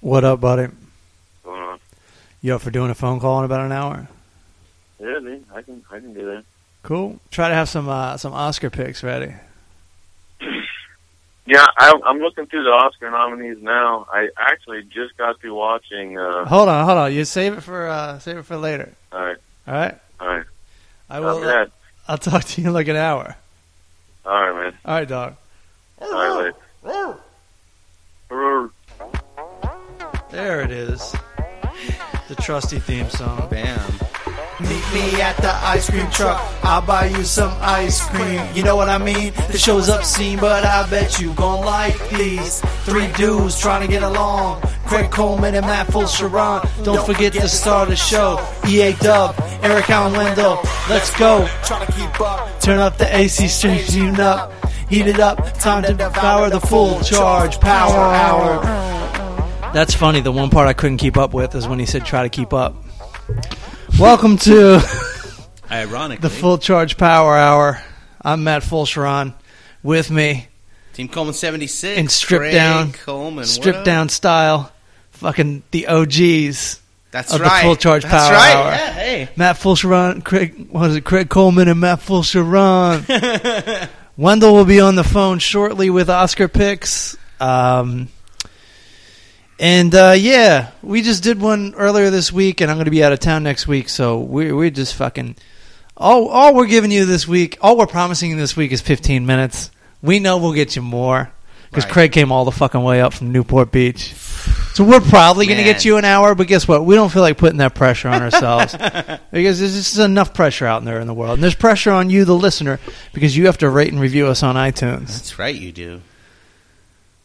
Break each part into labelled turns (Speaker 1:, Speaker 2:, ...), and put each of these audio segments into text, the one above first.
Speaker 1: What up, buddy?
Speaker 2: going on.
Speaker 1: You up for doing a phone call in about an hour?
Speaker 2: Yeah, man, I can I can do that.
Speaker 1: Cool. Try to have some uh, some Oscar picks ready.
Speaker 2: Yeah, I, I'm looking through the Oscar nominees now. I actually just got through watching. Uh,
Speaker 1: Hold on, hold on. You save it for uh, save it for later.
Speaker 2: all right,
Speaker 1: All right.
Speaker 2: all right,
Speaker 1: I
Speaker 2: I
Speaker 1: will.
Speaker 2: that.
Speaker 1: I'll talk to you in like an hour.
Speaker 2: All right, man.
Speaker 1: All right, dog. Oh,
Speaker 2: All right, later. Brr.
Speaker 1: There it is. The trusty theme song.
Speaker 3: Bam.
Speaker 4: Meet me at the ice cream truck. I'll buy you some ice cream. You know what I mean? The show's obscene, but I bet you gon' like these three dudes trying to get along. Craig Coleman and Matt Fulcheron. Don't forget to start the show. EA Dub, Eric Allen Wendell. Let's go. Trying to keep up. Turn up the AC, strange tune up. Heat it up. Time to devour the full charge power hour.
Speaker 1: That's funny. The one part I couldn't keep up with is when he said, "Try to keep up." Welcome to
Speaker 3: Ironically,
Speaker 1: the Full Charge Power Hour. I'm Matt Fulcheron. With me,
Speaker 3: Team Coleman 76.
Speaker 1: And stripped
Speaker 3: Craig
Speaker 1: down-
Speaker 3: Coleman. what
Speaker 1: stripped
Speaker 3: up?
Speaker 1: down style, fucking the OGs.
Speaker 3: That's
Speaker 1: of the
Speaker 3: right.
Speaker 1: Full Charge
Speaker 3: That's
Speaker 1: Power
Speaker 3: right.
Speaker 1: Hour.
Speaker 3: Yeah, hey.
Speaker 1: Matt Fulcheron, Craig, what is it? Craig Coleman and Matt Fulcheron. Wendell will be on the phone shortly with Oscar picks. Um, and uh, yeah, we just did one earlier this week, and I'm going to be out of town next week, so we're we're just fucking. All all we're giving you this week, all we're promising you this week is 15 minutes. We know we'll get you more because
Speaker 3: Right.
Speaker 1: Craig came all the fucking way up from Newport Beach. So we're probably going to
Speaker 3: Man.
Speaker 1: get you an hour, but guess what? We don't feel like putting that pressure on ourselves because there's just enough pressure out there in the world, and there's pressure on you, the listener, because you have to rate and review us on iTunes.
Speaker 3: That's right, you do.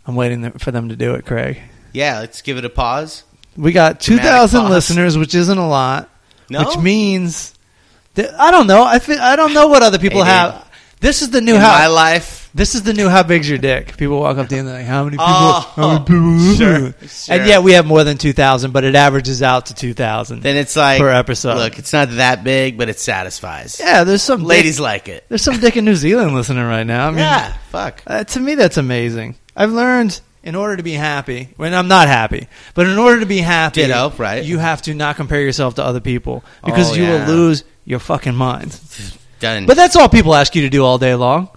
Speaker 1: I'm waiting th- for them to do it, Craig.
Speaker 3: Yeah, let's give it a pause.
Speaker 1: We got 2,000
Speaker 3: pause.
Speaker 1: listeners, which isn't a lot,
Speaker 3: No?
Speaker 1: which means that, I don't know. I fe- I don't know what other people
Speaker 3: Hey, dude.
Speaker 1: have. This is the new
Speaker 3: In
Speaker 1: how
Speaker 3: my life,
Speaker 1: This is the new how big's your dick. People walk up to you and they're like, how many people?
Speaker 3: Oh,
Speaker 1: how many people
Speaker 3: sure, sure.
Speaker 1: And yeah, we have more than 2,000, but it averages out to 2,000.
Speaker 3: then it's like
Speaker 1: Per episode.
Speaker 3: Look, it's not that big, but it satisfies.
Speaker 1: yeah, there's some dick-
Speaker 3: Ladies like it.
Speaker 1: there's some dick in New Zealand listening right now. I mean,
Speaker 3: Yeah, fuck.
Speaker 1: uh, to me, that's amazing. I've learned in order to be happy, when I'm not happy, but in order to be happy,
Speaker 3: Ditto, right.
Speaker 1: you have to not compare yourself to other people because
Speaker 3: Oh,
Speaker 1: you
Speaker 3: yeah. Mm.
Speaker 1: will lose your fucking mind.
Speaker 3: Done.
Speaker 1: But that's all people ask you to do all day long.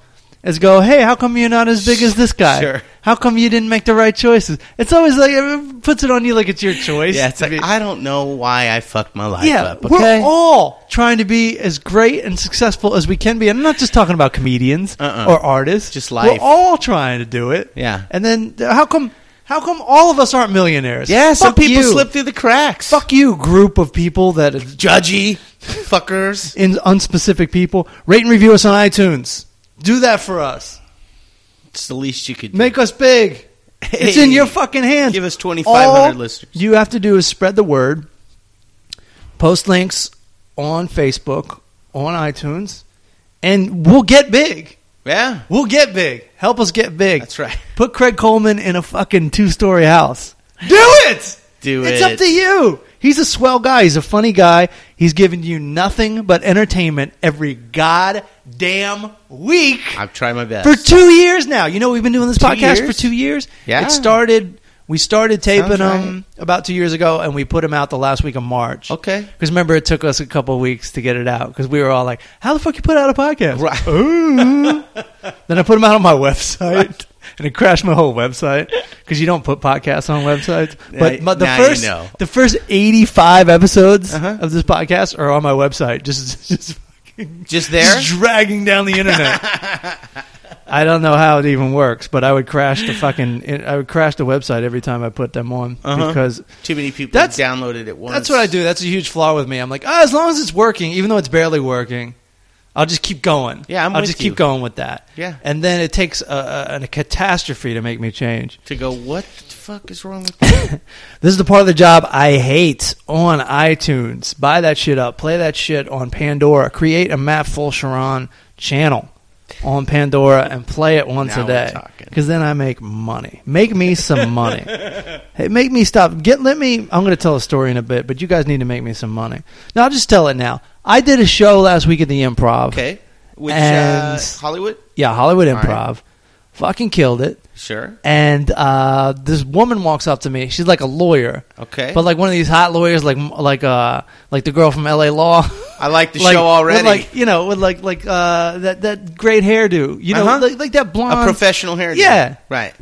Speaker 1: Is go, hey, how come you're not as big as this guy?
Speaker 3: Sure.
Speaker 1: How come you didn't make the right choices? It's always like it puts it on you like it's your choice.
Speaker 3: yeah, it's
Speaker 1: to
Speaker 3: like
Speaker 1: be-
Speaker 3: I don't know why I fucked my life
Speaker 1: yeah.
Speaker 3: up. Okay,
Speaker 1: We're all trying to be as great and successful as we can be. And I'm not just talking about comedians
Speaker 3: Uh-uh.
Speaker 1: or artists.
Speaker 3: Just life.
Speaker 1: We're all trying to do it.
Speaker 3: Yeah.
Speaker 1: And then th- how come? How come all of us aren't millionaires?
Speaker 3: yeah.
Speaker 1: Fuck
Speaker 3: Some people
Speaker 1: you.
Speaker 3: slip through the cracks.
Speaker 1: Fuck you, group of people that
Speaker 3: judgy fuckers.
Speaker 1: in unspecific people. Rate and review us on iTunes. Do that for us.
Speaker 3: It's the least you could do.
Speaker 1: Make us big. It's in
Speaker 3: Hey,
Speaker 1: your fucking hands.
Speaker 3: Give us 2,500
Speaker 1: All
Speaker 3: listeners.
Speaker 1: You have to do is spread the word. Post links on Facebook, on iTunes, and we'll get big.
Speaker 3: Yeah,
Speaker 1: We'll get big. Help us get big.
Speaker 3: that's right.
Speaker 1: Put Craig Coleman in a fucking two story house. Do it.
Speaker 3: Do
Speaker 1: it's
Speaker 3: it.
Speaker 1: up to you. He's a swell guy. He's a funny guy. He's giving you nothing but entertainment every goddamn week
Speaker 3: I've tried my best.
Speaker 1: for two years now. You know, we've been doing this podcast
Speaker 3: years?
Speaker 1: for two years.
Speaker 3: Yeah.
Speaker 1: it started. We started taping
Speaker 3: Sounds right.
Speaker 1: them about two years ago, and we put them out the last week of March.
Speaker 3: okay.
Speaker 1: Because remember, it took us a couple of weeks to get it out because we were all like, "How the fuck you put out a podcast?"
Speaker 3: Right.
Speaker 1: Ooh. then I put them out on my website, and it crashed my whole website because you don't put podcasts on websites. But
Speaker 3: Now-
Speaker 1: my, the
Speaker 3: now you
Speaker 1: first,
Speaker 3: know.
Speaker 1: the first eighty-five episodes
Speaker 3: Uh-huh.
Speaker 1: of this podcast are on my website. Just, just fucking
Speaker 3: Just there?
Speaker 1: just dragging down the internet. I don't know how it even works, but I would crash the fucking, I would crash the website every time I put them on
Speaker 3: Uh-huh.
Speaker 1: because
Speaker 3: Too many people
Speaker 1: That's-
Speaker 3: downloaded it once.
Speaker 1: that's what I do. That's a huge flaw with me. I'm like, oh, as long as it's working, even though it's barely working, I'll just keep going.
Speaker 3: Yeah, I'm
Speaker 1: will
Speaker 3: with
Speaker 1: just
Speaker 3: you.
Speaker 1: keep going with that.
Speaker 3: Yeah.
Speaker 1: and then it takes a, a, a catastrophe to make me change.
Speaker 3: To go, what the fuck is wrong with me?
Speaker 1: This is the part of the job I hate on iTunes. Buy that shit up. Play that shit on Pandora. Create a Matt Fulcheron channel on Pandora and play it once
Speaker 3: Now
Speaker 1: a
Speaker 3: we're
Speaker 1: day.
Speaker 3: talking.
Speaker 1: Because then I make money. Make me some money. Hey, make me stop. Get let me. I'm going to tell a story in a bit, but you guys need to make me some money. No, I'll just tell it now. I did a show last week at the Improv.
Speaker 3: Okay. Which, uh,
Speaker 1: And-
Speaker 3: Hollywood?
Speaker 1: Yeah, Hollywood
Speaker 3: All right.
Speaker 1: Improv. Fucking killed it.
Speaker 3: Sure.
Speaker 1: and uh, this woman walks up to me. She's like a lawyer,
Speaker 3: Okay.
Speaker 1: but like one of these hot lawyers, like like uh like the girl from L.A. Law.
Speaker 3: I like the
Speaker 1: Like,
Speaker 3: show already.
Speaker 1: with like you know, with like like uh, that that great hairdo, you know,
Speaker 3: Uh-huh.
Speaker 1: like, like that blonde.
Speaker 3: a professional hairdo.
Speaker 1: um, Yeah.
Speaker 3: Right.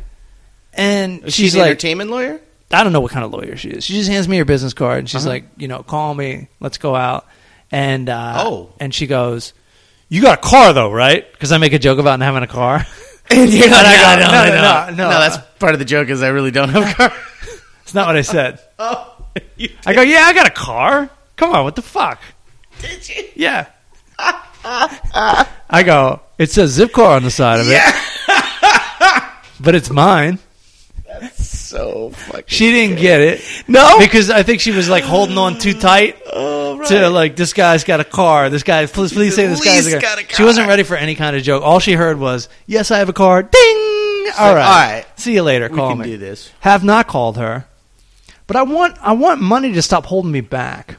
Speaker 1: and
Speaker 3: She's,
Speaker 1: she's,
Speaker 3: an
Speaker 1: like,
Speaker 3: entertainment lawyer?
Speaker 1: I don't know what kind of lawyer she is. She just hands me her business card and she's
Speaker 3: Uh-huh.
Speaker 1: like, you know, call me, let's go out. And uh,
Speaker 3: Oh.
Speaker 1: and she goes, you got a car though, right? Because I make a joke about not having a car.
Speaker 3: And you're
Speaker 1: like, "No,
Speaker 3: I
Speaker 1: no,
Speaker 3: don't,
Speaker 1: no,
Speaker 3: I
Speaker 1: no,
Speaker 3: don't."
Speaker 1: no.
Speaker 3: No, that's part of the joke is I really don't have a car.
Speaker 1: it's not what I said.
Speaker 3: oh, you
Speaker 1: I go, yeah, I got a car. Come on, what the fuck?
Speaker 3: did you?
Speaker 1: Yeah. I go, it says zip car on the side of it,
Speaker 3: Yeah.
Speaker 1: but it's mine.
Speaker 3: So fucking.
Speaker 1: She didn't get it.
Speaker 3: No.
Speaker 1: Because I think she was like holding on too tight
Speaker 3: oh, right.
Speaker 1: to like this guy's got a car. This guy, please, please say this guy's
Speaker 3: least
Speaker 1: got
Speaker 3: got
Speaker 1: a
Speaker 3: a
Speaker 1: car. She wasn't
Speaker 3: car.
Speaker 1: ready for any kind of joke. All she heard was, "Yes, I have a car." Ding. all
Speaker 3: like,
Speaker 1: right.
Speaker 3: all right.
Speaker 1: See you later.
Speaker 3: we
Speaker 1: Call
Speaker 3: can
Speaker 1: me.
Speaker 3: do this.
Speaker 1: Have not called her, but I want I want money to stop holding me back.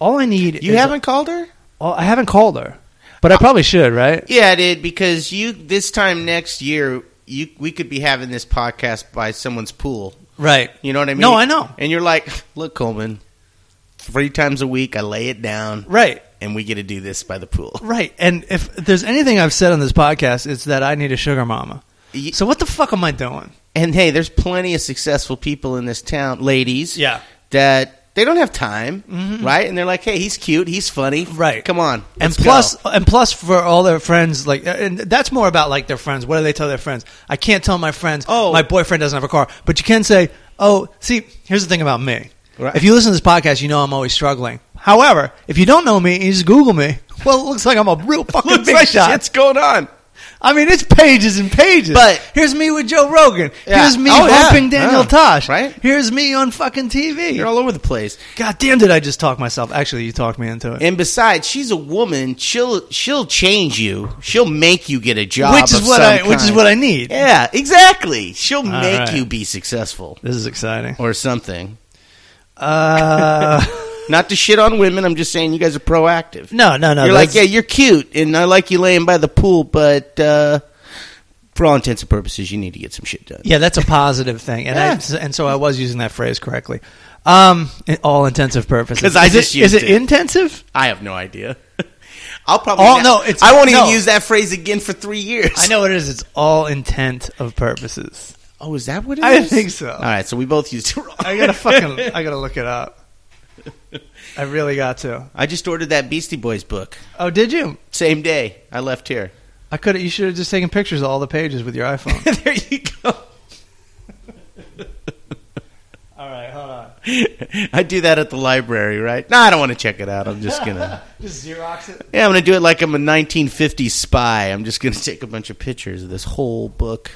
Speaker 1: All I need
Speaker 3: You
Speaker 1: is-
Speaker 3: haven't called her?
Speaker 1: oh, I haven't called her, but I probably should, right?
Speaker 3: Yeah, I did because you this time next year you we could be having this podcast by someone's pool.
Speaker 1: Right.
Speaker 3: You know what I mean?
Speaker 1: No, I know.
Speaker 3: And you're like, look, Coleman, three times a week I lay it down,
Speaker 1: Right.
Speaker 3: and we get to do this by the pool.
Speaker 1: Right. And if there's anything I've said on this podcast, it's that I need a sugar mama.
Speaker 3: Ye-
Speaker 1: So what the fuck am I doing?
Speaker 3: And hey, there's plenty of successful people in this town, ladies.
Speaker 1: Yeah. Mm-hmm.
Speaker 3: That they don't have time, right? And they're like, hey, he's cute, he's funny,
Speaker 1: Right.
Speaker 3: Come on,
Speaker 1: and
Speaker 3: let's
Speaker 1: plus,
Speaker 3: go.
Speaker 1: and plus for all their friends, like, and that's more about like their friends. What do they tell their friends? I can't tell my friends.
Speaker 3: Oh.
Speaker 1: my boyfriend doesn't have a car, but you can say, oh, see, here's the thing about me.
Speaker 3: Right.
Speaker 1: If you listen to this podcast, you know I'm always struggling. However, if you don't know me, you just Google me. Well, it looks like I'm a real fucking
Speaker 3: Looks
Speaker 1: big
Speaker 3: like
Speaker 1: shot.
Speaker 3: shit's going on.
Speaker 1: I mean, it's pages and pages.
Speaker 3: But-
Speaker 1: here's me with Joe Rogan.
Speaker 3: Yeah.
Speaker 1: Here's me
Speaker 3: Oh, yeah.
Speaker 1: humping Daniel
Speaker 3: Yeah.
Speaker 1: Tosh.
Speaker 3: Right.
Speaker 1: Here's me on fucking TV.
Speaker 3: You're all over the place.
Speaker 1: God damn, did I just talk myself? Actually, you talked me into it.
Speaker 3: And besides, she's a woman. She'll she'll change you. She'll make you get a job,
Speaker 1: which is
Speaker 3: of
Speaker 1: what
Speaker 3: some
Speaker 1: I, which is
Speaker 3: kind.
Speaker 1: what I need.
Speaker 3: Yeah, exactly. She'll make
Speaker 1: right.
Speaker 3: you be successful
Speaker 1: This is exciting.
Speaker 3: or something.
Speaker 1: Uh,
Speaker 3: Not to shit on women. I'm just saying you guys are proactive.
Speaker 1: no, no, no.
Speaker 3: you're like,
Speaker 1: that's-
Speaker 3: yeah, you're cute, and I like you laying by the pool, but uh, for all intents and purposes, you need to get some shit done.
Speaker 1: yeah, that's a positive thing, and I, and so I was using that phrase correctly. Um, in all intensive purposes.
Speaker 3: 'Cause I
Speaker 1: is
Speaker 3: just
Speaker 1: it,
Speaker 3: used
Speaker 1: is it,
Speaker 3: it.
Speaker 1: intensive?
Speaker 3: I have no idea. I'll probably.
Speaker 1: Oh,
Speaker 3: not-
Speaker 1: no, it's-
Speaker 3: I won't
Speaker 1: no.
Speaker 3: even use that phrase again for three years.
Speaker 1: I know it is. It's all intent of purposes.
Speaker 3: Oh, is that what it is?
Speaker 1: I think so.
Speaker 3: All right, so we both used it wrong.
Speaker 1: I gotta fucking I gotta look it up. I really got to.
Speaker 3: I just ordered that Beastie Boys book.
Speaker 1: Oh, did you?
Speaker 3: Same day I left here.
Speaker 1: I could. You should have just taken pictures of all the pages with your iPhone.
Speaker 3: there you go.
Speaker 1: all right, hold on.
Speaker 3: I do that at the library, right? No, I don't want to check it out. I'm just gonna.
Speaker 1: Just Xerox it.
Speaker 3: Yeah, I'm gonna do it like I'm a 1950s spy. I'm just gonna take a bunch of pictures of this whole book.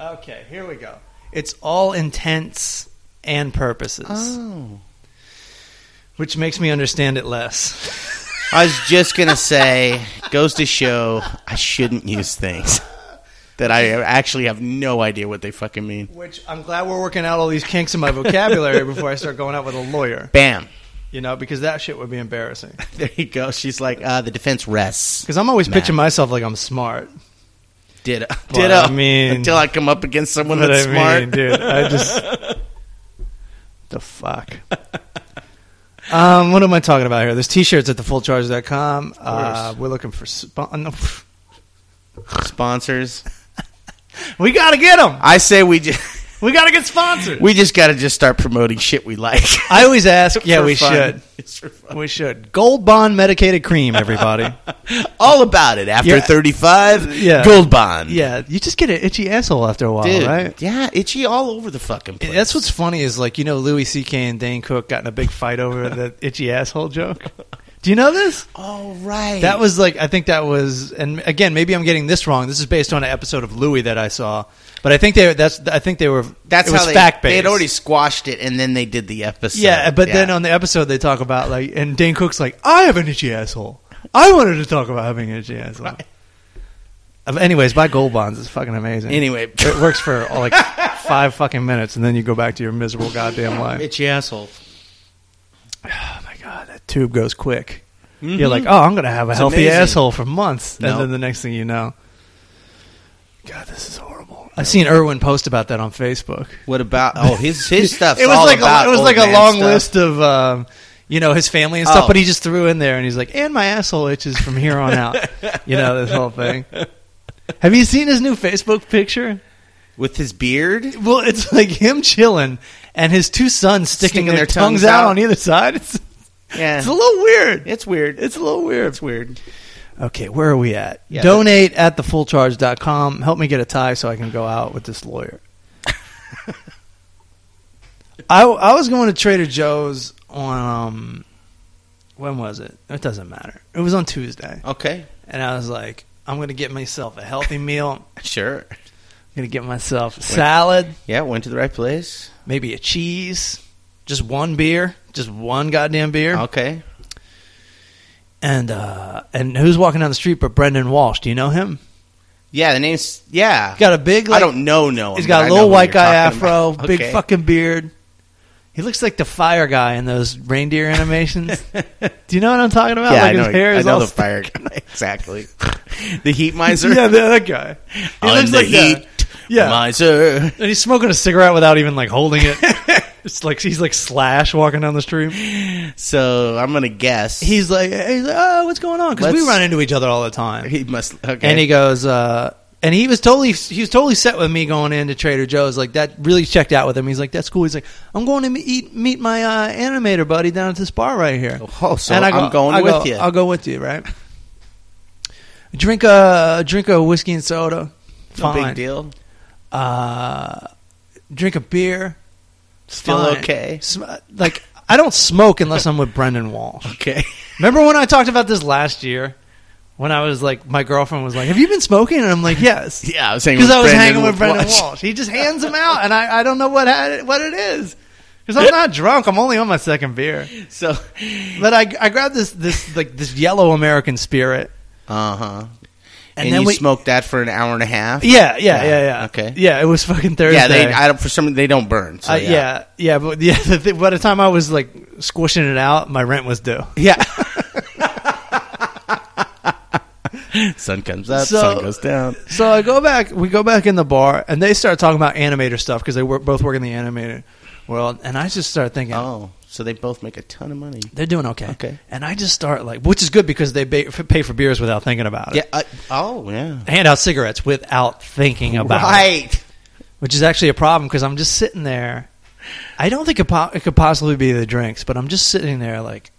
Speaker 1: Okay, here we go. It's all intents and purposes,
Speaker 3: Oh.
Speaker 1: which makes me understand it less.
Speaker 3: I was just gonna say, goes to show I shouldn't use things that I actually have no idea what they fucking mean.
Speaker 1: Which I'm glad we're working out all these kinks in my vocabulary before I start going out with a lawyer.
Speaker 3: Bam.
Speaker 1: You know, because that shit would be embarrassing.
Speaker 3: There you go. She's like, uh, the defense rests.
Speaker 1: Because I'm always
Speaker 3: Matt.
Speaker 1: pitching myself like I'm smart.
Speaker 3: Ditto.
Speaker 1: Well,
Speaker 3: Ditto.
Speaker 1: I mean-
Speaker 3: until I come up against someone
Speaker 1: But
Speaker 3: that's
Speaker 1: I
Speaker 3: smart.
Speaker 1: mean, dude. I just the fuck. Um, what am I talking about here? There's t-shirts at thefullcharge.com. Uh, we're looking for spon- no,
Speaker 3: Sponsors.
Speaker 1: We got to get them.
Speaker 3: I say we just
Speaker 1: We got to get sponsored.
Speaker 3: we just got to just start promoting shit we like.
Speaker 1: I always ask, yeah,
Speaker 3: For
Speaker 1: we
Speaker 3: fun.
Speaker 1: should.
Speaker 3: It's for fun.
Speaker 1: We should. Gold Bond medicated cream, everybody.
Speaker 3: All about it after
Speaker 1: Yeah.
Speaker 3: 35.
Speaker 1: Yeah.
Speaker 3: Gold bond.
Speaker 1: yeah, you just get an itchy asshole after a while,
Speaker 3: Dude,
Speaker 1: right?
Speaker 3: yeah, itchy all over the fucking place.
Speaker 1: That's what's funny is like, you know, Louis C.K. and Dane Cook got in a big fight over the itchy asshole joke. Do you know this?
Speaker 3: all right.
Speaker 1: That was like I think that was, and again, maybe I'm getting this wrong. This is based on an episode of Louis that I saw, but I think they that's I think they were
Speaker 3: that's
Speaker 1: it
Speaker 3: how
Speaker 1: was
Speaker 3: they
Speaker 1: fact
Speaker 3: they
Speaker 1: based.
Speaker 3: had already squashed it, and then they did the episode.
Speaker 1: yeah, but then uh, on the episode they talk about like, and Dane Cook's like, I have an itchy asshole. I wanted to talk about having an itchy asshole. Uh, Anyways, by Gold Bonds is fucking amazing.
Speaker 3: anyway,
Speaker 1: it works for uh, like five fucking minutes, and then you go back to your miserable goddamn life.
Speaker 3: itchy asshole.
Speaker 1: Oh my god, that tube goes quick. You're like, oh, I'm gonna have a healthy
Speaker 3: amazing.
Speaker 1: asshole for months, and
Speaker 3: No.
Speaker 1: then the next thing you know, God, this is horrible. I seen Irwin post about that on Facebook.
Speaker 3: What about oh his his stuff?
Speaker 1: It was
Speaker 3: all
Speaker 1: like
Speaker 3: about
Speaker 1: a, it was
Speaker 3: old
Speaker 1: like a
Speaker 3: man
Speaker 1: long
Speaker 3: stuff.
Speaker 1: list of um, you know his family and stuff,
Speaker 3: Oh.
Speaker 1: but he just threw in there and he's like, "And my asshole itches from here on out." you know this whole thing. Have you seen his new Facebook picture?
Speaker 3: with his beard.
Speaker 1: Well, it's like him chilling and his two sons sticking,
Speaker 3: Sticking
Speaker 1: their,
Speaker 3: their
Speaker 1: tongues,
Speaker 3: tongues
Speaker 1: out,
Speaker 3: out.
Speaker 1: on either side. It's,
Speaker 3: Yeah,
Speaker 1: it's a little weird.
Speaker 3: it's weird.
Speaker 1: It's a little weird.
Speaker 3: It's weird.
Speaker 1: Okay, where are we at?
Speaker 3: Yeah,
Speaker 1: Donate at thefullcharge.com. Help me get a tie so I can go out with this lawyer. I, I was going to Trader Joe's on, um, when was it? It doesn't matter. It was on Tuesday.
Speaker 3: Okay,
Speaker 1: And I was like, I'm going to get myself a healthy meal.
Speaker 3: sure.
Speaker 1: I'm going to get myself a salad,
Speaker 3: Yeah, went to the right place.
Speaker 1: maybe a cheese, just one beer, just one goddamn beer.
Speaker 3: Okay,
Speaker 1: And, uh, and who's walking down the street but Brendan Walsh? Do you know him?
Speaker 3: yeah. The name's yeah.
Speaker 1: Got a big,
Speaker 3: I
Speaker 1: like,
Speaker 3: don't know. No,
Speaker 1: He's got a
Speaker 3: a
Speaker 1: little white guy afro, big
Speaker 3: Okay.
Speaker 1: fucking beard. He looks like the fire guy in those reindeer animations. Do you know what I'm talking about?
Speaker 3: Yeah,
Speaker 1: like
Speaker 3: I know.
Speaker 1: his hair
Speaker 3: I
Speaker 1: is
Speaker 3: know
Speaker 1: all
Speaker 3: the
Speaker 1: sti-
Speaker 3: fire guy. exactly. the heat miser.
Speaker 1: Yeah, that that guy. He
Speaker 3: On
Speaker 1: looks
Speaker 3: the
Speaker 1: like that.
Speaker 3: heat
Speaker 1: Yeah.
Speaker 3: miser.
Speaker 1: And he's smoking a cigarette without even like holding it. it's like he's like slash walking down the street.
Speaker 3: So I'm gonna guess
Speaker 1: He's like, he's like, oh, what's going on? Because we
Speaker 3: Let's-
Speaker 1: run into each other all the time.
Speaker 3: he must. Okay,
Speaker 1: and he goes, uh, and he was totally, he was totally set with me going into Trader Joe's. Like that really checked out with him. He's like, that's cool. He's like, I'm going to me- eat, meet my uh, animator buddy down at this bar right here.
Speaker 3: oh, so I'm going
Speaker 1: I
Speaker 3: with
Speaker 1: go, "Oh,
Speaker 3: you.
Speaker 1: I'll go with you, right? Drink a drink a whiskey and soda.
Speaker 3: no
Speaker 1: Fine.
Speaker 3: big deal.
Speaker 1: Uh, drink a beer.
Speaker 3: Still
Speaker 1: Fine.
Speaker 3: okay.
Speaker 1: Sm- like I don't smoke unless I'm with Brendan Walsh.
Speaker 3: Okay.
Speaker 1: Remember when I talked about this last year? When I was like, my girlfriend was like, "Have you been smoking?" And I'm like, "Yes."
Speaker 3: Yeah, I was hanging
Speaker 1: because I was
Speaker 3: Brendan
Speaker 1: hanging with Brendan
Speaker 3: Walsh.
Speaker 1: Walsh. He just hands them out, and I, I don't know what had it, what it is. Because I'm not drunk. I'm only on my second beer.
Speaker 3: So,
Speaker 1: But I, I grabbed this this like this yellow American Spirit.
Speaker 3: uh huh.
Speaker 1: And
Speaker 3: And,
Speaker 1: then
Speaker 3: you
Speaker 1: we-
Speaker 3: smoked that for an hour and a half.
Speaker 1: Yeah, yeah, yeah, yeah.
Speaker 3: Okay.
Speaker 1: Yeah, it was fucking Thursday.
Speaker 3: Yeah, they. I don't. For some, they don't burn. So
Speaker 1: Uh,
Speaker 3: yeah.
Speaker 1: yeah. yeah, But yeah, the th- by the time I was like squishing it out, my rent was due.
Speaker 3: Yeah. sun comes up,
Speaker 1: So-
Speaker 3: sun goes down.
Speaker 1: So I go back. We go back in the bar, and they start talking about animator stuff because they were both work in the animator world. And I just start thinking,
Speaker 3: Oh, so they both make a ton of money.
Speaker 1: they're doing okay.
Speaker 3: Okay.
Speaker 1: And I just start like, which is good because they ba- f- pay for beers without thinking about it.
Speaker 3: Yeah. I, oh, yeah.
Speaker 1: They Hand out cigarettes without thinking about it.
Speaker 3: Right.
Speaker 1: which is actually a problem because I'm just sitting there. I don't think it, po- it could possibly be the drinks, but I'm just sitting there like,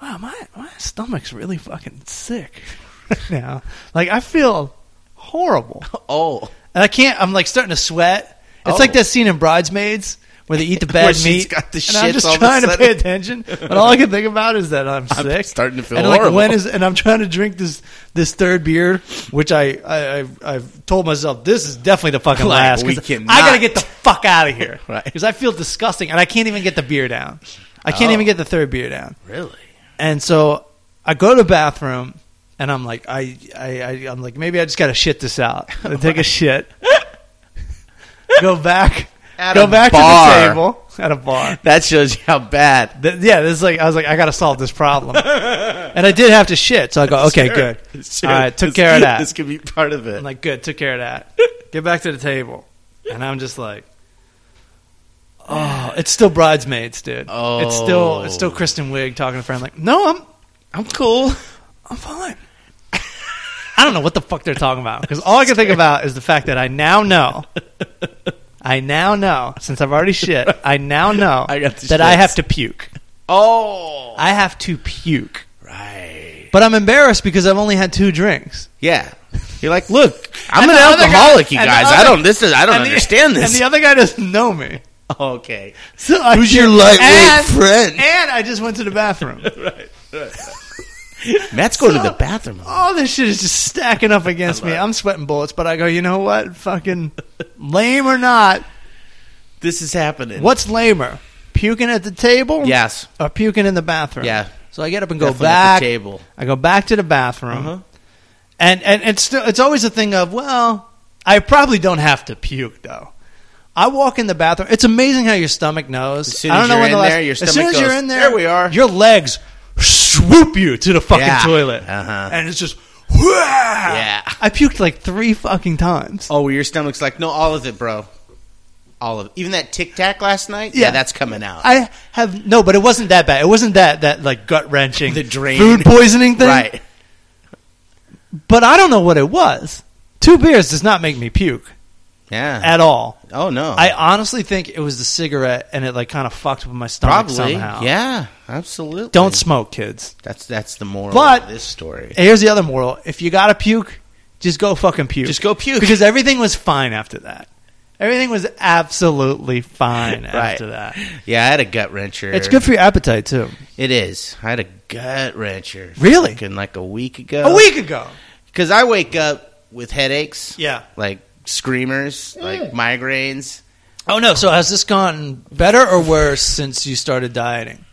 Speaker 1: wow, my my stomach's really fucking sick now. Like I feel horrible,
Speaker 3: Oh,
Speaker 1: and I can't. I'm like starting to sweat. It's
Speaker 3: Oh.
Speaker 1: like that scene in Bridesmaids where they eat the
Speaker 3: Where
Speaker 1: bad
Speaker 3: she's
Speaker 1: meat.
Speaker 3: got the
Speaker 1: and I'm
Speaker 3: shits
Speaker 1: just
Speaker 3: all of a
Speaker 1: trying to
Speaker 3: sudden.
Speaker 1: pay attention, but all I can think about is that I'm
Speaker 3: I'm
Speaker 1: sick.
Speaker 3: starting to feel
Speaker 1: and
Speaker 3: horrible.
Speaker 1: Like when is and I'm trying to drink this this third beer, which I, I I've, I've told myself this is definitely the fucking
Speaker 3: Like,
Speaker 1: last.
Speaker 3: we
Speaker 1: 'cause
Speaker 3: cannot.
Speaker 1: I gotta get the fuck out of here,
Speaker 3: Right.
Speaker 1: Because I feel disgusting, and I can't even get the beer down. I can't
Speaker 3: Oh.
Speaker 1: even get the third beer down.
Speaker 3: really?
Speaker 1: And so I go to the bathroom, and I'm like, I, I, I I'm like, maybe I just gotta shit this out. I take a shit. go back.
Speaker 3: At
Speaker 1: go
Speaker 3: a
Speaker 1: back
Speaker 3: bar.
Speaker 1: to the table at a bar.
Speaker 3: That shows you how bad.
Speaker 1: Th- yeah, this is like I was like I got to solve this problem, and I did have to shit. So I go, okay, good,
Speaker 3: Sure.
Speaker 1: all right, took
Speaker 3: This-
Speaker 1: care of that.
Speaker 3: This could be part of it.
Speaker 1: I'm like, good, took care of that. Get back to the table, and I'm just like, oh, it's still bridesmaids, dude. it's still it's still
Speaker 3: Oh.
Speaker 1: Kristen Wiig talking to friend like, no, I'm
Speaker 3: I'm cool.
Speaker 1: I'm fine. I don't know what the fuck they're talking about because all I can think about is the fact that I now know. I now know since I've already shit. I now know
Speaker 3: I got
Speaker 1: that
Speaker 3: the
Speaker 1: I
Speaker 3: shits.
Speaker 1: have to puke.
Speaker 3: Oh,
Speaker 1: I have to puke.
Speaker 3: right.
Speaker 1: But I'm embarrassed because I've only had two drinks.
Speaker 3: Yeah. You're like, look, I'm
Speaker 1: And
Speaker 3: an
Speaker 1: the other
Speaker 3: alcoholic,
Speaker 1: guy-
Speaker 3: you
Speaker 1: and the
Speaker 3: guys.
Speaker 1: other-
Speaker 3: I don't. This is. I don't
Speaker 1: And the-
Speaker 3: understand this.
Speaker 1: And the other guy doesn't know me.
Speaker 3: okay.
Speaker 1: So I
Speaker 3: Who's your
Speaker 1: can't-
Speaker 3: lightweight
Speaker 1: and-
Speaker 3: friend?
Speaker 1: And I just went to the bathroom.
Speaker 3: Matt's going to the bathroom.
Speaker 1: All this shit is just stacking up against me. I'm sweating bullets, but I go, you know what? Fucking lame or not,
Speaker 3: This is happening.
Speaker 1: what's lamer? Puking at the table?
Speaker 3: Yes.
Speaker 1: Or puking in the bathroom?
Speaker 3: Yeah.
Speaker 1: So I get up and go
Speaker 3: Definitely at
Speaker 1: back.
Speaker 3: the table.
Speaker 1: I go back to the bathroom.
Speaker 3: Uh-huh.
Speaker 1: And and it's still, it's always a thing of well, I probably don't have to puke though. I walk in the bathroom. It's amazing how your stomach knows.
Speaker 3: As soon
Speaker 1: I
Speaker 3: as
Speaker 1: don't know
Speaker 3: you're
Speaker 1: when the
Speaker 3: in
Speaker 1: last,
Speaker 3: there, your
Speaker 1: as soon
Speaker 3: stomach
Speaker 1: as you're
Speaker 3: goes,
Speaker 1: in there,
Speaker 3: "There we are."
Speaker 1: Your legs swoop you to the fucking
Speaker 3: Yeah.
Speaker 1: toilet,
Speaker 3: Uh-huh.
Speaker 1: and it's just whoo,
Speaker 3: Yeah.
Speaker 1: I puked like three fucking times.
Speaker 3: Oh, your stomach's like no, all of it, bro. All of even that Tic Tac last night.
Speaker 1: Yeah.
Speaker 3: that's coming out.
Speaker 1: I have no, but it wasn't that bad. It wasn't that that like gut wrenching,
Speaker 3: The drain.
Speaker 1: food poisoning thing.
Speaker 3: right.
Speaker 1: But I don't know what it was. Two beers does not make me puke
Speaker 3: Yeah.
Speaker 1: at all.
Speaker 3: oh no.
Speaker 1: I honestly think it was the cigarette, and it like kind of fucked with my stomach
Speaker 3: probably.
Speaker 1: somehow.
Speaker 3: Yeah. Absolutely.
Speaker 1: Don't smoke, kids.
Speaker 3: That's that's the moral
Speaker 1: But-
Speaker 3: of this story.
Speaker 1: And here's the other moral: if you gotta puke, just go fucking puke.
Speaker 3: Just go puke.
Speaker 1: because everything was fine after that. Everything was absolutely fine
Speaker 3: Right.
Speaker 1: after that.
Speaker 3: Yeah, I had a gut wrencher.
Speaker 1: It's good for your appetite too.
Speaker 3: It is. I had a gut wrencher.
Speaker 1: Really?
Speaker 3: Fucking like a week ago.
Speaker 1: A week ago.
Speaker 3: Because I wake up with headaches.
Speaker 1: Yeah.
Speaker 3: Like screamers,
Speaker 1: Mm.
Speaker 3: like migraines.
Speaker 1: Oh no! So has this gone better or worse since you started dieting?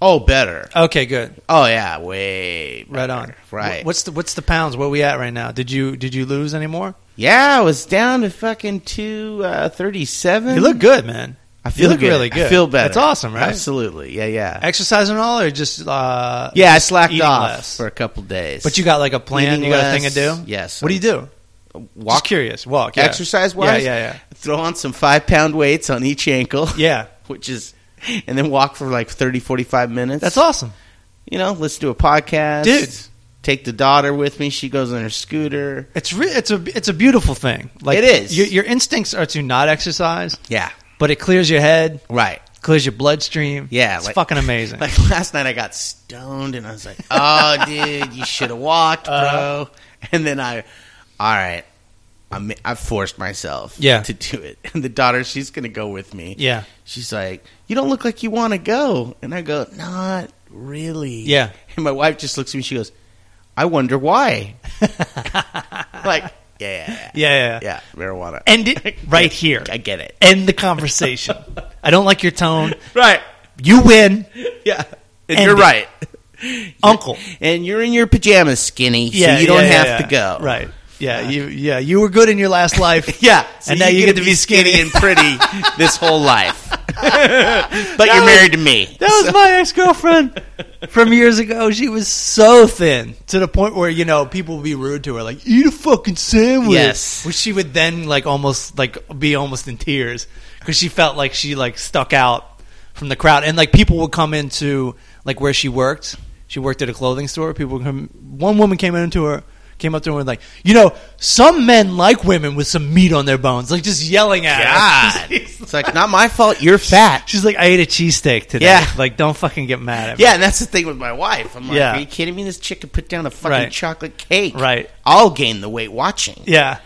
Speaker 3: Oh, better.
Speaker 1: Okay, good.
Speaker 3: Oh yeah, way better.
Speaker 1: Right on.
Speaker 3: Right.
Speaker 1: Wh- What's the What's the pounds? Where we at right now? Did you Did you lose any more?
Speaker 3: Yeah, I was down to fucking two uh, thirty-seven.
Speaker 1: You look good, man.
Speaker 3: I
Speaker 1: you
Speaker 3: feel
Speaker 1: look
Speaker 3: good.
Speaker 1: really good.
Speaker 3: I feel better.
Speaker 1: That's awesome, right?
Speaker 3: Absolutely. Yeah, yeah.
Speaker 1: Exercising and all, or just uh,
Speaker 3: yeah, I slacked
Speaker 1: eating
Speaker 3: off
Speaker 1: less.
Speaker 3: for a couple days.
Speaker 1: But you got like a plan.
Speaker 3: Eating
Speaker 1: You got a
Speaker 3: less.
Speaker 1: thing to do.
Speaker 3: Yes.
Speaker 1: What do you do? Just
Speaker 3: walk
Speaker 1: curious. Walk. Yeah.
Speaker 3: exercise wise.
Speaker 1: Yeah, yeah,
Speaker 3: Throw on some five pound weights on each ankle,
Speaker 1: yeah. Yeah.
Speaker 3: which is, and then walk for like 30, 45 minutes.
Speaker 1: That's awesome.
Speaker 3: You know, listen to a podcast.
Speaker 1: Dude.
Speaker 3: Take the daughter with me. She goes on her scooter.
Speaker 1: It's re- it's a it's a beautiful thing. Like
Speaker 3: It is.
Speaker 1: Your, your instincts are to not exercise,
Speaker 3: Yeah.
Speaker 1: but it clears your head,
Speaker 3: Right.
Speaker 1: clears your bloodstream.
Speaker 3: Yeah,
Speaker 1: it's
Speaker 3: like-
Speaker 1: fucking amazing.
Speaker 3: Like last night, I got stoned and I was like, "Oh, dude, you should have walked, bro."
Speaker 1: Uh-huh.
Speaker 3: and then I, all right, I'm, I forced myself,
Speaker 1: Yeah.
Speaker 3: to do it. And the daughter, she's gonna go with me.
Speaker 1: yeah,
Speaker 3: She's like, "You don't look like you want to go," and I go, "Not really."
Speaker 1: Yeah.
Speaker 3: And my wife just looks at me. She goes, "I wonder why." like, yeah, yeah, yeah,
Speaker 1: yeah, yeah.
Speaker 3: yeah, marijuana.
Speaker 1: End it right here.
Speaker 3: I get it.
Speaker 1: End the conversation. I don't like your tone.
Speaker 3: Right.
Speaker 1: You win,
Speaker 3: Yeah. And
Speaker 1: End
Speaker 3: you're
Speaker 1: it.
Speaker 3: right.
Speaker 1: Uncle.
Speaker 3: And you're in your pajamas, skinny, so you
Speaker 1: yeah,
Speaker 3: don't
Speaker 1: yeah,
Speaker 3: have
Speaker 1: yeah.
Speaker 3: to go.
Speaker 1: Right. Yeah, you yeah, you were good in your last life.
Speaker 3: Yeah. So
Speaker 1: And now you
Speaker 3: you're
Speaker 1: get
Speaker 3: gonna
Speaker 1: to be skinny.
Speaker 3: and pretty this whole life. but you're
Speaker 1: was-
Speaker 3: married to me.
Speaker 1: That was my ex girlfriend from years ago. She was so thin to the point where you know people would be rude to her, like "eat a fucking sandwich."
Speaker 3: Yes.
Speaker 1: which she would then like almost like be almost in tears because she felt like she like stuck out from the crowd, and like people would come into like where she worked. She worked at a clothing store. People would come. One woman came into her. Came up to her and like, you know, some men like women with some meat on their bones, like just yelling at her.
Speaker 3: God. it's like not my fault. You're fat.
Speaker 1: She's like, I ate a cheesesteak today.
Speaker 3: Yeah.
Speaker 1: Like, don't fucking get mad at me.
Speaker 3: Yeah, and that's the thing with my wife. I'm like,
Speaker 1: Yeah.
Speaker 3: are you kidding me? This chick could put down a fucking
Speaker 1: Right.
Speaker 3: chocolate cake.
Speaker 1: Right.
Speaker 3: I'll gain the weight watching.
Speaker 1: Yeah.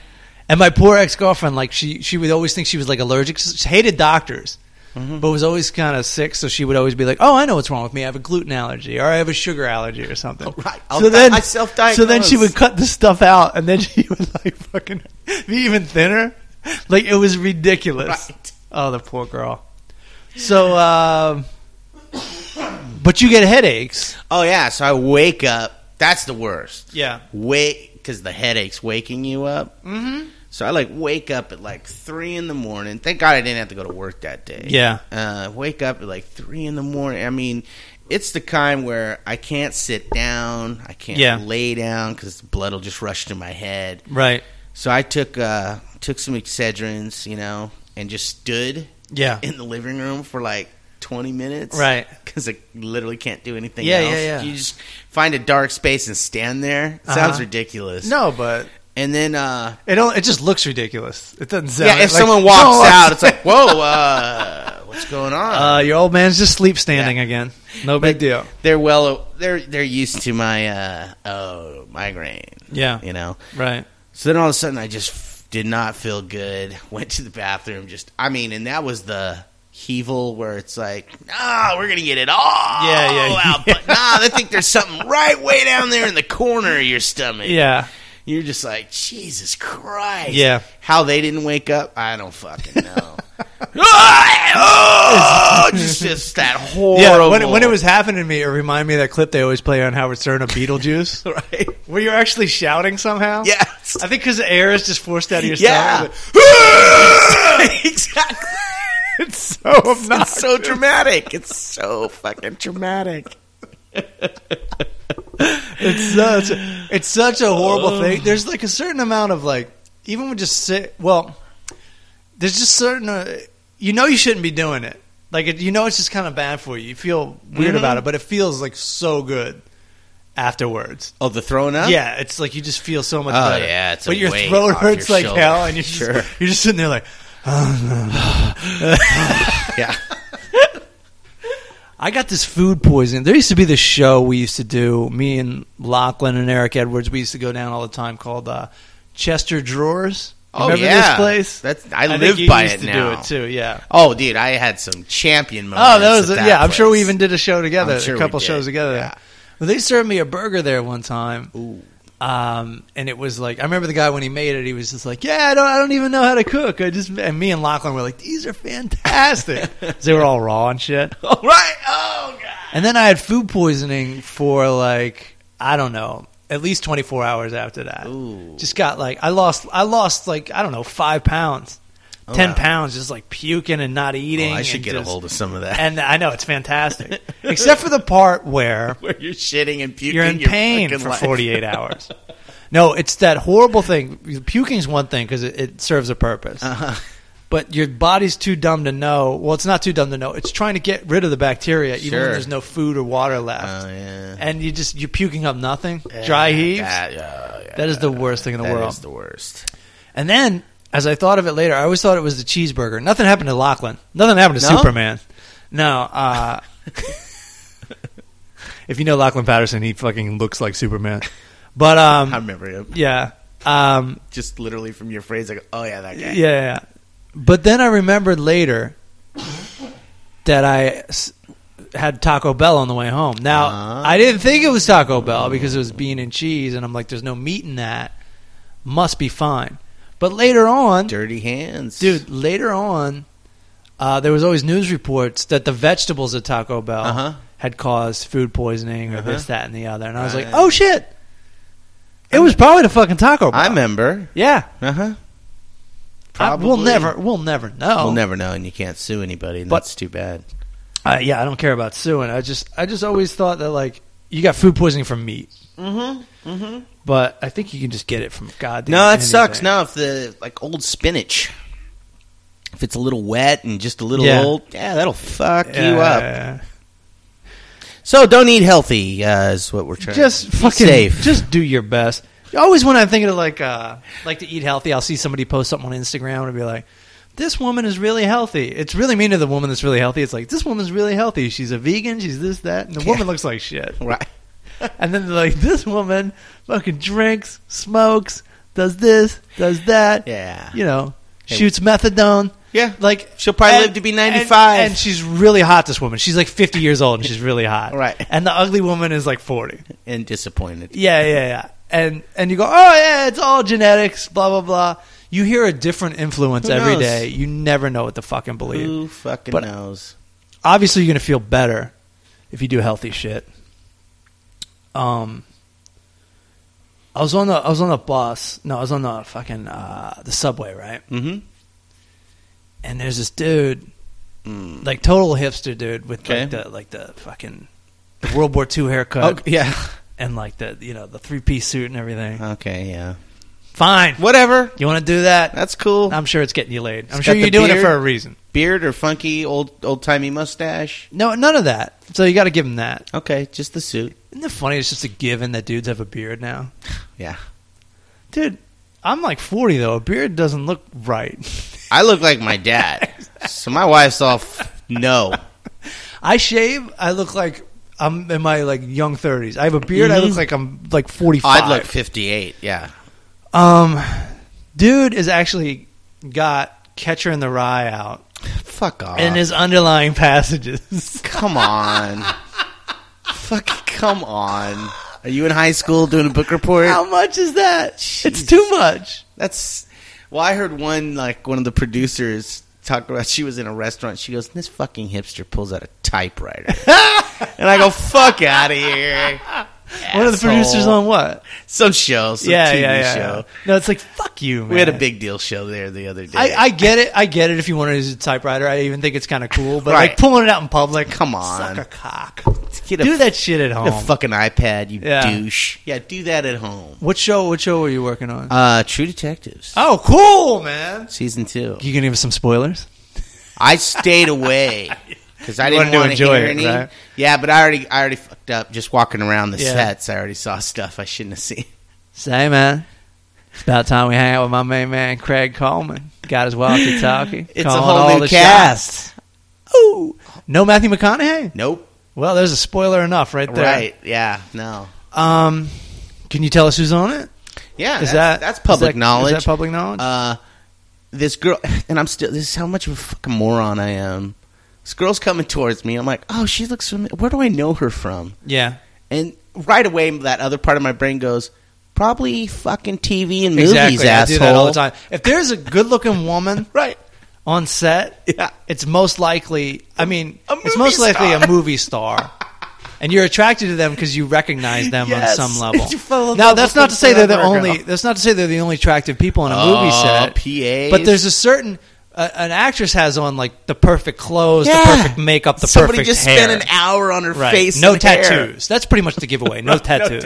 Speaker 1: And my poor ex girlfriend, like she, she would always think she was like allergic. She hated doctors,
Speaker 3: Mm-hmm.
Speaker 1: but was always kind of sick. So she would always be like, "Oh, I know what's wrong with me. I have a gluten allergy, or I have a sugar allergy, or something."
Speaker 3: Oh, right. I'll
Speaker 1: so
Speaker 3: di-
Speaker 1: then
Speaker 3: I
Speaker 1: So then she
Speaker 3: self-diagnose.
Speaker 1: would cut the stuff out, and then she would like fucking be even thinner. Like it was ridiculous.
Speaker 3: Right.
Speaker 1: Oh, the poor girl. So, um, but you get headaches.
Speaker 3: Oh yeah, so I wake up. That's the worst.
Speaker 1: Yeah.
Speaker 3: wake because the headache's waking you up. Mm-hmm. So I like wake up at like three in the morning. Thank God I didn't have to go to work that day.
Speaker 1: Yeah.
Speaker 3: uh, wake up at like three in the morning. I mean, it's the kind where I can't sit down, I can't
Speaker 1: Yeah.
Speaker 3: lay down because blood will just rush to my head.
Speaker 1: Right.
Speaker 3: So I took uh, took some Excedrins, you know, and just stood
Speaker 1: Yeah.
Speaker 3: in the living room for like. 20 minutes
Speaker 1: Right.
Speaker 3: because i literally can't do anything
Speaker 1: Yeah,
Speaker 3: else
Speaker 1: yeah, yeah.
Speaker 3: you just find a dark space and stand there It
Speaker 1: Uh-huh.
Speaker 3: sounds ridiculous
Speaker 1: No, but
Speaker 3: and then, uh,
Speaker 1: It only, it just looks ridiculous. It doesn't sound.
Speaker 3: yeah, if
Speaker 1: like-
Speaker 3: someone walks
Speaker 1: No,
Speaker 3: out, it's like, whoa, uh, what's going on?
Speaker 1: uh, your old man's just sleep standing
Speaker 3: Yeah.
Speaker 1: again. No big deal.
Speaker 3: they're well, they're they're used to my uh, oh migraine,
Speaker 1: Yeah,
Speaker 3: you know.
Speaker 1: right.
Speaker 3: So then all of a sudden, I just f- did not feel good. Went to the bathroom. Just, I mean, and that was the heaval where it's like, ah, we're gonna get it all
Speaker 1: Yeah, yeah,
Speaker 3: out, but nah, they think there's something right way down there in the corner of your stomach.
Speaker 1: Yeah,
Speaker 3: You're just like, Jesus Christ.
Speaker 1: Yeah.
Speaker 3: How they didn't wake up, I don't fucking know. oh, just, just that horrible.
Speaker 1: yeah. When, it- when it was happening to me, it reminded me of that clip they always play on Howard Stern of Beetlejuice,
Speaker 3: right.
Speaker 1: where you're actually shouting somehow.
Speaker 3: Yeah.
Speaker 1: I think because the air is just forced out of your
Speaker 3: Yeah.
Speaker 1: stomach.
Speaker 3: exactly.
Speaker 1: It's so obnoxious.
Speaker 3: It's so dramatic. It's so fucking dramatic.
Speaker 1: it's such it's such a horrible thing. There's like a certain amount of like even with just sit. Well, there's just certain uh, you know you shouldn't be doing it. Like it, you know it's just kind of bad for you. You feel weird
Speaker 3: Mhm.
Speaker 1: about it, but it feels like so good afterwards.
Speaker 3: Oh, the throwing up.
Speaker 1: Yeah, it's like you just feel so much
Speaker 3: Oh,
Speaker 1: better.
Speaker 3: yeah, it's a
Speaker 1: but your
Speaker 3: weight
Speaker 1: throat
Speaker 3: off
Speaker 1: hurts
Speaker 3: your
Speaker 1: like
Speaker 3: shoulder.
Speaker 1: hell, and you're just,
Speaker 3: Sure.
Speaker 1: you're just sitting there like
Speaker 3: yeah.
Speaker 1: I got this food poisoning. There used to be this show we used to do. Me and Lachlan and Eric Edwards, we used to go down all the time called uh, Chester Drawers. You
Speaker 3: Oh
Speaker 1: Remember
Speaker 3: yeah.
Speaker 1: this place?
Speaker 3: That's I,
Speaker 1: think
Speaker 3: live
Speaker 1: you
Speaker 3: by
Speaker 1: used
Speaker 3: it
Speaker 1: to
Speaker 3: now.
Speaker 1: Do it too, yeah.
Speaker 3: Oh, dude, I had some champion moments.
Speaker 1: Oh, that was
Speaker 3: at
Speaker 1: yeah. I'm sure we
Speaker 3: place.
Speaker 1: even did a show together,
Speaker 3: I'm sure
Speaker 1: a
Speaker 3: we
Speaker 1: couple
Speaker 3: did,
Speaker 1: shows together.
Speaker 3: yeah.
Speaker 1: Well, they served me a burger there one time.
Speaker 3: Ooh.
Speaker 1: Um, and it was like I remember the guy when he made it, he was just like, "Yeah, I don't, I don't even know how to cook." I just and me and Lachlan were like, "These are fantastic." 'Cause they were all raw and shit.
Speaker 3: All right. Oh god.
Speaker 1: And then I had food poisoning for like I don't know, at least 24 hours after that.
Speaker 3: Ooh.
Speaker 1: Just got like I lost I lost like I don't know five pounds,
Speaker 3: Oh,
Speaker 1: ten
Speaker 3: wow.
Speaker 1: pounds, just like puking and not eating.
Speaker 3: Well, I should
Speaker 1: and
Speaker 3: get
Speaker 1: just-
Speaker 3: a hold of some of that.
Speaker 1: And I know it's fantastic, except for the part where
Speaker 3: Where you're shitting and puking.
Speaker 1: you're in
Speaker 3: your
Speaker 1: pain
Speaker 3: fucking
Speaker 1: for
Speaker 3: life.
Speaker 1: 48 hours. No, it's that horrible thing. Puking's one thing because it, it serves a purpose.
Speaker 3: Uh-huh.
Speaker 1: But your body's too dumb to know. Well, it's not too dumb to know. It's trying to get rid of the bacteria, even when
Speaker 3: Sure.
Speaker 1: there's no food or water left
Speaker 3: Oh yeah.
Speaker 1: and you just you're puking up nothing, dry heaves.
Speaker 3: That, oh, yeah,
Speaker 1: that is the worst thing in the
Speaker 3: that
Speaker 1: world.
Speaker 3: is the worst.
Speaker 1: and then, as I thought of it later, I always thought it was the cheeseburger. Nothing happened to Lachlan. Nothing happened to
Speaker 3: No?
Speaker 1: Superman. No. Uh, if you know Lachlan Patterson, he fucking looks like Superman. But
Speaker 3: I
Speaker 1: um,
Speaker 3: remember it
Speaker 1: yeah, um,
Speaker 3: just literally from your phrase. I go, oh yeah, that
Speaker 1: yeah,
Speaker 3: guy.
Speaker 1: yeah, yeah. But then I remembered later that I s- had Taco Bell on the way home. Now
Speaker 3: Ah.
Speaker 1: I didn't think it was Taco Bell because it was bean and cheese, and I'm like, "There's no meat in that. Must be fine." But later on,
Speaker 3: Dirty hands,
Speaker 1: dude, later on, uh, there was always news reports that the vegetables at Taco Bell
Speaker 3: Uh-huh.
Speaker 1: had caused food poisoning or this, that, and the other, and I was like,
Speaker 3: Right.
Speaker 1: "Oh shit." It was probably the fucking Taco Bell.
Speaker 3: I remember.
Speaker 1: yeah,
Speaker 3: Uh huh.
Speaker 1: I- we'll never, we'll never know.
Speaker 3: We'll never know, and you can't sue anybody. And
Speaker 1: Oh. But-
Speaker 3: that's too bad.
Speaker 1: Uh, yeah, I don't care about suing. I just, I just always thought that like you got food poisoning from meat,
Speaker 3: Mm-hmm.
Speaker 1: but I think you can just get it from goddamn.
Speaker 3: No, it
Speaker 1: anything.
Speaker 3: sucks. No, if the like old spinach, if it's a little wet and just a little
Speaker 1: Yeah.
Speaker 3: old, yeah, that'll fuck
Speaker 1: Yeah,
Speaker 3: you up.
Speaker 1: yeah,
Speaker 3: So don't eat healthy uh, is what we're
Speaker 1: yeah.
Speaker 3: trying.
Speaker 1: Just
Speaker 3: Be
Speaker 1: fucking,
Speaker 3: safe.
Speaker 1: just do your best. Always when I'm thinking of like, uh, like to eat healthy, I'll see somebody post something on Instagram and be like, "This woman is really healthy." It's really mean to the woman that's really healthy. It's like this woman's really healthy. She's a vegan. She's this that, and the woman looks like shit.
Speaker 3: right.
Speaker 1: And then they're like, "This woman fucking drinks, smokes, does this, does that."
Speaker 3: Yeah.
Speaker 1: you know,
Speaker 3: Hey.
Speaker 1: shoots methadone.
Speaker 3: Yeah.
Speaker 1: Like
Speaker 3: She'll probably
Speaker 1: and-
Speaker 3: live to be
Speaker 1: and-
Speaker 3: 95.
Speaker 1: and, she's really hot. This woman, she's like fifty years old, and she's really hot.
Speaker 3: Right.
Speaker 1: and the ugly woman is like forty.
Speaker 3: And disappointed.
Speaker 1: Yeah, yeah, yeah. And and you go, oh yeah, it's all genetics, blah blah blah. You hear a different influence
Speaker 3: Who
Speaker 1: every
Speaker 3: knows? Mm.
Speaker 1: day. You never know what to fucking believe.
Speaker 3: Who fucking
Speaker 1: But-
Speaker 3: knows?
Speaker 1: Obviously, you're gonna feel better if you do healthy shit. Um, I was on the I was on the bus. No, I was on the fucking uh, the subway, right?
Speaker 3: Mm-hmm.
Speaker 1: and there's this dude,
Speaker 3: Mm.
Speaker 1: like total hipster dude with like
Speaker 3: Okay.
Speaker 1: the like the fucking the World War II haircut
Speaker 3: Okay, yeah.
Speaker 1: and like the you know the three piece suit and everything.
Speaker 3: Okay. Yeah.
Speaker 1: Fine,
Speaker 3: Whatever.
Speaker 1: you want to do that?
Speaker 3: That's cool.
Speaker 1: I'm sure it's getting you laid. I'm
Speaker 3: He's
Speaker 1: sure
Speaker 3: got
Speaker 1: you're
Speaker 3: the
Speaker 1: doing it
Speaker 3: beard.
Speaker 1: for a reason.
Speaker 3: Beard or funky old old timey mustache.
Speaker 1: No, none of that. So you got to give him that.
Speaker 3: Okay, just the suit.
Speaker 1: Isn't it funny? It's just a given that dudes have a beard now,
Speaker 3: Yeah.
Speaker 1: dude. I'm like 40 though. A beard doesn't look right.
Speaker 3: I look like my dad. so my wife's all f- no.
Speaker 1: I shave. I look like I'm in my like young 30s. I have a beard. I look
Speaker 3: Mhm.
Speaker 1: like I'm like 45.
Speaker 3: I'd look 58. Yeah.
Speaker 1: Um, dude has actually got Catcher in the Rye out
Speaker 3: Fuck off.
Speaker 1: in his underlying passages.
Speaker 3: come on. Fucking come on. Are you in high school doing a book report?
Speaker 1: How much is that? It's
Speaker 3: Jeez.
Speaker 1: too much.
Speaker 3: That's well. I heard one like one of the producers talk about. She was in a restaurant. She goes, "This fucking hipster pulls out a typewriter," and I go, "Fuck out of here."
Speaker 1: One of the producers
Speaker 3: asshole."
Speaker 1: on what?
Speaker 3: some show, some TV show.
Speaker 1: No, it's like fuck you. Man.
Speaker 3: We had a big deal show there the other day.
Speaker 1: I, I get it. I get it. If you want to use a typewriter, I even think it's kind of cool. But like
Speaker 3: Right.
Speaker 1: pulling it out in public,
Speaker 3: Come on.
Speaker 1: suck a cock.
Speaker 3: Get a,
Speaker 1: Do that shit at
Speaker 3: get a
Speaker 1: home.
Speaker 3: fucking iPad, you
Speaker 1: Yeah.
Speaker 3: douche. Yeah, do that at home.
Speaker 1: What show? What show were you working on?
Speaker 3: Uh, True Detectives,
Speaker 1: oh, cool, man.
Speaker 3: season two.
Speaker 1: You gonna give us some spoilers?
Speaker 3: I stayed away because I
Speaker 1: You
Speaker 3: didn't
Speaker 1: wanted to
Speaker 3: want to
Speaker 1: enjoy
Speaker 3: hear
Speaker 1: it,
Speaker 3: any.
Speaker 1: right?
Speaker 3: Yeah, but I already, I already fucked up just walking around the
Speaker 1: Yeah.
Speaker 3: sets. I already saw stuff I shouldn't have seen.
Speaker 1: Say, man. It's about time we hang out with my main man Craig Coleman. Got his walkie-talkie.
Speaker 3: It's
Speaker 1: calling
Speaker 3: a whole
Speaker 1: all
Speaker 3: new
Speaker 1: the shots.
Speaker 3: cast.
Speaker 1: Ooh, no Matthew McConaughey.
Speaker 3: Nope.
Speaker 1: Well, there's a spoiler enough right there.
Speaker 3: Right? Yeah. No.
Speaker 1: Um, can you tell us who's on it?
Speaker 3: Yeah.
Speaker 1: Is
Speaker 3: that's,
Speaker 1: that
Speaker 3: that's public
Speaker 1: is that-
Speaker 3: knowledge?
Speaker 1: Is that public knowledge?
Speaker 3: uh, this girl, and I'm still. This is how much of a fucking moron I am. This girl's coming towards me. I'm like, oh, she looks familiar. Where do I know her from?
Speaker 1: yeah.
Speaker 3: And right away, that other part of my brain goes, probably fucking TV and movies,
Speaker 1: Exactly. I
Speaker 3: asshole.
Speaker 1: do that all the time. If there's a good-looking woman
Speaker 3: Right.
Speaker 1: on set,
Speaker 3: Yeah.
Speaker 1: it's most likely. I mean,
Speaker 3: A
Speaker 1: it's
Speaker 3: movie
Speaker 1: most likely a
Speaker 3: star.
Speaker 1: movie star, and you're attracted to them because you recognize them
Speaker 3: Yes.
Speaker 1: on some level.
Speaker 3: You fell in
Speaker 1: now,
Speaker 3: love
Speaker 1: that's
Speaker 3: with
Speaker 1: not to
Speaker 3: them
Speaker 1: say they're the
Speaker 3: forever
Speaker 1: only.
Speaker 3: ago.
Speaker 1: That's not to say they're the only attractive people on a movie
Speaker 3: Oh,
Speaker 1: set.
Speaker 3: PAs.
Speaker 1: But there's a certain. Uh, an actress has on like the perfect clothes, the
Speaker 3: Yeah.
Speaker 1: perfect makeup, the
Speaker 3: Somebody
Speaker 1: perfect
Speaker 3: just
Speaker 1: hair.
Speaker 3: spent an hour on her
Speaker 1: Right.
Speaker 3: face.
Speaker 1: no
Speaker 3: and hair.
Speaker 1: tattoos. That's pretty much the giveaway. No, tattoos.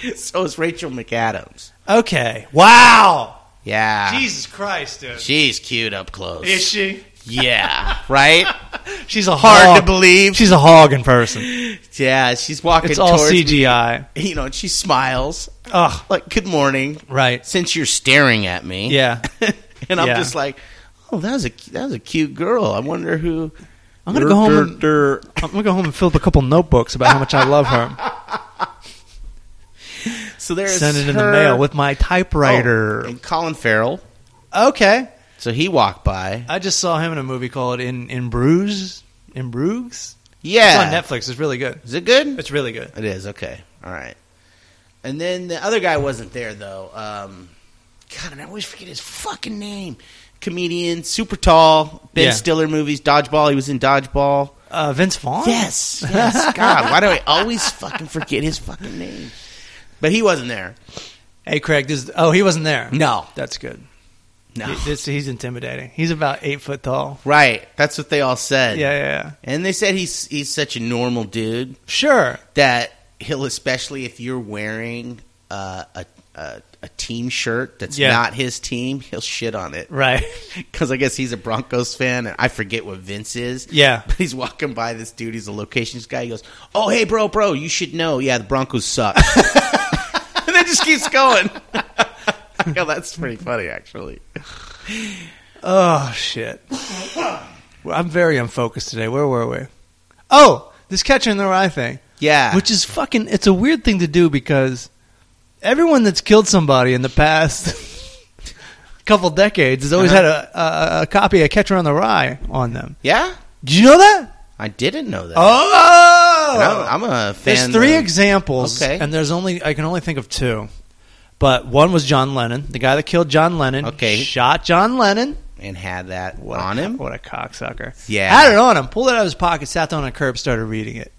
Speaker 3: tattoos. so is Rachel McAdams.
Speaker 1: Okay. Wow.
Speaker 3: Yeah.
Speaker 1: Jesus Christ, dude.
Speaker 3: She's cute up close.
Speaker 1: Is she?
Speaker 3: Yeah. right?
Speaker 1: She's a hog.
Speaker 3: Hard to believe.
Speaker 1: She's a hog in person.
Speaker 3: yeah, she's walking
Speaker 1: It's all
Speaker 3: towards
Speaker 1: CGI.
Speaker 3: me. You know, and she smiles.
Speaker 1: Ugh.
Speaker 3: Like, good morning.
Speaker 1: Right.
Speaker 3: Since you're staring at me.
Speaker 1: Yeah.
Speaker 3: and I'm
Speaker 1: Yeah.
Speaker 3: just like, oh, that was a that was a cute girl. I wonder who.
Speaker 1: I'm gonna
Speaker 3: Dur-
Speaker 1: go home.
Speaker 3: dur-
Speaker 1: And, I'm gonna go home and fill up a couple notebooks about how much I love her.
Speaker 3: So there's
Speaker 1: Send it in the
Speaker 3: her-
Speaker 1: mail with my
Speaker 3: Oh,
Speaker 1: typewriter.
Speaker 3: and Colin Farrell. Oh.
Speaker 1: Okay.
Speaker 3: So he walked by.
Speaker 1: I just saw him in a movie called In In Bruges. In Bruges.
Speaker 3: Yeah,
Speaker 1: It's on Netflix. It's really good.
Speaker 3: Is it good?
Speaker 1: It's really good.
Speaker 3: It is okay. All right. And then the other guy wasn't there though. Um, God, and I always forget his fucking name. Comedian, super tall, Ben
Speaker 1: Yeah.
Speaker 3: Stiller movies, Dodgeball. He was in Dodgeball.
Speaker 1: Uh, Vince Vaughn.
Speaker 3: Yes, yes. God, why do I always fucking forget his fucking name? But he wasn't there.
Speaker 1: Hey, Craig. This. Is, oh, he wasn't there.
Speaker 3: No,
Speaker 1: That's good.
Speaker 3: no.
Speaker 1: He- this- he's intimidating. He's about eight foot tall.
Speaker 3: Right. That's what they all said.
Speaker 1: Yeah, yeah, yeah.
Speaker 3: And they said he's he's such a normal dude
Speaker 1: Sure.
Speaker 3: that he'll especially if you're wearing uh, a, a a team shirt that's
Speaker 1: Yeah.
Speaker 3: not his team, he'll shit on it.
Speaker 1: Right.
Speaker 3: Because I guess he's a Broncos fan, and I forget what Vince is.
Speaker 1: Yeah.
Speaker 3: But he's walking by this dude. He's a locations guy. He goes, "Oh, hey, bro, bro, you should know. Yeah, the Broncos suck." and then just keeps going. yeah, that's pretty funny, actually.
Speaker 1: Oh shit. Well, I'm very unfocused today. Where were we? Oh, this catcher in the rye thing,
Speaker 3: Yeah.
Speaker 1: which is fucking. It's a weird thing to do because everyone that's killed somebody in the past couple decades has always
Speaker 3: Uh-huh.
Speaker 1: had a, a, a copy of Catcher on the Rye on them.
Speaker 3: yeah,
Speaker 1: Did you know that?
Speaker 3: I didn't know that.
Speaker 1: Oh,
Speaker 3: And Uh-huh. I'm, I'm a fan.
Speaker 1: There's three
Speaker 3: of-
Speaker 1: examples,
Speaker 3: Okay.
Speaker 1: and there's only I can only think of two. But one was John Lennon, the guy that killed John Lennon.
Speaker 3: Okay.
Speaker 1: shot John Lennon.
Speaker 3: and had that
Speaker 1: What
Speaker 3: on
Speaker 1: a,
Speaker 3: him.
Speaker 1: What a cocksucker!
Speaker 3: Yeah.
Speaker 1: had it on him. Pulled it out of his pocket, sat down on a curb, started reading it.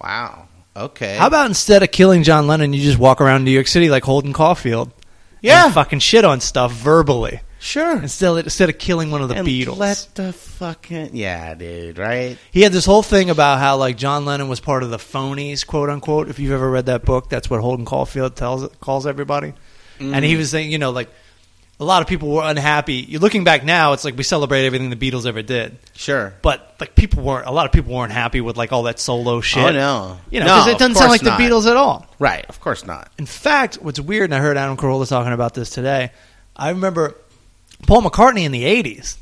Speaker 3: Wow. Okay.
Speaker 1: How about instead of killing John Lennon, you just walk around New York City like Holden Caulfield?
Speaker 3: Yeah.
Speaker 1: and fucking shit on stuff verbally
Speaker 3: sure.
Speaker 1: instead of, instead of killing one of the
Speaker 3: And
Speaker 1: Beatles.
Speaker 3: Let the fucking yeah, dude. Right.
Speaker 1: he had this whole thing about how like John Lennon was part of the phonies, quote unquote. If you've ever read that book, that's what Holden Caulfield tells calls everybody. And
Speaker 3: Mm.
Speaker 1: he was saying, you know, like a lot of people were unhappy. You're looking back now, it's like we celebrate everything the Beatles ever did,
Speaker 3: Sure.
Speaker 1: but like people weren't. A lot of people weren't happy with like all that solo shit.
Speaker 3: Oh no.
Speaker 1: You know,
Speaker 3: No,
Speaker 1: because it
Speaker 3: of
Speaker 1: doesn't sound like
Speaker 3: course not.
Speaker 1: the Beatles at all.
Speaker 3: Right. Of course not.
Speaker 1: In fact, what's weird, and I heard Adam Carolla talking about this today. I remember Paul McCartney in the '80s.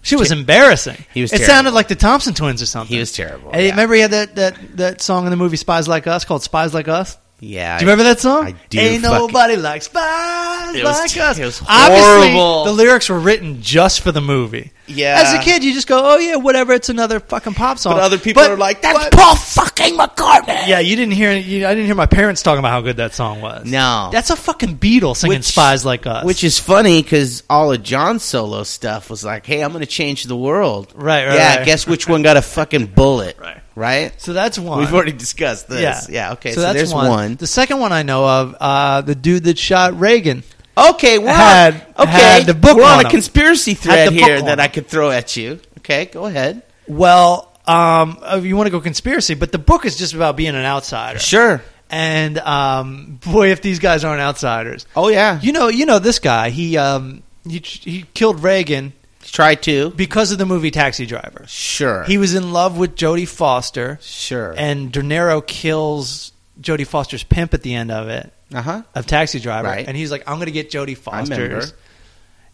Speaker 1: She was embarrassing.
Speaker 3: He was
Speaker 1: It
Speaker 3: terrible.
Speaker 1: sounded like the Thompson Twins or something.
Speaker 3: He was terrible,
Speaker 1: And
Speaker 3: yeah.
Speaker 1: remember, he had that, that that song in the movie Spies Like Us called "Spies Like Us."
Speaker 3: Yeah.
Speaker 1: Do you remember that song?
Speaker 3: I do
Speaker 1: Ain't
Speaker 3: fucking-
Speaker 1: nobody like spies
Speaker 3: It was
Speaker 1: like
Speaker 3: t-
Speaker 1: us.
Speaker 3: it was
Speaker 1: Obviously,
Speaker 3: horrible.
Speaker 1: the lyrics were written just for the movie.
Speaker 3: Yeah.
Speaker 1: As a kid, you just go, "Oh yeah, whatever." It's another fucking pop song.
Speaker 3: But other people
Speaker 1: But-
Speaker 3: are like, that's
Speaker 1: but-
Speaker 3: Paul fucking McCartney.
Speaker 1: yeah, you didn't hear. You, I didn't hear my parents talking about how good that song was.
Speaker 3: No.
Speaker 1: that's a fucking Beatle singing
Speaker 3: Which-
Speaker 1: "Spies Like Us,"
Speaker 3: Which is funny because all of John's solo stuff was like, "Hey, I'm going to change the world."
Speaker 1: Right, right,
Speaker 3: Yeah.
Speaker 1: right.
Speaker 3: Guess which one got a fucking bullet?
Speaker 1: Right.
Speaker 3: Right.
Speaker 1: so that's one.
Speaker 3: We've already discussed this. Yeah. okay. So, there's one.
Speaker 1: The second one I know of, uh, the dude that shot Reagan.
Speaker 3: Okay. We're
Speaker 1: Had-
Speaker 3: on, okay.
Speaker 1: had the book
Speaker 3: we're
Speaker 1: on
Speaker 3: on, a
Speaker 1: him.
Speaker 3: conspiracy
Speaker 1: Had
Speaker 3: thread
Speaker 1: the book
Speaker 3: here
Speaker 1: on
Speaker 3: that
Speaker 1: him.
Speaker 3: I could throw at you. Okay. Go ahead.
Speaker 1: Well, um, if you want to go conspiracy, but the book is just about being an outsider.
Speaker 3: Sure.
Speaker 1: And um, boy, if these guys aren't outsiders,
Speaker 3: Oh yeah.
Speaker 1: you know, you know this guy. He um, he he killed Reagan
Speaker 3: Try to.
Speaker 1: because of the movie Taxi Driver.
Speaker 3: Sure.
Speaker 1: He was in love with Jodie Foster,
Speaker 3: sure.
Speaker 1: and De Niro kills Jodie Foster's pimp at the end of it
Speaker 3: Uh huh.
Speaker 1: of Taxi Driver,
Speaker 3: Right.
Speaker 1: and he's like, "I'm gonna get Jodie
Speaker 3: I remember.
Speaker 1: Foster's."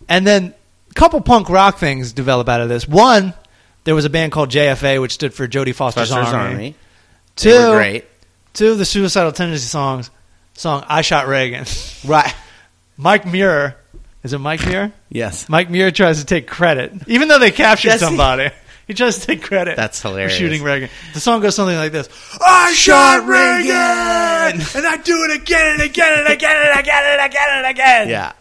Speaker 1: And then a couple punk rock things develop out of this. One, there was a band called JFA, which stood for Jodie Foster's, Army. Two,
Speaker 3: They were great.
Speaker 1: two of the suicidal tendency songs. Song "I Shot Reagan."
Speaker 3: Right.
Speaker 1: Mike Muir, is it Mike Muir?
Speaker 3: Yes.
Speaker 1: Mike Muir tries to take credit, even though they captured
Speaker 3: Does he?
Speaker 1: somebody. He? tries to take credit.
Speaker 3: That's hilarious.
Speaker 1: For shooting Reagan. The song goes something like this: "I shot Reagan, and I do it again and again and again and again and again and again."
Speaker 3: Yeah.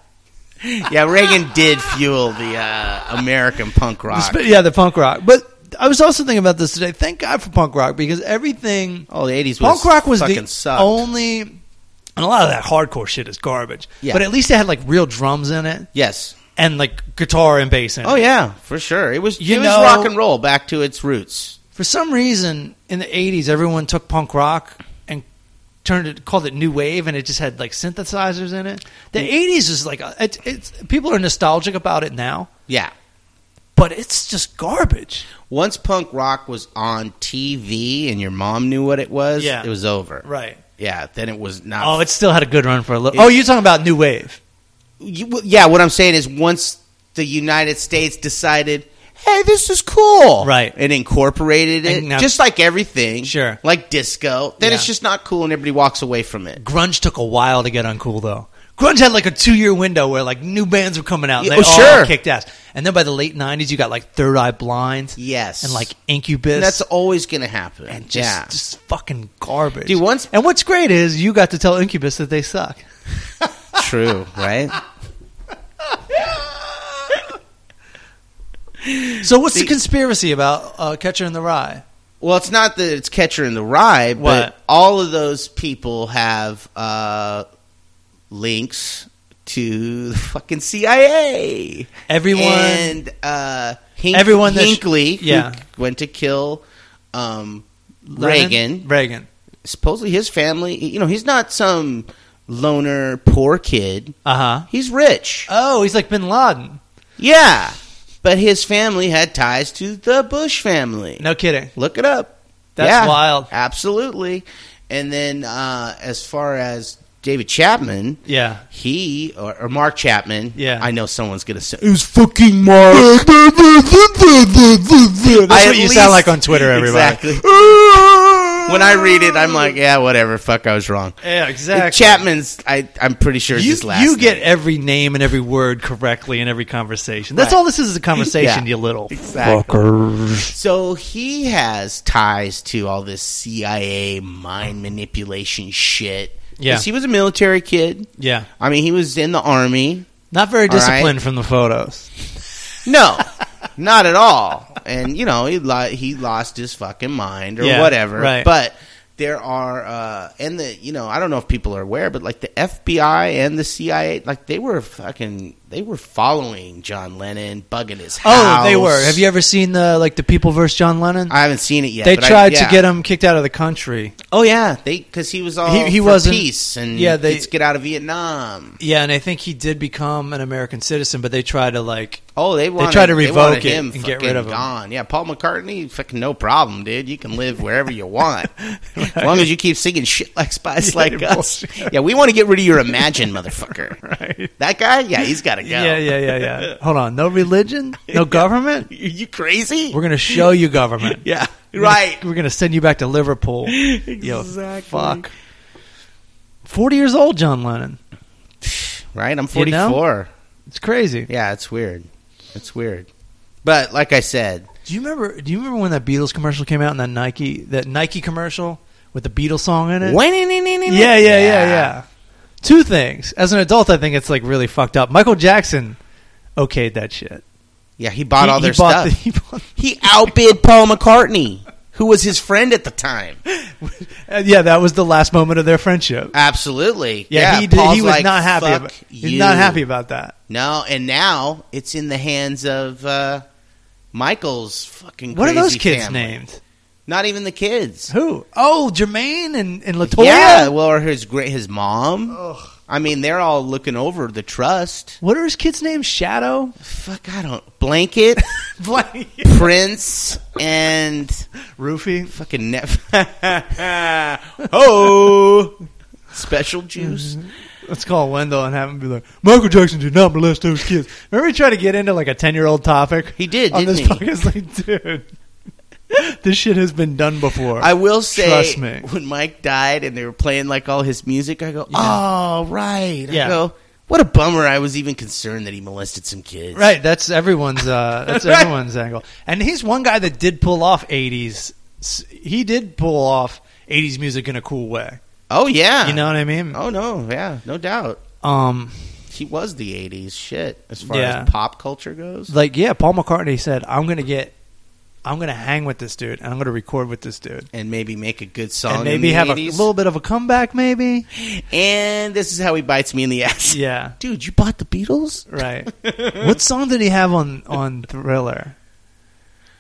Speaker 3: Yeah, Reagan did fuel the uh, American punk
Speaker 1: The
Speaker 3: rock.
Speaker 1: sp- yeah, the punk rock. But I was also thinking about this today. Thank God for punk rock because everything
Speaker 3: oh, the eighties was
Speaker 1: punk rock was
Speaker 3: fucking
Speaker 1: the
Speaker 3: sucked.
Speaker 1: only, and a lot of that hardcore shit is garbage.
Speaker 3: Yeah.
Speaker 1: But at least it had like real drums in it
Speaker 3: yes.
Speaker 1: and like guitar and bass in it.
Speaker 3: Oh yeah, for sure. It was
Speaker 1: You
Speaker 3: it
Speaker 1: know-
Speaker 3: was rock and roll back to its roots.
Speaker 1: for some reason in the 80s everyone took punk rock and turned it called it new wave and it just had like synthesizers in it the 80s is like a- it's, it's people are nostalgic about it now
Speaker 3: Yeah.
Speaker 1: but it's just garbage
Speaker 3: Once punk rock was on TV and your mom knew what it was,
Speaker 1: Yeah.
Speaker 3: it was over.
Speaker 1: right
Speaker 3: Yeah, then it was not.
Speaker 1: oh it still had a good run for a little oh you're talking about new wave
Speaker 3: You- well, yeah, what I'm saying is once the United States decided, hey, this is cool,
Speaker 1: Right.
Speaker 3: and incorporated it,
Speaker 1: And now-
Speaker 3: just like everything,
Speaker 1: Sure.
Speaker 3: like disco, then it's
Speaker 1: Yeah.
Speaker 3: just not cool, and everybody walks away from it.
Speaker 1: grunge took a while to get uncool though grunge had like a two-year window where like new bands were coming out and
Speaker 3: Yeah,
Speaker 1: they
Speaker 3: oh,
Speaker 1: all
Speaker 3: sure.
Speaker 1: kicked ass and then by the late 90s you got like third eye blind
Speaker 3: Yes,
Speaker 1: and like incubus
Speaker 3: And that's always gonna happen.
Speaker 1: and just
Speaker 3: yeah.
Speaker 1: just fucking garbage.
Speaker 3: Dude, once-
Speaker 1: and what's great is you got to tell Incubus that they suck.
Speaker 3: true, right?
Speaker 1: So what's the conspiracy about uh, Catcher in the Rye?
Speaker 3: Well, it's not that it's Catcher in the Rye, but
Speaker 1: What?
Speaker 3: all of those people have uh, links to the fucking CIA.
Speaker 1: Everyone,
Speaker 3: and uh, Hink-
Speaker 1: Everyone that sh-
Speaker 3: Hinckley,
Speaker 1: yeah.
Speaker 3: who went to kill um,
Speaker 1: Lennon?
Speaker 3: Reagan.
Speaker 1: Reagan.
Speaker 3: Supposedly, his family. You know, he's not some loner poor kid.
Speaker 1: Uh huh.
Speaker 3: He's rich.
Speaker 1: Oh, he's like Bin Laden.
Speaker 3: Yeah, but his family had ties to the Bush family.
Speaker 1: No kidding.
Speaker 3: Look it up.
Speaker 1: That's
Speaker 3: Yeah,
Speaker 1: wild.
Speaker 3: Absolutely. And then, uh, as far as David Chapman,
Speaker 1: Yeah.
Speaker 3: he or, or Mark Chapman.
Speaker 1: Yeah.
Speaker 3: I know someone's gonna say
Speaker 1: was fucking Mark. That's
Speaker 3: I
Speaker 1: what
Speaker 3: at
Speaker 1: you
Speaker 3: least-
Speaker 1: sound like on Twitter, everybody.
Speaker 3: Exactly. when I read it, I'm like, yeah, whatever. Fuck, I was wrong.
Speaker 1: Yeah, exactly.
Speaker 3: Chapman's, I, I'm pretty sure it's
Speaker 1: You,
Speaker 3: his last.
Speaker 1: you get
Speaker 3: name.
Speaker 1: every name and every word correctly in every conversation. That's
Speaker 3: Right.
Speaker 1: all this is, is a conversation,
Speaker 3: Yeah.
Speaker 1: you little.
Speaker 3: exactly. So he has ties to all this CIA mind manipulation shit. 'Cause
Speaker 1: Yeah.
Speaker 3: he was a military kid.
Speaker 1: Yeah.
Speaker 3: I mean, he was in the army.
Speaker 1: Not very
Speaker 3: All right.
Speaker 1: disciplined from the photos.
Speaker 3: No, not at all. And you know, he lo- he lost his fucking mind or
Speaker 1: Yeah,
Speaker 3: whatever.
Speaker 1: right.
Speaker 3: But there are uh, and the you know I don't know if people are aware, but like the FBI and the CIA, like they were fucking they were following John Lennon, bugging his
Speaker 1: Oh,
Speaker 3: house.
Speaker 1: they were. Have you ever seen the like the People versus John Lennon?
Speaker 3: I haven't seen it yet.
Speaker 1: they
Speaker 3: but I-
Speaker 1: tried
Speaker 3: yeah.
Speaker 1: to get him kicked out of the country.
Speaker 3: Oh yeah, they because he was all
Speaker 1: He-
Speaker 3: he,
Speaker 1: he
Speaker 3: was
Speaker 1: wasn't-
Speaker 3: peace and
Speaker 1: yeah, they-
Speaker 3: let's get out of Vietnam.
Speaker 1: Yeah, and I think he did become an American citizen, but they tried to like
Speaker 3: Oh, they wanted,
Speaker 1: tried to
Speaker 3: they
Speaker 1: revoke
Speaker 3: wanted
Speaker 1: it
Speaker 3: him
Speaker 1: and get
Speaker 3: fucking
Speaker 1: rid of him.
Speaker 3: Gone. Yeah, Paul McCartney, fucking no problem, dude. You can live wherever you want, as long as you keep singing shit like Spice
Speaker 1: Yeah,
Speaker 3: Like Us.
Speaker 1: bullshit.
Speaker 3: Yeah, we want to get rid of your Imagine, motherfucker.
Speaker 1: Right.
Speaker 3: That guy, yeah, he's got to go.
Speaker 1: Yeah, yeah, yeah, yeah. Hold on. No religion? No government?
Speaker 3: you crazy?
Speaker 1: We're gonna show you government.
Speaker 3: yeah, right.
Speaker 1: We're gonna send you back to Liverpool. Yo, fuck. Forty years old, John Lennon.
Speaker 3: Right. I'm
Speaker 1: You
Speaker 3: 44.
Speaker 1: know? It's crazy.
Speaker 3: Yeah, it's weird. It's weird. But like I said,
Speaker 1: Do you remember do you remember when that Beatles commercial came out and that Nike that Nike commercial with the Beatles song in it? Yeah, yeah, yeah, yeah. Two things. As an adult, I think it's like really fucked up. Michael Jackson okayed that shit.
Speaker 3: Yeah, he bought
Speaker 1: He-
Speaker 3: all
Speaker 1: he
Speaker 3: their
Speaker 1: bought the-
Speaker 3: stuff.
Speaker 1: he bought-
Speaker 3: he outbid Paul McCartney, who was his friend at the time.
Speaker 1: Uh, yeah, that was the last moment of their friendship.
Speaker 3: Absolutely.
Speaker 1: Yeah, he did,
Speaker 3: Paul's
Speaker 1: he was
Speaker 3: like,
Speaker 1: not happy.
Speaker 3: "Fuck
Speaker 1: About,
Speaker 3: you."
Speaker 1: he's not happy about that.
Speaker 3: No, and now it's in the hands of uh, Michael's fucking.
Speaker 1: What are
Speaker 3: crazy
Speaker 1: those kids
Speaker 3: family.
Speaker 1: named?
Speaker 3: Not even the kids.
Speaker 1: Who? Oh, Jermaine and, and Latoya.
Speaker 3: Yeah, well, or his great his mom.
Speaker 1: Ugh.
Speaker 3: I mean, they're all looking over the trust.
Speaker 1: What are his kids' names? Shadow,
Speaker 3: Fuck, I don't blanket
Speaker 1: Blank,
Speaker 3: Prince and
Speaker 1: Roofy.
Speaker 3: fucking Neff. oh, special juice.
Speaker 1: Mm-hmm. Let's call Wendell and have him be like, Michael Jackson did not molest those kids. Remember, he tried to get into like a ten-year-old topic.
Speaker 3: He did,
Speaker 1: on
Speaker 3: didn't
Speaker 1: this
Speaker 3: he?
Speaker 1: podcast. Like, dude, this shit has been done before.
Speaker 3: I will say,
Speaker 1: Trust me.
Speaker 3: when Mike died and they were playing like all his music, I go, oh right, I
Speaker 1: Yeah.
Speaker 3: go, what a bummer. I was even concerned that he molested some kids.
Speaker 1: Right, that's everyone's. Uh, that's
Speaker 3: Right.
Speaker 1: everyone's angle. And he's one guy that did pull off '80s. s- He did pull off '80s music in a cool way.
Speaker 3: Oh yeah.
Speaker 1: You know what I mean?
Speaker 3: Oh no. Yeah. No doubt.
Speaker 1: Um,
Speaker 3: He was the '80s shit as far
Speaker 1: Yeah.
Speaker 3: as pop culture goes.
Speaker 1: like yeah, Paul McCartney said, "I'm gonna get, I'm gonna hang with this dude, and I'm gonna record with this dude,
Speaker 3: And maybe make a good song.
Speaker 1: and
Speaker 3: in
Speaker 1: maybe
Speaker 3: the
Speaker 1: have
Speaker 3: 80s.
Speaker 1: a little bit of a comeback, maybe."
Speaker 3: And this is how he bites me in the ass.
Speaker 1: Yeah,
Speaker 3: Dude, you bought the Beatles?
Speaker 1: right. what song did he have on on Thriller?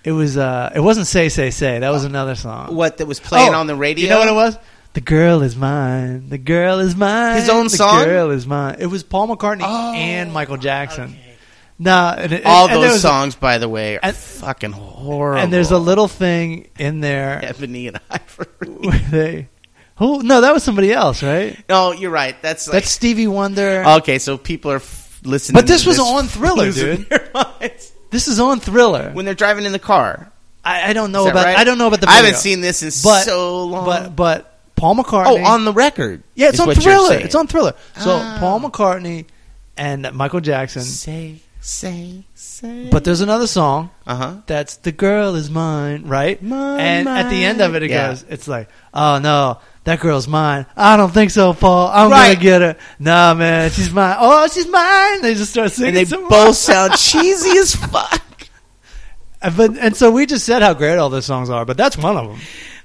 Speaker 1: It was uh, it wasn't "Say Say Say." That was
Speaker 3: Uh,
Speaker 1: another song.
Speaker 3: What that was playing
Speaker 1: Oh,
Speaker 3: on the radio?
Speaker 1: You know what it was? The girl is mine. The girl is mine.
Speaker 3: His own
Speaker 1: the
Speaker 3: song?
Speaker 1: girl is mine. It was Paul McCartney
Speaker 3: Oh,
Speaker 1: and Michael Jackson. Nah, and, and-
Speaker 3: All
Speaker 1: and there
Speaker 3: those
Speaker 1: was-
Speaker 3: songs, by the way, are
Speaker 1: and-
Speaker 3: fucking horrible.
Speaker 1: And there's a little thing in there
Speaker 3: Ebony and Ivory.
Speaker 1: where they. Who? No, that was somebody else, right?
Speaker 3: no, Oh, you're right. That's like,
Speaker 1: That's Stevie Wonder.
Speaker 3: okay. So people are f- listening.
Speaker 1: But this
Speaker 3: to
Speaker 1: was on Thriller,
Speaker 3: losing
Speaker 1: dude.
Speaker 3: their minds
Speaker 1: this is on Thriller.
Speaker 3: When they're driving in the car.
Speaker 1: I, I don't know
Speaker 3: Is that
Speaker 1: about.
Speaker 3: right?
Speaker 1: I don't know about the.
Speaker 3: I
Speaker 1: Video.
Speaker 3: haven't seen this in
Speaker 1: But-
Speaker 3: so long.
Speaker 1: But but Paul McCartney.
Speaker 3: oh, on the record.
Speaker 1: yeah, it's
Speaker 3: is
Speaker 1: on
Speaker 3: what you're
Speaker 1: Thriller.
Speaker 3: saying.
Speaker 1: It's on Thriller. So
Speaker 3: Ah.
Speaker 1: Paul McCartney and Michael Jackson.
Speaker 3: Say, say, say.
Speaker 1: But there's another song
Speaker 3: uh huh.
Speaker 1: that's the girl is mine, right?
Speaker 3: Mine,
Speaker 1: and at the end of it, it
Speaker 3: mine.
Speaker 1: goes, it's like, oh no, that girl's mine. I don't think so, Paul. I'm
Speaker 3: Right.
Speaker 1: gonna get her. Nah, man, she's mine. Oh, she's mine. They just start singing.
Speaker 3: And they
Speaker 1: some more.
Speaker 3: both sound cheesy as fuck.
Speaker 1: And but and so we just said how great all those songs are, but that's one of them.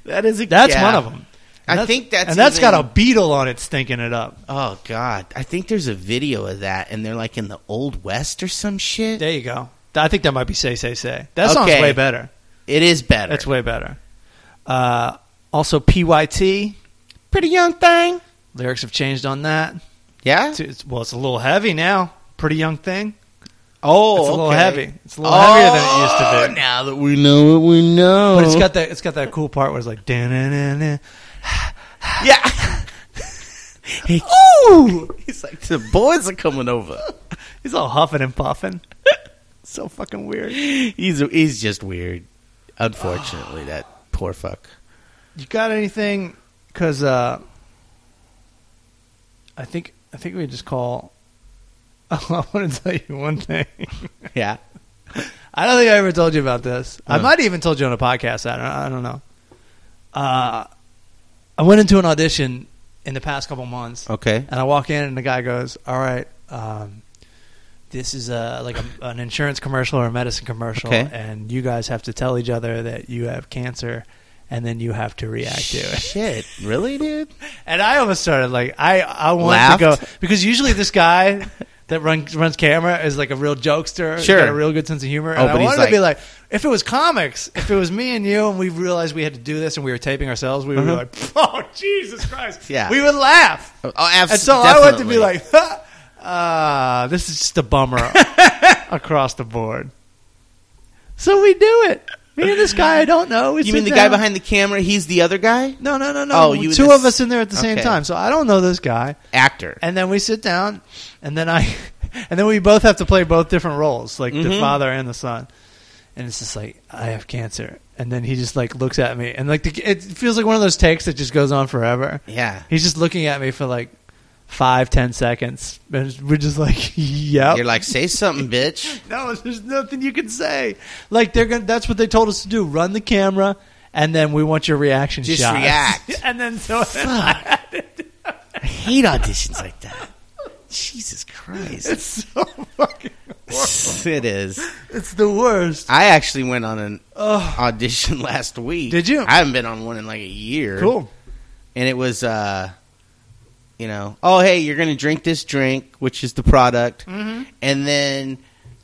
Speaker 3: That is a
Speaker 1: That's
Speaker 3: yeah.
Speaker 1: one of them.
Speaker 3: I think that's
Speaker 1: and that's
Speaker 3: even-
Speaker 1: got a beetle on it stinking it up.
Speaker 3: Oh God, I think there's a video of that, and they're like in the old west or some shit.
Speaker 1: There you go. I think that might be say say say. That song's
Speaker 3: Okay.
Speaker 1: way better.
Speaker 3: It is better.
Speaker 1: That's way better. Uh, also, PYT
Speaker 3: pretty young thing.
Speaker 1: lyrics have changed on that.
Speaker 3: Yeah.
Speaker 1: It's- it's- well, it's a little heavy now. Pretty young thing.
Speaker 3: Oh,
Speaker 1: It's a little
Speaker 3: okay.
Speaker 1: heavy. It's a little heavier than it used to
Speaker 3: Oh,
Speaker 1: be.
Speaker 3: Now that we know what we know,
Speaker 1: But it's got that. It's got that cool part where it's like. "Dun-dun-dun-dun."
Speaker 3: yeah. hey,
Speaker 1: Ooh,
Speaker 3: he's like the boys are coming over.
Speaker 1: he's all huffing and puffing. so fucking weird.
Speaker 3: He's he's just weird. Unfortunately, that poor fuck.
Speaker 1: You got anything? Because uh, I think I think we just call. I want to tell you one thing.
Speaker 3: Yeah.
Speaker 1: I don't think I ever told you about this. I
Speaker 3: Huh.
Speaker 1: might have even told you on a podcast. I don't. I don't know. Uh, I went into an audition in the past couple months,
Speaker 3: Okay.
Speaker 1: and I walk in, and the guy goes, "All right, um, this is uh like a, an insurance commercial or a medicine commercial,
Speaker 3: Okay.
Speaker 1: and you guys have to tell each other that you have cancer, and then you have to react to it."
Speaker 3: Shit. Really, dude?
Speaker 1: And I almost started like I I want to
Speaker 3: Laughed?
Speaker 1: go because usually this guy that runs runs camera is like a real jokester, he's
Speaker 3: Sure.
Speaker 1: got a real good sense of humor.
Speaker 3: Oh,
Speaker 1: and I
Speaker 3: but he's
Speaker 1: wanted to
Speaker 3: like-
Speaker 1: be like, if it was comics, if it was me and you, and we realized we had to do this, and we were taping ourselves, we would be like, oh Jesus Christ,
Speaker 3: Uh-huh. Yeah.
Speaker 1: we would laugh.
Speaker 3: Oh, absolutely.
Speaker 1: And so I went to be like, "Ha, ah, this is just a bummer across the board. So we do it. Me and this guy I don't know. we
Speaker 3: you mean
Speaker 1: sit
Speaker 3: the guy
Speaker 1: down.
Speaker 3: behind the camera? He's the other guy,
Speaker 1: No, no, no, no.
Speaker 3: Oh, you
Speaker 1: two
Speaker 3: this-
Speaker 1: of us in there at the same
Speaker 3: Okay.
Speaker 1: time. So I don't know this guy.
Speaker 3: actor.
Speaker 1: And then we sit down, and then I, and then we both have to play both different roles, like
Speaker 3: Mm-hmm.
Speaker 1: the father and the son. And it's just like I have cancer, and then he just like looks at me, and like the, it feels like one of those takes that just goes on forever.
Speaker 3: yeah.
Speaker 1: He's just looking at me for like five, ten seconds, and we're just like, yep.
Speaker 3: You're like, say something, bitch.
Speaker 1: No, there's nothing you can say. Like they're gonna. That's what they told us to do: run the camera, and then we want your reaction.
Speaker 3: Just
Speaker 1: shots.
Speaker 3: react.
Speaker 1: and then so
Speaker 3: Hate auditions like that. Jesus Christ.
Speaker 1: it's so fucking.
Speaker 3: it is.
Speaker 1: It's the worst.
Speaker 3: I actually went on an
Speaker 1: Ugh.
Speaker 3: audition last week.
Speaker 1: Did you?
Speaker 3: I haven't been on one in like a year.
Speaker 1: Cool.
Speaker 3: And it was, uh,
Speaker 1: Mm-hmm.
Speaker 3: you know, oh hey, you're gonna drink this drink, which is the product, and then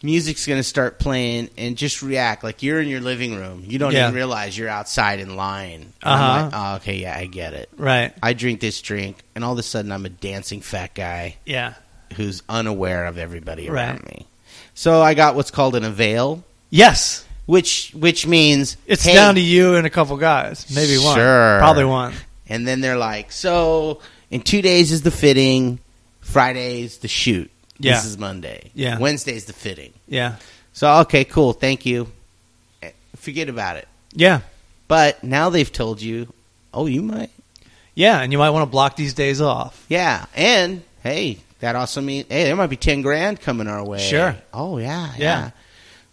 Speaker 3: music's going to start playing and just react like you're in your living room. You don't
Speaker 1: Yeah.
Speaker 3: even realize you're outside and lying. And
Speaker 1: Uh-huh.
Speaker 3: I'm like, oh, okay, yeah, I get it.
Speaker 1: Right.
Speaker 3: I drink this drink, and all of a sudden I'm a dancing fat guy
Speaker 1: Yeah.
Speaker 3: who's unaware of everybody around
Speaker 1: Right.
Speaker 3: me. So I got what's called an avail,
Speaker 1: Yes.
Speaker 3: which which means
Speaker 1: It's
Speaker 3: hey-
Speaker 1: down to you and a couple guys. Maybe one.
Speaker 3: Sure.
Speaker 1: Probably one.
Speaker 3: And then they're like, so in two days is the fitting, Friday's the shoot.
Speaker 1: Yeah.
Speaker 3: This is Monday.
Speaker 1: Yeah.
Speaker 3: Wednesday's the fitting.
Speaker 1: Yeah.
Speaker 3: So okay, cool, thank you. Eh, Forget about it.
Speaker 1: Yeah.
Speaker 3: But now they've told you, oh, you might,
Speaker 1: Yeah. And you might want to block these days off.
Speaker 3: yeah, and hey, that also means hey, there might be ten grand coming our way.
Speaker 1: Sure.
Speaker 3: Oh yeah, yeah.
Speaker 1: Yeah.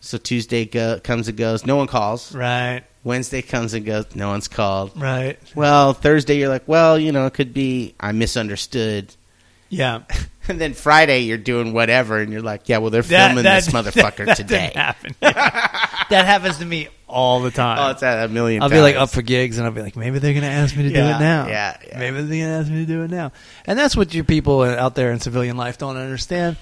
Speaker 3: So Tuesday go- comes and goes, no one calls.
Speaker 1: Right.
Speaker 3: Wednesday comes and goes, no one's called.
Speaker 1: Right.
Speaker 3: Well, Thursday you're like, well, you know, it could be I misunderstood.
Speaker 1: Yeah.
Speaker 3: And then Friday you're doing whatever, and you're like, yeah, well, they're filming this motherfucker
Speaker 1: that
Speaker 3: today.
Speaker 1: didn't happen. that happens to me all the time.
Speaker 3: Oh, it's at a million.
Speaker 1: I'll be like
Speaker 3: times.
Speaker 1: up for gigs, and I'll be like, maybe they're gonna ask me to do
Speaker 3: Yeah,
Speaker 1: it now.
Speaker 3: yeah, yeah.
Speaker 1: Maybe they're gonna ask me to do it now. And that's what you people out there in civilian life don't understand.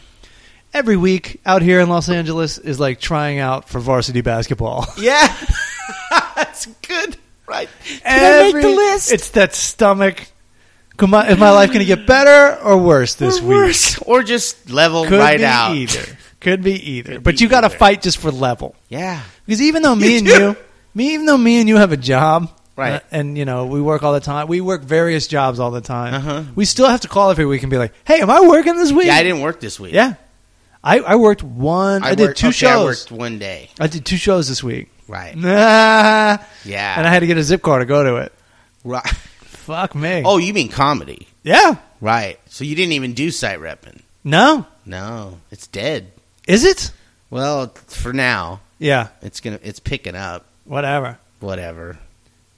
Speaker 1: Every week out here in Los Angeles is like trying out for varsity basketball.
Speaker 3: Yeah, that's good. Right? Did I
Speaker 1: Every-
Speaker 3: make the list?
Speaker 1: It's that stomach. Come on, is my life going to get better or worse this
Speaker 3: Or
Speaker 1: week?
Speaker 3: worse. or just level
Speaker 1: Could
Speaker 3: right
Speaker 1: be
Speaker 3: out.
Speaker 1: either. Could be either.
Speaker 3: Could
Speaker 1: but
Speaker 3: be
Speaker 1: you got to
Speaker 3: either.
Speaker 1: fight just for level.
Speaker 3: Yeah,
Speaker 1: Because even though me
Speaker 3: You
Speaker 1: and
Speaker 3: do.
Speaker 1: you, me even though me and you have a job,
Speaker 3: Right.
Speaker 1: uh, and you know we work all the time. We work various jobs all the time.
Speaker 3: Uh-huh.
Speaker 1: We still have to call every week and be like, "Hey, am I working this week?"
Speaker 3: yeah. I didn't work this week.
Speaker 1: Yeah, I, I worked one. I, did
Speaker 3: worked-
Speaker 1: two
Speaker 3: okay, I
Speaker 1: shows.
Speaker 3: worked one day.
Speaker 1: I, did two shows this week.
Speaker 3: Right.
Speaker 1: Nah.
Speaker 3: Yeah.
Speaker 1: and I had to get a zip car to go to it.
Speaker 3: Right.
Speaker 1: Fuck me.
Speaker 3: Oh, you mean comedy?
Speaker 1: yeah.
Speaker 3: Right. So you didn't even do site repping.
Speaker 1: No,
Speaker 3: No, it's dead.
Speaker 1: is it?
Speaker 3: Well, for now,
Speaker 1: Yeah.
Speaker 3: it's gonna it's picking up.
Speaker 1: Whatever.
Speaker 3: Whatever.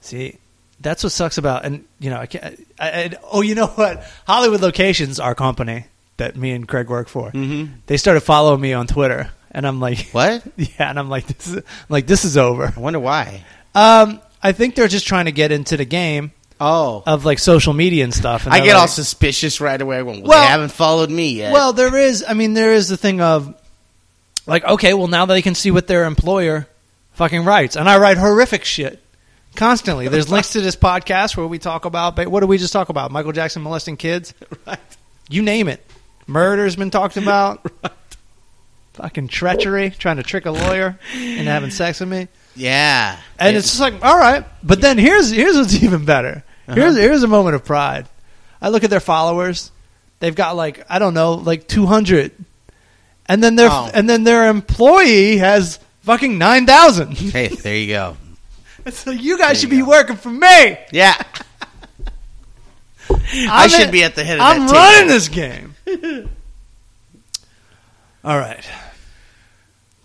Speaker 1: See, that's what sucks about, and you know, I can't. I, I, oh, you know what? Hollywood Locations, our company that me and Craig work for,
Speaker 3: Mhm.
Speaker 1: they started following me on Twitter, and I'm like,
Speaker 3: What?
Speaker 1: yeah, and I'm like, this is I'm like this is over.
Speaker 3: I wonder why.
Speaker 1: Um, I think they're just trying to get into the game
Speaker 3: Oh,
Speaker 1: of like social media and stuff. And
Speaker 3: I
Speaker 1: they're
Speaker 3: get all
Speaker 1: like-
Speaker 3: suspicious right away. When well,
Speaker 1: Well-
Speaker 3: they haven't followed me yet.
Speaker 1: Well, there is. I mean, there is the thing of like, okay, well, now they can see what their employer fucking writes, and I write horrific shit constantly. There's links to this podcast where we talk about. But what do we just talk about? Michael Jackson molesting kids.
Speaker 3: Right.
Speaker 1: You name it. Murder's been talked about. Fucking treachery, trying to trick a lawyer into having sex with me,
Speaker 3: yeah,
Speaker 1: and
Speaker 3: It-
Speaker 1: it's just like, all right. But then here's here's what's even better. Here's here's a moment of pride. I look at their followers. They've got like I don't know, like 200. And then their
Speaker 3: Oh.
Speaker 1: and then their employee has fucking 9,000.
Speaker 3: hey, there you go.
Speaker 1: It's like you guys
Speaker 3: you
Speaker 1: should be
Speaker 3: go.
Speaker 1: working for me.
Speaker 3: Yeah, I
Speaker 1: I'm
Speaker 3: should
Speaker 1: in-
Speaker 3: be at the head of
Speaker 1: I'm
Speaker 3: that
Speaker 1: running
Speaker 3: table.
Speaker 1: this game. All right.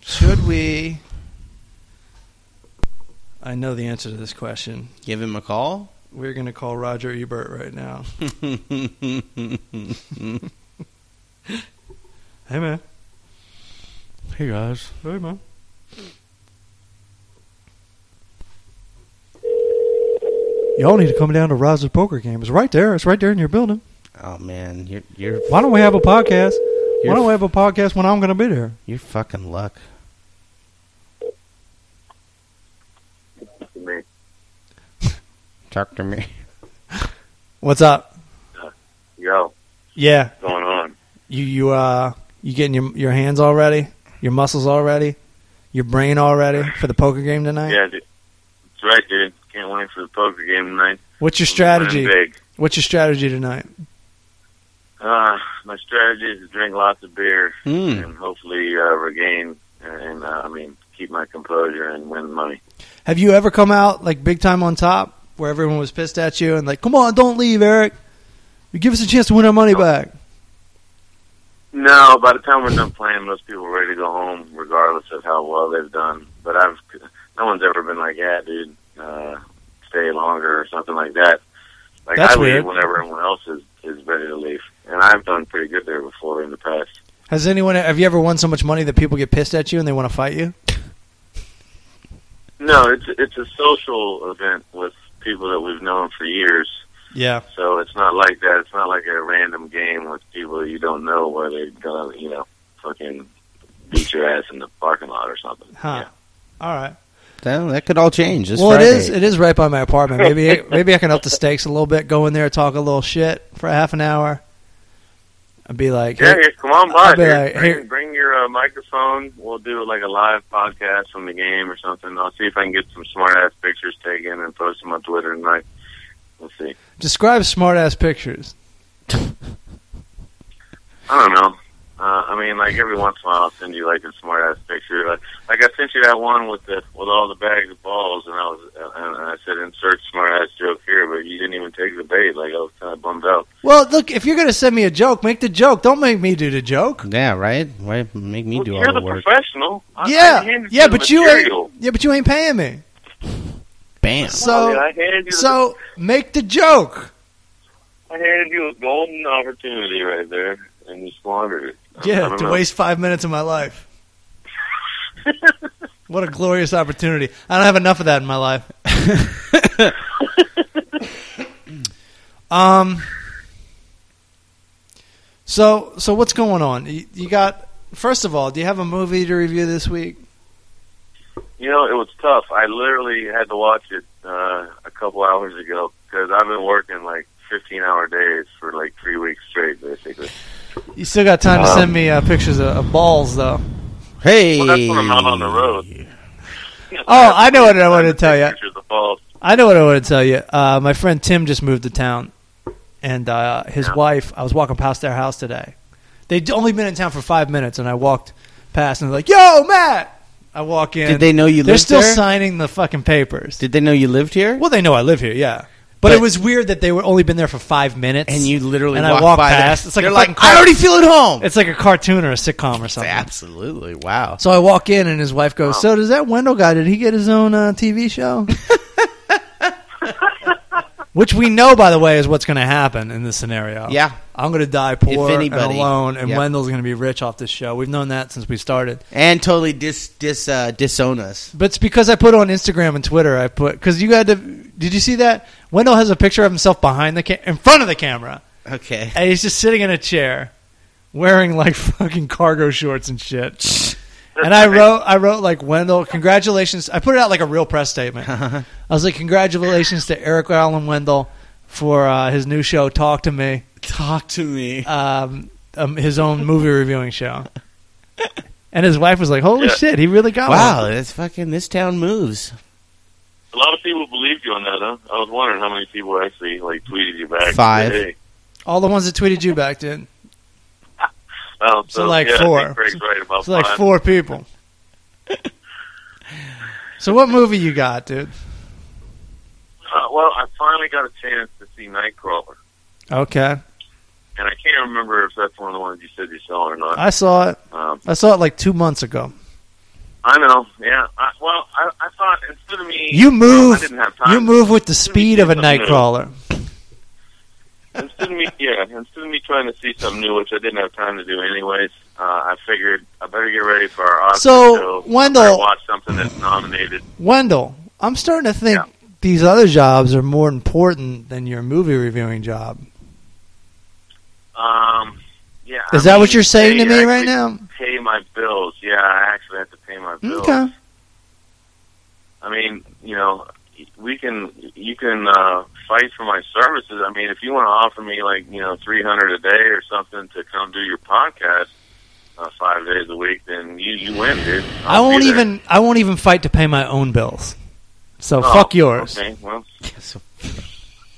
Speaker 1: Should we I know the answer to this question.
Speaker 3: Give him a call. Oh,
Speaker 1: We're going to call Roger Ebert right now. Hey man.
Speaker 3: Hey guys.
Speaker 1: Hey man. Y'all need to come down to Rose's poker game. It's right there. It's right there in your building.
Speaker 3: Oh man, you're you're
Speaker 1: Why don't we have a podcast? Why
Speaker 3: You're-
Speaker 1: don't we have a podcast when I'm going to be there?
Speaker 3: you're fucking luck.
Speaker 2: to me.
Speaker 3: Talk to me.
Speaker 1: What's up?
Speaker 2: Yo,
Speaker 1: Yeah,
Speaker 2: what's going on?
Speaker 1: you you uh you getting your your hands all ready, your muscles all ready, your brain all ready for the poker game tonight.
Speaker 2: Yeah, dude. that's right, dude. Can't wait for the poker game tonight.
Speaker 1: What's your
Speaker 2: I'm
Speaker 1: strategy?
Speaker 2: running Big.
Speaker 1: What's your strategy tonight?
Speaker 2: Uh, my strategy is to drink lots of beer
Speaker 3: Hmm.
Speaker 2: and hopefully uh, regain and uh, I mean keep my composure and win money.
Speaker 1: Have you ever come out like big time on top where everyone was pissed at you and like, come on, don't leave, Eric. You give us a chance to win our money back.
Speaker 2: No, by the time we're done playing, most people are ready to go home, regardless of how well they've done. But I've no one's ever been like, "Yeah, dude, uh, stay longer" or something like that. Like
Speaker 1: That's
Speaker 2: I leave
Speaker 1: weird.
Speaker 2: when everyone else is is ready to leave, and I've done pretty good there before in the past.
Speaker 1: Has anyone have you ever won so much money that people get pissed at you and they want to fight you?
Speaker 2: No, it's it's a social event with people that we've known for years.
Speaker 1: Yeah.
Speaker 2: So it's not like that. It's not like a random game with people you don't know where they're gonna, you know, fucking beat your ass in the parking lot or something.
Speaker 1: Huh. All right.
Speaker 3: Damn, that could all change. This
Speaker 1: well,
Speaker 3: Friday.
Speaker 1: it is. It is right by my apartment. Maybe maybe I can up the stakes a little bit. Go in there, talk a little shit for a half an hour. I'd be like,
Speaker 2: Yeah,
Speaker 1: hey,
Speaker 2: here, come on by.
Speaker 1: I'll be
Speaker 2: dude.
Speaker 1: like,
Speaker 2: bring,
Speaker 1: here-
Speaker 2: bring your uh, microphone. We'll do like a live podcast from the game or something. I'll see if I can get some smart ass pictures taken and post them on Twitter tonight. We'll see.
Speaker 1: describe smart ass pictures.
Speaker 2: I don't know. Uh, I mean, like every once in a while, I'll send you like a smart ass picture. Like, like I sent you that one with the with all the bags of balls, and I was uh, and I said insert smart ass joke here, but you didn't even take the bait. Like I was kind of bummed out.
Speaker 1: Well, look, if you're gonna send me a joke, make the joke. Don't make me do the joke.
Speaker 3: Yeah, right. Why make me
Speaker 2: Well,
Speaker 3: do
Speaker 2: you're
Speaker 3: all
Speaker 2: the
Speaker 3: the work?
Speaker 2: professional. I- I
Speaker 1: yeah,
Speaker 2: handed
Speaker 1: yeah,
Speaker 2: the
Speaker 1: but you ain't.
Speaker 2: material.
Speaker 1: Yeah, but you ain't paying me.
Speaker 3: Bam.
Speaker 1: So
Speaker 2: I handed you the
Speaker 1: so make the joke.
Speaker 2: I handed you a golden opportunity right there, and you squandered it. I- I
Speaker 1: Yeah,
Speaker 2: don't
Speaker 1: to
Speaker 2: know.
Speaker 1: waste five minutes of my life. What a glorious opportunity! I don't have enough of that in my life. Um. So so what's going on? You, you got first of all, do you have a movie to review this week?
Speaker 2: you know, it was tough. I literally had to watch it uh, a couple hours ago because I've been working like 15 hour days for like three weeks straight, basically.
Speaker 1: You still got time to
Speaker 2: Um,
Speaker 1: send me uh, pictures of, of balls, though.
Speaker 3: Hey.
Speaker 2: Well, that's when I'm not on the road.
Speaker 1: Oh, I know what I wanted to tell ya.
Speaker 2: Pictures of balls.
Speaker 1: I know what I want to tell you. Uh, my friend Tim just moved to town, and uh, his wife. I was walking past their house today. They'd only been in town for five minutes, and I walked past, and they're like, "Yo, Matt!" I walk in.
Speaker 3: Did they know you
Speaker 1: They're
Speaker 3: lived
Speaker 1: still
Speaker 3: there?
Speaker 1: signing the fucking papers.
Speaker 3: Did they know you lived here?
Speaker 1: well, they know I live here, yeah. But,
Speaker 3: But-
Speaker 1: it was weird that they were only been there for five minutes,
Speaker 3: And you literally
Speaker 1: and
Speaker 3: walk
Speaker 1: I walked
Speaker 3: by there.
Speaker 1: past. It's like
Speaker 3: They're
Speaker 1: a
Speaker 3: like,
Speaker 1: fucking
Speaker 3: I
Speaker 1: car-
Speaker 3: already feel at home.
Speaker 1: It's like a cartoon or a sitcom or something.
Speaker 3: Absolutely. Wow.
Speaker 1: So I walk in, and his wife goes, "So does that Wendell guy? Did he get his own uh, TV show?" Which we know, by the way, is what's going to happen in this scenario.
Speaker 3: Yeah.
Speaker 1: I'm going to die poor and
Speaker 3: anybody.
Speaker 1: alone, and
Speaker 3: Yeah.
Speaker 1: Wendell's going to be rich off this show. We've known that since we started,
Speaker 3: And totally dis dis uh, disown us.
Speaker 1: but it's because I put on Instagram and Twitter. I put because you had to. Did you see that Wendell has a picture of himself behind the ca- in front of the camera,
Speaker 3: Okay.
Speaker 1: and he's just sitting in a chair, wearing like fucking cargo shorts and shit. and I wrote, I wrote like Wendell, congratulations. I put it out like a real press statement. I was like, congratulations to Eric Allen Wendell for uh, his new show, Talk to Me,
Speaker 3: Talk to me.
Speaker 1: um, um, his own movie reviewing show. And his wife was like, "Holy
Speaker 2: Yeah.
Speaker 1: shit, he really got
Speaker 3: Wow,
Speaker 1: one."
Speaker 3: that's fucking. This town moves.
Speaker 2: A lot of people believed you on that, huh? I was wondering how many people actually like tweeted you back.
Speaker 3: Five.
Speaker 2: Hey.
Speaker 1: All the ones that tweeted you back did.
Speaker 2: Well,
Speaker 1: So, like,
Speaker 2: Oh, yeah, I think
Speaker 1: four.
Speaker 2: Greg's right about
Speaker 1: It's like
Speaker 2: five.
Speaker 1: four people. so what movie you got, dude?
Speaker 2: Uh, well, I finally got a chance to see Nightcrawler,
Speaker 1: Okay,
Speaker 2: and I can't remember if that's one of the ones you said you saw or not.
Speaker 1: I saw it.
Speaker 2: um,
Speaker 1: I saw it like two months ago.
Speaker 2: I know. Yeah. I, well, I, I thought instead of me,
Speaker 1: You move.
Speaker 2: I didn't have time.
Speaker 1: You move with the speed of a
Speaker 2: Something new.
Speaker 1: nightcrawler.
Speaker 2: Instead of me, yeah. Instead of me trying to see something new, which I didn't have time to do anyways, uh, I figured I better get ready for our Oscar
Speaker 1: So,
Speaker 2: show.
Speaker 1: Wendell-
Speaker 2: I better watch something that's nominated.
Speaker 1: Wendell, I'm starting to think
Speaker 2: Yeah.
Speaker 1: these other jobs are more important than your movie reviewing job.
Speaker 2: Um, yeah.
Speaker 1: Is
Speaker 2: I
Speaker 1: that
Speaker 2: mean,
Speaker 1: what you're saying to
Speaker 2: they
Speaker 1: me right
Speaker 2: actually
Speaker 1: now?
Speaker 2: Pay my bills. Yeah, I actually have to pay my bills.
Speaker 1: Okay.
Speaker 2: I mean, you know, we can you can uh, fight for my services. I mean, if you want to offer me like you know three hundred a day or something to come do your podcast uh, five days a week, then you you win, dude. I'll
Speaker 1: I won't
Speaker 2: be there.
Speaker 1: even. I won't even fight to pay my own bills. So
Speaker 2: Oh,
Speaker 1: fuck yours.
Speaker 2: Okay, well,
Speaker 3: So-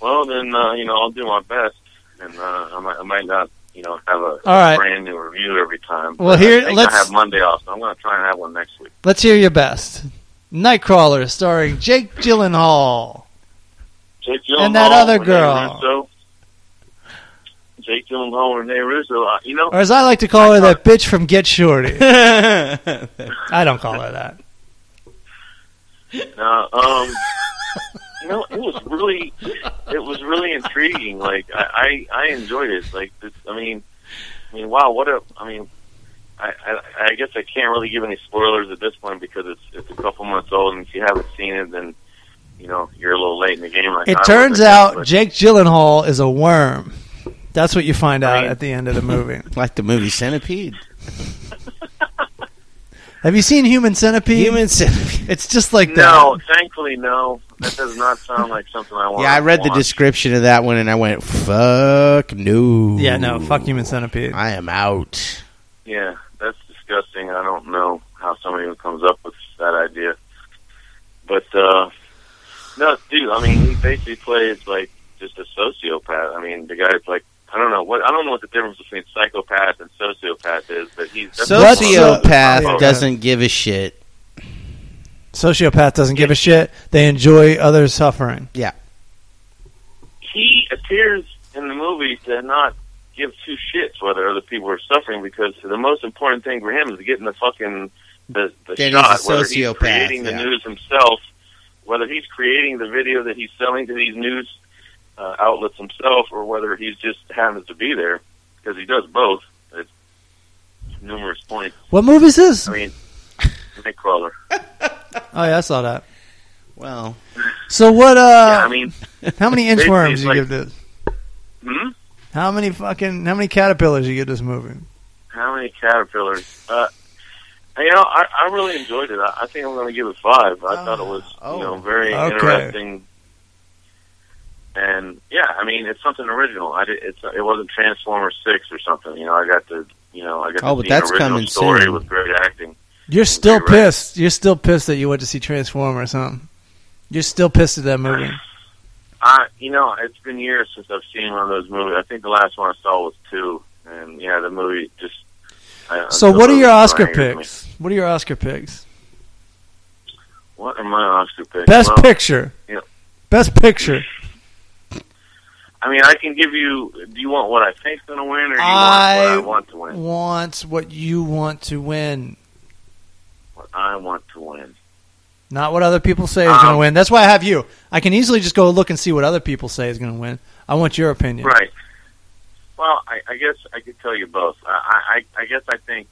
Speaker 2: well then uh, you know I'll do my best, and uh, I might I might not you know have a
Speaker 1: All right.
Speaker 2: brand new review every time.
Speaker 1: Well,
Speaker 2: but
Speaker 1: here-
Speaker 2: I think
Speaker 1: let's-
Speaker 2: I have Monday off, so I'm going to try and have one next week.
Speaker 1: Let's hear your best. Nightcrawler, starring Jake Gyllenhaal.
Speaker 2: Jake
Speaker 1: And that
Speaker 2: Gyllenhaal,
Speaker 1: other
Speaker 2: Renee
Speaker 1: girl.
Speaker 2: Russo. Jake Gyllenhaal, Renee Russo. Uh, you know,
Speaker 1: Or as I like to call her, that bitch from Get Shorty. I don't call her that.
Speaker 2: Uh, um, you know, it was really, it was really intriguing. Like I, I, I enjoyed it. Like this, I mean, I mean, wow, what a, I mean, I, I, I guess I can't really give any spoilers at this point because it's it's a couple months old, and if you haven't seen it, then you know you're a little late in the game. Like I
Speaker 1: It
Speaker 2: was,
Speaker 1: turns
Speaker 2: I guess,
Speaker 1: out
Speaker 2: but-
Speaker 1: Jake Gyllenhaal is a worm. That's what you find
Speaker 2: I
Speaker 1: out
Speaker 2: mean-
Speaker 1: at the end of the movie.
Speaker 3: like the movie Centipede.
Speaker 1: Have you seen Human Centipede?
Speaker 3: Human centipede.
Speaker 1: It's just like
Speaker 2: No, thankfully, no. That does not sound like something I want.
Speaker 3: Yeah, I
Speaker 2: to
Speaker 3: read the
Speaker 2: watch.
Speaker 3: description of that one and I went, "Fuck no."
Speaker 1: that. Yeah, no. Fuck Human Centipede.
Speaker 3: I am out.
Speaker 2: Yeah, that's disgusting. I don't know how someone even comes up with that idea. But uh no, dude, I mean he basically plays like just a sociopath. I mean the guy's like I don't know what I don't know what the difference between psychopath and sociopath is, but he's that's
Speaker 1: What the-
Speaker 3: Sociopath
Speaker 1: Yeah.
Speaker 3: doesn't give a shit.
Speaker 1: Sociopath doesn't give a shit. They enjoy others suffering.
Speaker 2: he appears in the movie to not give two shits whether other people are suffering because the most important thing for him is getting the fucking the, the
Speaker 3: That he's
Speaker 2: shot.
Speaker 3: a
Speaker 2: whether he's
Speaker 3: sociopath,
Speaker 2: creating the
Speaker 3: yeah.
Speaker 2: news himself, whether he's creating the video that he's selling to these news uh, outlets himself, or whether he's just happens to be there because he does both. At numerous points.
Speaker 1: What movie is this?
Speaker 2: I mean, Nightcrawler.
Speaker 1: Oh yeah, I saw that.
Speaker 3: Well,
Speaker 1: So what?
Speaker 2: yeah, I
Speaker 3: Um,
Speaker 1: Uh,
Speaker 2: mean,
Speaker 1: how many
Speaker 2: basically
Speaker 1: inchworms
Speaker 2: it's
Speaker 1: you
Speaker 2: like-
Speaker 1: give this?
Speaker 2: hmm?
Speaker 1: How many fucking? How many caterpillars you give this movie?
Speaker 2: How many caterpillars? Uh, you know, I, I really enjoyed it. I, I think I'm going to give it five. I thought it was,
Speaker 3: Oh,
Speaker 2: you know, very
Speaker 1: okay.
Speaker 2: interesting. And yeah, I mean, it's something original. I did, it's it wasn't Transformers six or something. You know, I got to, you know, I got
Speaker 3: Oh,
Speaker 2: to
Speaker 3: but
Speaker 2: see
Speaker 3: that's
Speaker 2: an original
Speaker 3: coming
Speaker 2: story
Speaker 3: soon.
Speaker 2: with great acting.
Speaker 1: You're still
Speaker 2: Right.
Speaker 1: pissed. You're still pissed that you went to see Transformers, huh? You're still pissed at that movie.
Speaker 2: I, you know, it's been years since I've seen one of those movies. I think the last one I saw was two, and yeah, the movie just. I,
Speaker 1: So
Speaker 2: the
Speaker 1: what are
Speaker 2: movie
Speaker 1: your Oscar
Speaker 2: angers me.
Speaker 1: picks? What are your Oscar picks?
Speaker 2: What are my Oscar picks?
Speaker 1: Best
Speaker 2: well,
Speaker 1: picture.
Speaker 2: yeah.
Speaker 1: Best picture.
Speaker 2: I mean, I can give you. Do you want what I think's going to win, or do you
Speaker 1: I-
Speaker 2: want what I want to win?
Speaker 1: Wants what you want to win,
Speaker 2: What I want to win.
Speaker 1: not what other people say is going
Speaker 2: Um,
Speaker 1: to win. That's why I have you. I can easily just go look and see what other people say is going to win. I want your opinion.
Speaker 2: Right. Well, I, I guess I could tell you both. I, I, I guess I think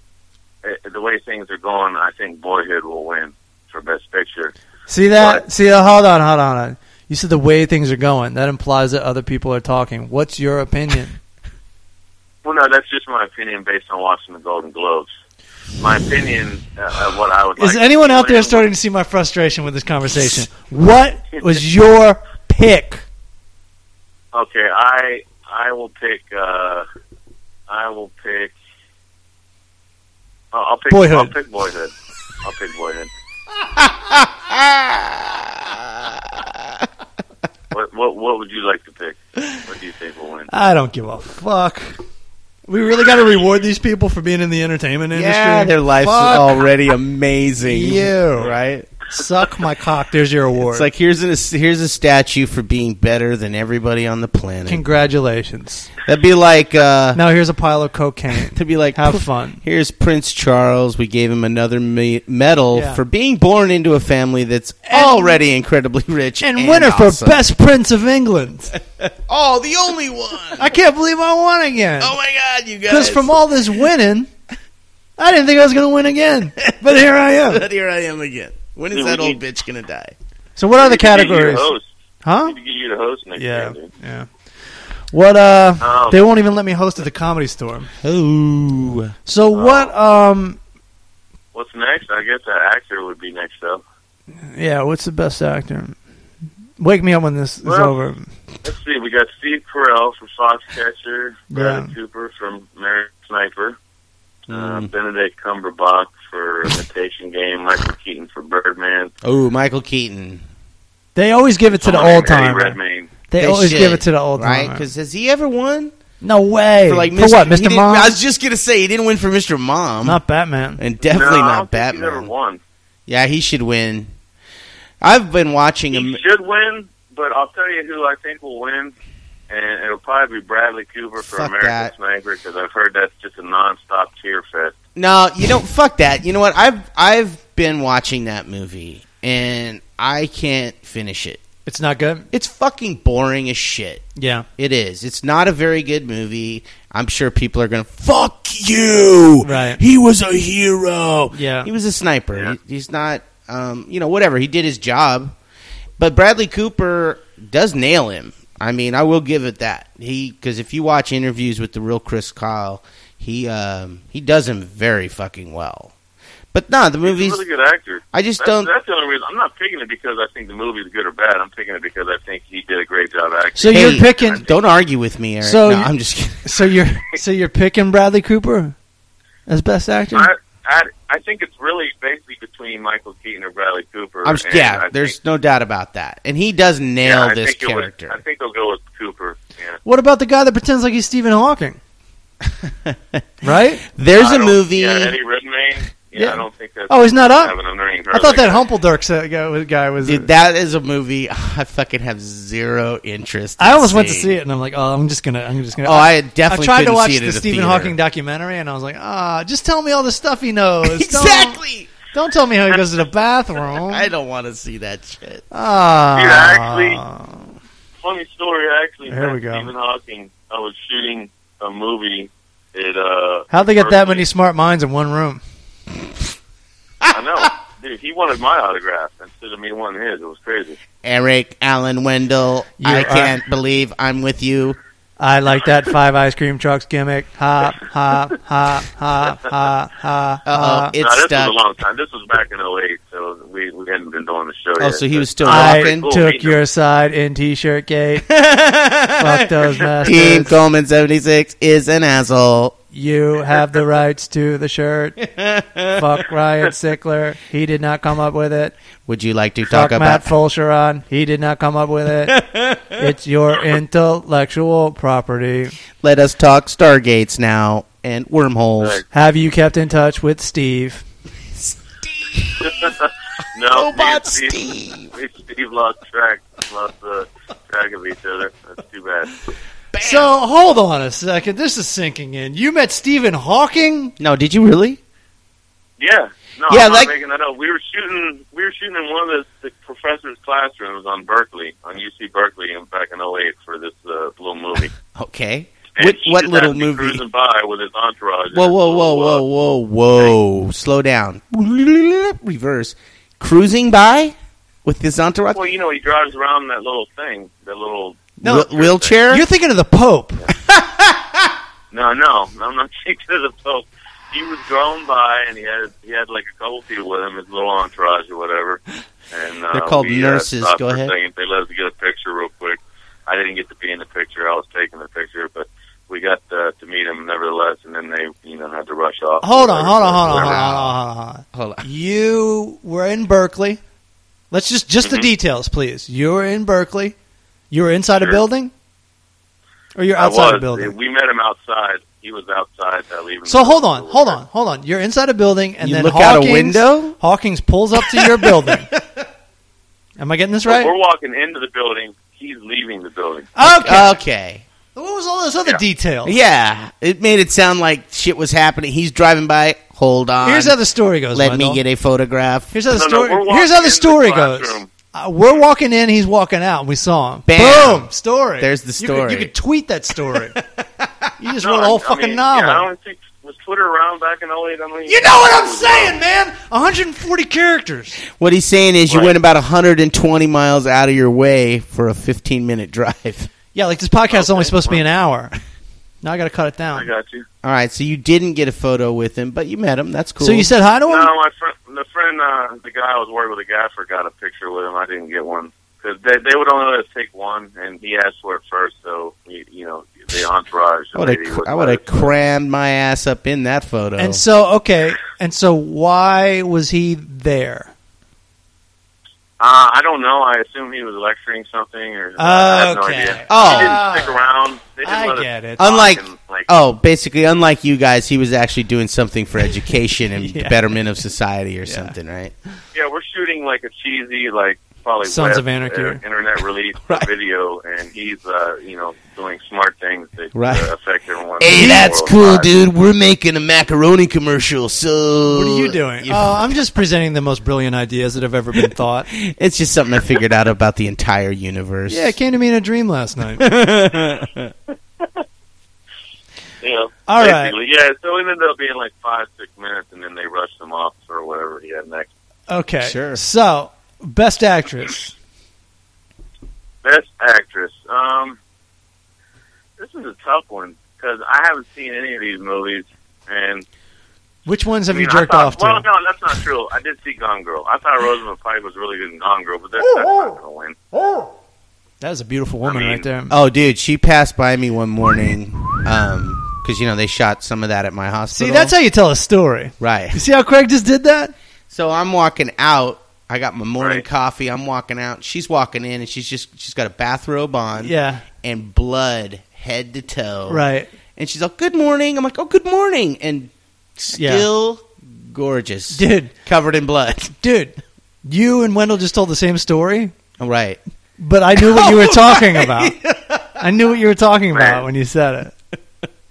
Speaker 2: uh, the way things are going, I think Boyhood will win for Best Picture.
Speaker 1: See that?
Speaker 2: Right.
Speaker 1: See that? Hold on, hold on. hold on. You said the way things are going. That implies that other people are talking. What's your opinion?
Speaker 2: Well, no, that's just my opinion based on watching the Golden Globes. My opinion uh, of what I would.
Speaker 1: Is
Speaker 2: like
Speaker 1: anyone
Speaker 2: to
Speaker 1: out there
Speaker 2: win.
Speaker 1: starting to see my frustration with this conversation? What was your pick?
Speaker 2: Okay, I I will pick. Uh, I will pick. I'll I'll pick.
Speaker 1: Boyhood.
Speaker 2: I'll pick Boyhood. I'll pick Boyhood. What what what would you like to pick? What do you think will win?
Speaker 1: I don't give a fuck. We really got to reward these people for being in the entertainment industry.
Speaker 3: yeah, their life's
Speaker 1: Fuck
Speaker 3: already amazing.
Speaker 1: You.
Speaker 3: right?
Speaker 1: Suck my cock. There's your award.
Speaker 3: It's like here's an here's a statue for being better than everybody on the planet.
Speaker 1: congratulations.
Speaker 3: That'd be like uh,
Speaker 1: Now here's a pile of cocaine.
Speaker 3: to be like
Speaker 1: Have fun.
Speaker 3: Here's Prince Charles. We gave him another me- medal
Speaker 1: Yeah.
Speaker 3: for being born into a family that's
Speaker 1: And-
Speaker 3: already incredibly rich
Speaker 1: And, winner
Speaker 3: awesome.
Speaker 1: for best prince of England.
Speaker 3: Oh, the only one.
Speaker 1: I can't believe I won again.
Speaker 3: oh my God, you guys!
Speaker 1: Because from all this winning, I didn't think I was going to win again. But here I am.
Speaker 3: but here I am again. When is
Speaker 2: Dude,
Speaker 3: that
Speaker 2: we
Speaker 3: old
Speaker 2: need-
Speaker 3: bitch gonna die?
Speaker 1: So what are
Speaker 2: We
Speaker 1: the
Speaker 2: need to get you
Speaker 1: categories?
Speaker 2: to host. We
Speaker 1: Huh?
Speaker 2: need to get you to host next
Speaker 1: Yeah,
Speaker 2: year. dude.
Speaker 1: yeah. What? Uh,
Speaker 2: Um,
Speaker 1: they won't even let me host at the Comedy Store.
Speaker 3: Oh,
Speaker 1: So what? Um,
Speaker 2: What's next? I guess that actor would be next up.
Speaker 1: yeah. What's the best actor? Wake me up when this is
Speaker 2: Well,
Speaker 1: over.
Speaker 2: Let's see. We got Steve Carell from Foxcatcher, Bradley
Speaker 1: Yeah.
Speaker 2: Cooper from Married Sniper, uh,
Speaker 3: Mm.
Speaker 2: Benedict Cumberbatch for Imitation Game, Michael Keaton for Birdman,
Speaker 3: oh, Michael Keaton.
Speaker 1: They always give it to the
Speaker 2: Someone
Speaker 1: old
Speaker 2: named Eddie
Speaker 1: timer.
Speaker 2: Redmayne.
Speaker 1: They,
Speaker 3: They
Speaker 1: always
Speaker 3: should,
Speaker 1: give it to the old
Speaker 3: right?
Speaker 1: timer.
Speaker 3: Because has he ever won
Speaker 1: No way.
Speaker 3: for like
Speaker 1: what?
Speaker 3: he
Speaker 1: Mr.
Speaker 3: didn't-
Speaker 1: Mom?
Speaker 3: I was just gonna say he didn't win for Mr. Mom,
Speaker 1: Not Batman.
Speaker 3: and definitely
Speaker 2: no, I don't
Speaker 3: not
Speaker 2: think He's ever
Speaker 3: Batman.
Speaker 2: won.
Speaker 3: Yeah, he should win. I've been watching
Speaker 2: He
Speaker 3: him.
Speaker 2: should win, but I'll tell you who I think will win, and it'll probably be Bradley Cooper for
Speaker 3: Fuck
Speaker 2: American
Speaker 3: that.
Speaker 2: Sniper because I've heard that's just a nonstop tear fest.
Speaker 3: No, you don't. Fuck that. You know what? I've I've been watching that movie, and I can't finish it.
Speaker 1: It's not good.
Speaker 3: It's fucking boring as shit.
Speaker 1: Yeah.
Speaker 3: It is. It's not a very good movie. I'm sure people are going to fuck you.
Speaker 1: Right.
Speaker 3: He was a hero.
Speaker 1: Yeah.
Speaker 3: He was a sniper.
Speaker 2: Yeah.
Speaker 3: He- he's not. Um, you know, whatever. He did his job. But Bradley Cooper does nail him. I mean, I will give it that. He because if you watch interviews with the real Chris Kyle, he um, he does him very fucking well. But no, the
Speaker 2: He's
Speaker 3: movies.
Speaker 2: a really good actor.
Speaker 3: I just
Speaker 2: That's,
Speaker 3: don't.
Speaker 2: that's the only reason. I'm not picking it because I think the movie's good or bad. I'm picking it because I think he did a great job acting.
Speaker 1: So
Speaker 3: Hey,
Speaker 1: you're picking.
Speaker 3: Don't argue with me, Eric.
Speaker 1: So
Speaker 3: no,
Speaker 1: you-
Speaker 3: I'm just kidding.
Speaker 1: So you're so you're picking Bradley Cooper as best actor.
Speaker 2: I, I, I think it's really basically between Michael Keaton or Bradley Cooper.
Speaker 3: I'm,
Speaker 2: and
Speaker 3: yeah,
Speaker 2: I
Speaker 3: there's
Speaker 2: think,
Speaker 3: no doubt about that. And he does nail
Speaker 2: yeah, I
Speaker 3: this
Speaker 2: think he'll-
Speaker 3: character.
Speaker 2: I think they'll go with Cooper. Yeah.
Speaker 1: What about the guy that pretends like he's Stephen Hawking? right?
Speaker 3: There's
Speaker 2: I
Speaker 3: a
Speaker 2: don't-
Speaker 3: movie.
Speaker 2: Yeah, Eddie Redmayne. Yeah,
Speaker 1: Yeah.
Speaker 2: I don't think that's.
Speaker 1: Oh, he's not up.
Speaker 2: having a name
Speaker 1: I thought that Humpledurk guy- guy was.
Speaker 3: Dude, that is a movie I fucking have zero interest.
Speaker 1: I
Speaker 3: in
Speaker 1: almost went to
Speaker 3: seeing.
Speaker 1: see it, and I'm like, oh, I'm just gonna, I'm just gonna.
Speaker 3: Oh, I definitely
Speaker 1: I tried to
Speaker 3: couldn't
Speaker 1: watch
Speaker 3: see it
Speaker 1: the
Speaker 3: at a
Speaker 1: Stephen
Speaker 3: theater.
Speaker 1: Hawking documentary, and I was like, ah, just tell me all the stuff he knows.
Speaker 3: Exactly.
Speaker 1: Don't, don't tell me how he goes to the bathroom.
Speaker 3: I don't want to see that shit.
Speaker 1: Ah.
Speaker 2: Dude, actually- funny story. I actually
Speaker 1: There
Speaker 2: met
Speaker 1: we go.
Speaker 2: Stephen Hawking. I was shooting a movie. It uh,
Speaker 1: how'd they get that many
Speaker 2: Berkeley.
Speaker 1: smart minds in one room?
Speaker 2: I know, dude. He wanted my autograph instead of me wanting his. It was crazy.
Speaker 3: Eric Allen Wendell,
Speaker 1: You
Speaker 3: I
Speaker 1: are-
Speaker 3: can't believe I'm with you.
Speaker 1: I like that five ice cream trucks gimmick. Hop, hop, hop, hop, hop, hop.
Speaker 3: Uh-oh,
Speaker 1: hop.
Speaker 3: it
Speaker 2: no, this
Speaker 3: Uh, stuck.
Speaker 2: was a long time. This was back in '08, so we we hadn't been doing the show
Speaker 3: Oh,
Speaker 2: yet.
Speaker 3: so he
Speaker 2: but-
Speaker 3: was still
Speaker 1: I
Speaker 3: walking.
Speaker 2: Cool,
Speaker 1: took
Speaker 2: meet
Speaker 1: your side in t-shirt gate. Fuck those
Speaker 3: Team
Speaker 1: masters.
Speaker 3: Coleman seventy six is an asshole.
Speaker 1: You have the rights to the shirt. Fuck Ryan Sickler. He did not come up with it.
Speaker 3: Would you like to
Speaker 1: Fuck
Speaker 3: talk about
Speaker 1: Matt Folcheron. He did not come up with it. it's your intellectual property.
Speaker 3: Let us talk Stargates now and wormholes.
Speaker 2: Right.
Speaker 1: Have you kept in touch with Steve?
Speaker 2: No,
Speaker 3: Robot
Speaker 2: me and Steve, me and Steve lost track, lost uh, track of each other. That's too bad.
Speaker 1: So hold on a second. This is sinking in. You met Stephen Hawking?
Speaker 3: No, did you really?
Speaker 2: Yeah, no,
Speaker 3: Yeah,
Speaker 2: I'm
Speaker 3: like-
Speaker 2: not making that up. We were shooting, we were shooting in one of the, the professor's classrooms on Berkeley, on UC Berkeley, in back in '08 for this uh, little movie.
Speaker 3: Okay.
Speaker 2: And
Speaker 3: What,
Speaker 2: he
Speaker 3: what
Speaker 2: just
Speaker 3: little
Speaker 2: happened to be
Speaker 3: movie?
Speaker 2: Cruising by with his entourage. and
Speaker 3: Whoa,
Speaker 2: his
Speaker 3: whoa, whoa,
Speaker 2: little, uh,
Speaker 3: whoa, whoa, whoa. Slow down. Reverse. Cruising by with this entourage?
Speaker 2: Well, you know, he drives around that little thing, that little.
Speaker 1: No.
Speaker 3: Wheel- wheelchair?
Speaker 1: You're thinking of the Pope.
Speaker 2: No, no, I'm not thinking of the Pope. He was grown by, and he had he had like a couple people with him, his little entourage or whatever. And uh,
Speaker 3: They're called
Speaker 2: we,
Speaker 3: nurses.
Speaker 2: Uh, stopped
Speaker 3: Go
Speaker 2: for a
Speaker 3: ahead.
Speaker 2: second. They let us get a picture real quick. I didn't get to be in the picture. I was taking the picture, but we got uh, to meet him nevertheless. And then they, you know, had to rush off.
Speaker 1: Hold on, hold on, hold on, hold on, hold
Speaker 2: Whatever.
Speaker 1: on, hold on.
Speaker 3: Hold on.
Speaker 1: You were in Berkeley. Let's just just the
Speaker 2: Mhm.
Speaker 1: details, please. You were in Berkeley. You were inside a
Speaker 2: Sure.
Speaker 1: building, or you're
Speaker 2: I
Speaker 1: outside a
Speaker 2: was.
Speaker 1: building.
Speaker 2: We met him outside. He was outside uh, leaving.
Speaker 1: So hold on, hold on, hold on. You're inside a building, and
Speaker 3: You
Speaker 1: then
Speaker 3: look
Speaker 1: Hawkins,
Speaker 3: out a window?
Speaker 1: Hawkins pulls up to your building. Am I getting this right?
Speaker 2: We're walking into the building. He's leaving the building.
Speaker 1: Okay.
Speaker 3: Okay.
Speaker 1: what was all those other
Speaker 2: uh, Yeah.
Speaker 1: details?
Speaker 3: Yeah. It made it sound like shit was happening. He's driving by. Hold on.
Speaker 1: Here's how the story goes.
Speaker 3: Let
Speaker 1: Wendell.
Speaker 3: me get a photograph.
Speaker 1: Here's how the
Speaker 2: No, no,
Speaker 1: story.
Speaker 2: we're walking
Speaker 1: here's how
Speaker 2: into
Speaker 1: the
Speaker 2: the
Speaker 1: story goes.
Speaker 2: classroom.
Speaker 1: Uh, we're walking in. He's walking out. and We saw him.
Speaker 3: Bam.
Speaker 1: Boom. Story.
Speaker 3: There's the
Speaker 1: You could, you
Speaker 3: story.
Speaker 1: could tweet that story. you just
Speaker 2: No,
Speaker 1: wrote a
Speaker 2: I-
Speaker 1: whole
Speaker 2: I
Speaker 1: fucking
Speaker 2: mean,
Speaker 1: novel.
Speaker 2: Yeah, I don't think was Twitter around back in 08. I don't
Speaker 1: You know what I'm saying, man? 140 characters.
Speaker 3: What he's saying is you
Speaker 2: Right.
Speaker 3: went about 120 miles out of your way for a 15 minute drive.
Speaker 1: Yeah, like this podcast's only
Speaker 2: Okay.
Speaker 1: supposed to be an hour. Now I got to cut it
Speaker 2: I
Speaker 1: down.
Speaker 2: got you.
Speaker 3: All right. So you didn't get a photo with him, but you met him. That's cool.
Speaker 1: So you said hi to him?
Speaker 2: No, my friend, the friend, uh, the guy I was working with, a gaffer, got a picture with him. I didn't get one because they they would only let us take one, and he asked for it first. So you, you know, the entourage.
Speaker 3: I would
Speaker 2: the
Speaker 3: have,
Speaker 2: lady
Speaker 3: cr-
Speaker 2: was
Speaker 3: I would have
Speaker 2: like,
Speaker 3: crammed my ass up in that photo.
Speaker 1: And so, okay, and so why was he there?
Speaker 2: Uh, I don't know. I assume he was lecturing something, or I have no
Speaker 1: Okay. Uh,
Speaker 2: idea.
Speaker 3: Oh.
Speaker 2: they didn't stick around. They didn't
Speaker 1: I
Speaker 2: let us
Speaker 1: get it.
Speaker 2: talk
Speaker 3: Unlike-
Speaker 2: and, like,
Speaker 3: oh, basically, unlike you guys, he was actually doing something for education and
Speaker 1: Yeah.
Speaker 3: the betterment of society or something, right?
Speaker 2: Yeah, we're shooting like a cheesy, like probably
Speaker 1: Sons
Speaker 2: web,
Speaker 1: of Anarchy.
Speaker 2: uh, internet release
Speaker 3: Right.
Speaker 2: video, and he's uh, you know doing smart things that
Speaker 3: Right.
Speaker 2: uh, affect everyone.
Speaker 3: Hey,
Speaker 2: in the
Speaker 3: that's
Speaker 2: world.
Speaker 3: cool,
Speaker 2: Uh,
Speaker 3: dude. We're making a macaroni commercial. So
Speaker 1: What are you doing? Oh, I'm just presenting the most brilliant ideas that have ever been thought.
Speaker 3: it's just something I figured out about the entire universe.
Speaker 1: yeah, it came to me in a dream last night.
Speaker 2: You know,
Speaker 1: All right.
Speaker 2: basically. Yeah, so it ended up being like five, six minutes, and then they rushed him off for whatever he had next.
Speaker 1: Okay.
Speaker 3: Sure.
Speaker 1: So, best actress.
Speaker 2: Best actress. Um, this is a tough one because I haven't seen any of these movies, and
Speaker 1: Which ones have you
Speaker 2: know, I
Speaker 1: jerked
Speaker 2: thought-
Speaker 1: off to?
Speaker 2: Well, no, that's not true. I did see Gone Girl. I thought Rosamund Pike was really good in Gone Girl, but that's, that's not going to win.
Speaker 1: That was a beautiful woman
Speaker 2: mean-
Speaker 1: right there.
Speaker 3: Oh, dude, she passed by me one morning because you know they shot some of that at my
Speaker 1: see,
Speaker 3: hospital.
Speaker 1: that's how you tell a story.
Speaker 3: right.
Speaker 1: You see how Craig just did that?
Speaker 3: So I'm walking out. I got my morning
Speaker 2: Right.
Speaker 3: coffee. I'm walking out. She's walking in, and she's just she's got a bathrobe on.
Speaker 1: Yeah.
Speaker 3: and blood head to toe.
Speaker 1: Right.
Speaker 3: And she's like, "Good morning." I'm like, "Oh, good morning," and
Speaker 1: Yeah.
Speaker 3: still gorgeous,
Speaker 1: Dude,
Speaker 3: covered in blood.
Speaker 1: dude, you and Wendell just told the same story,
Speaker 3: All right.
Speaker 1: but I knew what you were talking about. I knew what you were talking about
Speaker 2: Man.
Speaker 1: when you said it.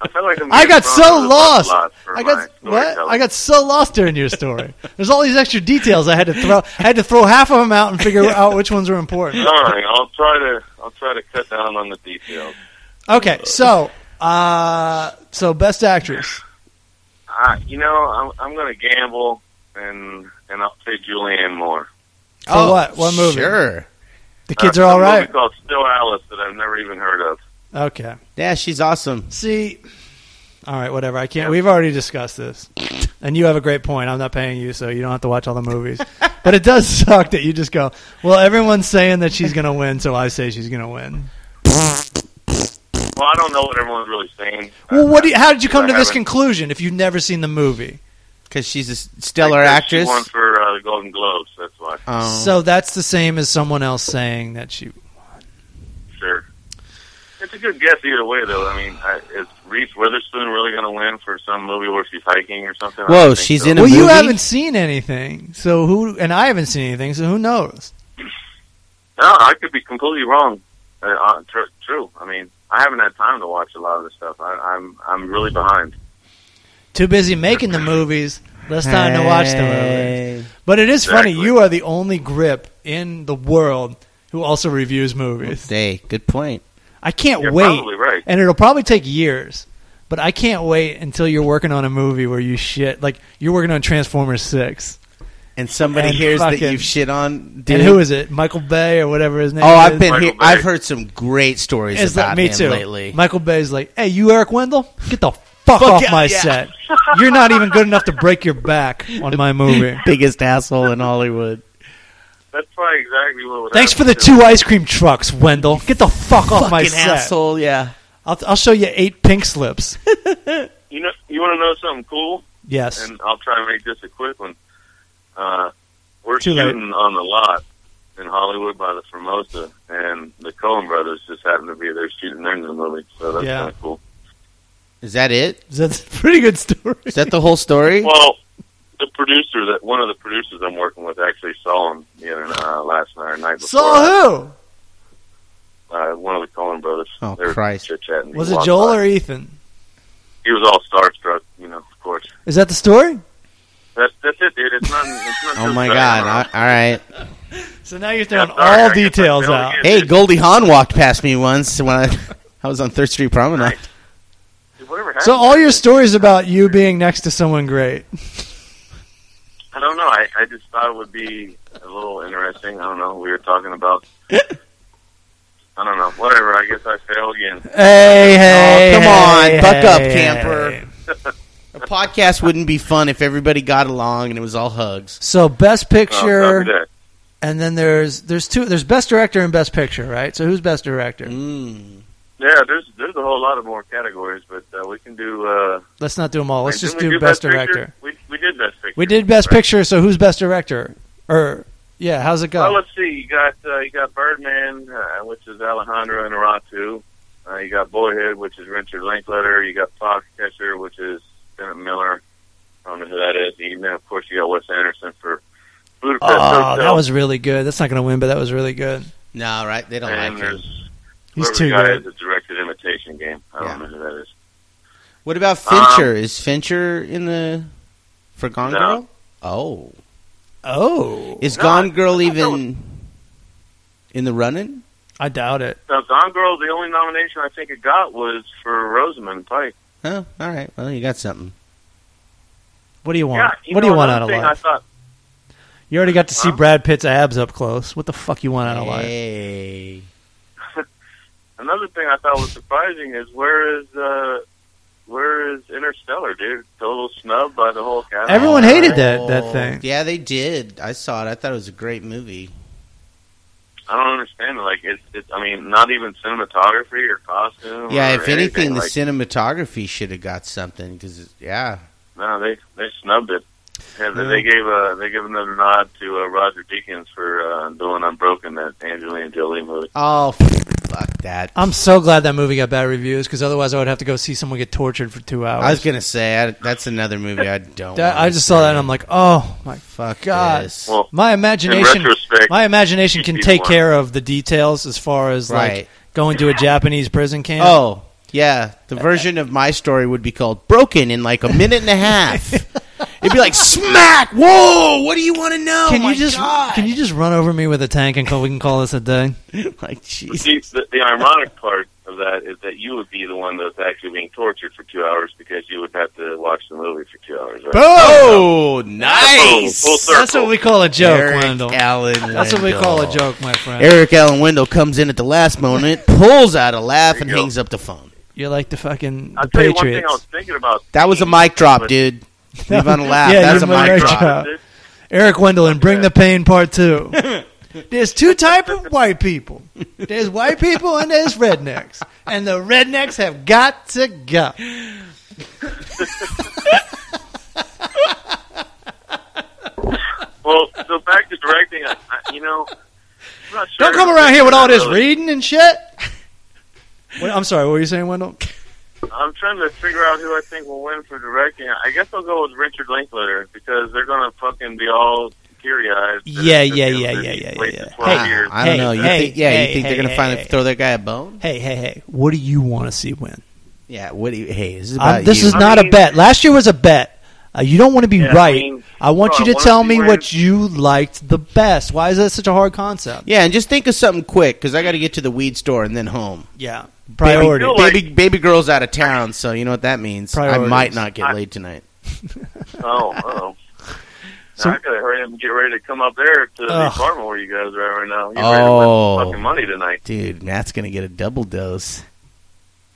Speaker 2: I felt like I'm
Speaker 1: I
Speaker 2: getting
Speaker 1: got
Speaker 2: thrown
Speaker 1: so
Speaker 2: under the bus
Speaker 1: lost.
Speaker 2: a lot for
Speaker 1: I got
Speaker 2: my
Speaker 1: what?
Speaker 2: storytelling.
Speaker 1: I got so lost during your story. There's all these extra details I had to throw. I had to throw half of them out and figure out which ones were important.
Speaker 2: Sorry, I'll try to I'll try to cut down on the details.
Speaker 1: Okay, so uh, so best actress.
Speaker 2: Uh, you know, I'm, I'm going to gamble and and I'll say Julianne Moore.
Speaker 1: For what? What movie?
Speaker 3: Sure.
Speaker 1: The kids
Speaker 2: Uh,
Speaker 1: are all
Speaker 2: a
Speaker 1: right.
Speaker 2: Movie called Still Alice that I've never even heard of.
Speaker 1: Okay.
Speaker 3: Yeah, she's awesome.
Speaker 1: See, all right, whatever. I can't. We've already discussed this, and you have a great point. I'm not paying you, so you don't have to watch all the movies. but it does suck that you just go. Well, everyone's saying that she's going to win, so I say she's going to win.
Speaker 2: Well, I don't know what everyone's really saying.
Speaker 1: Well, what? Do you, how did you
Speaker 2: I
Speaker 1: come to this
Speaker 2: haven't-
Speaker 1: conclusion if you've never seen the movie?
Speaker 3: Because she's a s- stellar
Speaker 2: Because
Speaker 3: actress.
Speaker 2: She won for uh, the Golden Globes. That's why.
Speaker 3: Oh.
Speaker 1: So that's the same as someone else saying that she.
Speaker 2: Sure. It's a good guess either way, though. I mean, I, is Reese Witherspoon really going to win for some movie where she's hiking or something? I
Speaker 3: Whoa,
Speaker 2: don't think
Speaker 3: she's
Speaker 2: so.
Speaker 3: in a
Speaker 1: Well, you
Speaker 3: movie?
Speaker 1: haven't seen anything, so who? And I haven't seen anything, so who knows?
Speaker 2: No, I could be completely wrong. Uh, uh, tr- true. I mean, I haven't had time to watch a lot of this stuff. I, I'm I'm really behind.
Speaker 1: Too busy making the movies, less time to watch the movies.
Speaker 3: Hey.
Speaker 1: But it is funny.
Speaker 2: Exactly.
Speaker 1: You are the only grip in the world who also reviews movies.
Speaker 3: Hey, good point.
Speaker 1: I can't
Speaker 2: You're
Speaker 1: wait,
Speaker 2: probably right.
Speaker 1: and it'll probably take years. But I can't wait until you're working on a movie where you shit like you're working on Transformers Six.
Speaker 3: And somebody
Speaker 1: And
Speaker 3: hears
Speaker 1: fucking-
Speaker 3: that you've shit on. Dude.
Speaker 1: And who is it? Michael Bay or whatever his name.
Speaker 3: Oh, I've
Speaker 1: is?
Speaker 3: been
Speaker 2: Michael
Speaker 3: here.
Speaker 2: Bay.
Speaker 3: I've heard some great stories
Speaker 1: It's
Speaker 3: about
Speaker 1: like, me
Speaker 3: him
Speaker 1: too.
Speaker 3: lately.
Speaker 1: Michael Bay's like, "Hey, you Eric Wendell, get the fuck, off
Speaker 3: out,
Speaker 1: my
Speaker 3: yeah."
Speaker 1: set. You're not even good enough to break your back on my movie."
Speaker 3: Biggest asshole in Hollywood.
Speaker 2: That's probably exactly what. Would
Speaker 1: Thanks for
Speaker 2: happen
Speaker 1: the
Speaker 2: to
Speaker 1: two ice cream trucks, Wendell. Get the fuck off my
Speaker 3: Fucking
Speaker 1: set.
Speaker 3: asshole. Yeah.
Speaker 1: I'll, I'll show you eight pink slips.
Speaker 2: it. You know, you want to know something cool?
Speaker 1: Yes.
Speaker 2: And I'll try to make this a quick one. Uh, we're
Speaker 1: Too late.
Speaker 2: shooting on the lot in Hollywood by the Formosa, and the Coen brothers just happened to be there shooting their new movie, so that's
Speaker 1: Yeah.
Speaker 2: kind of cool.
Speaker 3: Is that it?
Speaker 1: That's a pretty good story.
Speaker 3: Is that the whole story?
Speaker 2: Well, the producer that one of the producers I'm working with actually saw him you know, uh, last night or night before.
Speaker 1: Saw who?
Speaker 2: Uh, one of the Coen brothers.
Speaker 3: Oh,
Speaker 2: They were
Speaker 3: Christ.
Speaker 2: chit-chatting. He
Speaker 1: Was it
Speaker 2: walked
Speaker 1: Joel
Speaker 2: by.
Speaker 1: or Ethan?
Speaker 2: He was all starstruck, you know. Of course.
Speaker 1: Is that the story?
Speaker 2: That's that's it, dude. It's not. It's not
Speaker 3: oh
Speaker 2: just
Speaker 3: my
Speaker 2: that.
Speaker 3: god! I- all right.
Speaker 1: So now you're throwing
Speaker 2: Yeah, sorry,
Speaker 1: all
Speaker 2: I guess I
Speaker 1: details
Speaker 2: failed
Speaker 1: out.
Speaker 2: again.
Speaker 3: Hey, Goldie Hawn walked past me once when I I was on Third Street Promenade.
Speaker 2: Dude, whatever happened
Speaker 1: So all
Speaker 2: to
Speaker 1: your
Speaker 2: this-
Speaker 1: stories about you being next to someone great.
Speaker 2: I don't know. I, I just thought it would be a little interesting. I don't know. We were talking about. I don't know. Whatever. I guess I fail again.
Speaker 1: Hey, hey,
Speaker 3: come
Speaker 1: hey,
Speaker 3: on. Buck
Speaker 1: hey,
Speaker 3: up,
Speaker 1: Oh, hey.
Speaker 3: camper. A podcast wouldn't be fun if everybody got along and it was all hugs.
Speaker 1: So best
Speaker 2: Oh,
Speaker 1: picture,
Speaker 2: copy that.
Speaker 1: and then there's there's two there's best director and best picture, right? So who's best director?
Speaker 3: Mm.
Speaker 2: yeah, there's there's a whole lot of more categories, but uh, we can do. Uh,
Speaker 1: Let's not do them all. Let's
Speaker 2: wait,
Speaker 1: just
Speaker 2: didn't we
Speaker 1: do best
Speaker 2: Picture?
Speaker 1: director.
Speaker 2: We, we did best picture.
Speaker 1: We did best
Speaker 2: right?
Speaker 1: picture. So who's best director? Or yeah, how's it
Speaker 2: Well,
Speaker 1: go?
Speaker 2: let's see. You got uh, you got Birdman, uh, which is Alejandro Inarritu. Uh, you got Boyhood, which is Richard Linkletter. You got Foxcatcher, which is Bennett Miller. I don't know who that is. And then, of course, you got Wes Anderson for Budapest
Speaker 1: Oh,
Speaker 2: Hotel.
Speaker 1: that was really good. That's not going to win, but that was really good.
Speaker 3: No, right? They don't
Speaker 2: and
Speaker 3: like her.
Speaker 2: there's
Speaker 1: He's
Speaker 2: whoever
Speaker 1: too
Speaker 2: the guy
Speaker 1: good.
Speaker 2: is that directed Imitation Game. I don't
Speaker 3: Yeah.
Speaker 2: know who that is.
Speaker 3: What about Fincher? is Fincher in the for Gone
Speaker 2: um, No.
Speaker 3: Girl? Oh,
Speaker 1: Oh,
Speaker 3: is
Speaker 2: No,
Speaker 3: Gone Girl
Speaker 2: I- I thought that
Speaker 3: even in the running?
Speaker 1: I doubt it.
Speaker 2: So, Gone Girl, the only nomination I think it got was for Rosamund Pike.
Speaker 3: Oh, all right. Well, you got something.
Speaker 1: What do you want?
Speaker 2: Yeah, you
Speaker 1: what do
Speaker 2: know,
Speaker 1: you want out
Speaker 2: another
Speaker 1: of
Speaker 2: thing
Speaker 1: life?
Speaker 2: I thought,
Speaker 1: You already got to see
Speaker 2: Huh?
Speaker 1: Brad Pitt's abs up close. What the fuck you want out of life?
Speaker 3: Hey.
Speaker 2: another thing I thought was surprising is where is uh, where is Interstellar, dude? Total snub by the whole cast.
Speaker 1: Everyone hated that that thing.
Speaker 3: Oh. Yeah, they did. I saw it. I thought it was a great movie.
Speaker 2: I don't understand. it. Like it's, it's, I mean, not even cinematography or costume.
Speaker 3: yeah,
Speaker 2: or
Speaker 3: if anything, the
Speaker 2: like,
Speaker 3: cinematography should have got something because yeah,
Speaker 2: no, they they snubbed it. Yeah, they-
Speaker 3: Yeah.
Speaker 2: They gave a they gave another nod to uh, Roger Deakins for uh, doing Unbroken, that Angelina Jolie movie.
Speaker 3: oh fuck that.
Speaker 1: I'm so glad that movie got bad reviews because otherwise I would have to go see someone get tortured for two hours.
Speaker 3: I was gonna say I, that's another movie I don't.
Speaker 1: That-
Speaker 3: wanna
Speaker 1: I just saw that and
Speaker 3: see.
Speaker 1: I'm like, oh my
Speaker 3: fuck
Speaker 1: God.
Speaker 3: this.
Speaker 2: Well,
Speaker 1: My imagination,
Speaker 2: In retrospect,
Speaker 1: my imagination can
Speaker 2: she'd be
Speaker 1: take
Speaker 2: one.
Speaker 1: care of the details as far as like
Speaker 3: Right.
Speaker 1: going to a Japanese prison camp.
Speaker 3: oh yeah, the version of my story would be called "Broken" in like a minute and a half. It'd be like smack. Whoa, what do you want to know?
Speaker 1: can
Speaker 3: Oh My
Speaker 1: you just
Speaker 3: God.
Speaker 1: can you just run over me with a tank and call, we can call this a day?
Speaker 3: like
Speaker 2: But
Speaker 3: jeez.
Speaker 2: see, the, the ironic part of that is that you would be the one that's actually being tortured for two hours because you would have to watch the movie for two hours. Right?
Speaker 3: Oh, nice.
Speaker 2: Full circle.
Speaker 1: That's what we call a joke,
Speaker 3: Eric
Speaker 1: Wendell.
Speaker 3: Allen
Speaker 1: That's what we
Speaker 3: Wendell.
Speaker 1: call a joke, my friend.
Speaker 3: Eric Allen Wendell comes in at the last moment, pulls out a laugh,
Speaker 2: There
Speaker 3: and
Speaker 2: you go.
Speaker 3: hangs up the phone.
Speaker 1: You're like the fucking
Speaker 2: I'll
Speaker 1: the
Speaker 2: tell you one thing I was
Speaker 1: Patriots.
Speaker 2: thinking about.
Speaker 3: That was a mic drop, dude. Leave on a laugh.
Speaker 1: Yeah,
Speaker 3: That's a
Speaker 1: you're my
Speaker 3: mic
Speaker 1: right
Speaker 3: drop.
Speaker 1: job. Eric Wendell and Bring the Pain Part Two. There's two type of white people. There's white people and there's rednecks, and the rednecks have got to go.
Speaker 2: Well, so back to directing. I, I, you know, I'm not sure
Speaker 1: Don't come around here with all this
Speaker 2: Really,
Speaker 1: reading and shit. Wait, I'm sorry. What were you saying, Wendell?
Speaker 2: I'm trying to figure out who I think will win for directing. I guess I'll go with Richard Linklater because they're going to fucking be all teary eyed.
Speaker 1: Yeah, yeah, yeah, yeah, yeah, yeah, yeah.
Speaker 3: Ah,
Speaker 2: years.
Speaker 3: I don't
Speaker 1: Hey,
Speaker 3: know. You
Speaker 1: hey,
Speaker 3: think? Yeah,
Speaker 1: hey,
Speaker 3: you think
Speaker 1: hey,
Speaker 3: they're gonna
Speaker 1: hey,
Speaker 3: finally
Speaker 1: hey.
Speaker 3: throw that guy a bone?
Speaker 1: Hey, hey, hey. What do you want to see win?
Speaker 3: Yeah. What? Do you, hey, this is
Speaker 1: I'm,
Speaker 3: about
Speaker 1: this
Speaker 3: you.
Speaker 1: is not a
Speaker 2: mean-
Speaker 1: bet. Last year was a bet. Uh, you don't want to be
Speaker 2: Yeah, I
Speaker 1: right. I,
Speaker 2: mean,
Speaker 1: want
Speaker 2: no,
Speaker 1: you
Speaker 2: I
Speaker 1: to
Speaker 2: wanna
Speaker 1: tell
Speaker 2: see
Speaker 1: me
Speaker 2: where-
Speaker 1: what you liked the best. Why is that such a hard concept?
Speaker 3: yeah, and just think of something quick because I got to get to the weed store and then home.
Speaker 1: Yeah, priority.
Speaker 2: Bill-
Speaker 3: Baby, baby girl's out of town, so you know what that means. I
Speaker 1: Priorities.
Speaker 3: might not
Speaker 2: I-
Speaker 3: get laid tonight.
Speaker 2: Oh, oh.
Speaker 1: So-
Speaker 2: I gotta hurry up and get ready to come up there to the
Speaker 1: Ugh.
Speaker 2: apartment where you guys are right now. You're
Speaker 3: Oh.
Speaker 2: ready to win fucking money tonight.
Speaker 3: Dude, Matt's gonna get a double dose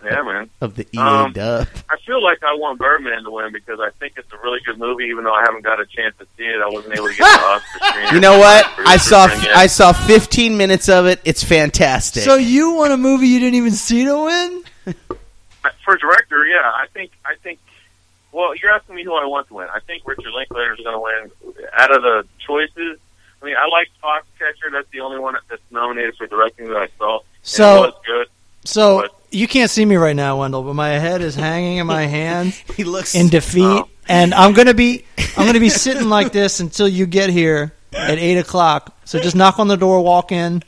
Speaker 2: Yeah, man.
Speaker 3: of the EA
Speaker 2: Um,
Speaker 3: dub.
Speaker 2: I feel like I want Birdman to win because I think it's a really good movie, even though I haven't got a chance to see it. I wasn't able to get the Oscar screen.
Speaker 3: You know what?
Speaker 2: For-
Speaker 3: I
Speaker 2: for
Speaker 3: saw
Speaker 2: Bring It.
Speaker 3: I saw 15 minutes of it. It's fantastic.
Speaker 1: so you want a movie you didn't even see to win?
Speaker 2: for director, yeah, I think I think. Well, you're asking me who I want to win. I think Richard Linklater is going to win out of the choices. I mean, I like Foxcatcher. That's the only one that's nominated for directing that I saw. And
Speaker 1: So-
Speaker 2: it was good.
Speaker 1: So
Speaker 2: What?
Speaker 1: you can't see me right now, Wendell, but my head is hanging in my hands
Speaker 3: he looks
Speaker 1: in defeat,
Speaker 2: Oh.
Speaker 1: and I'm gonna be I'm gonna be sitting like this until you get here at eight o'clock. So just knock on the door, walk in,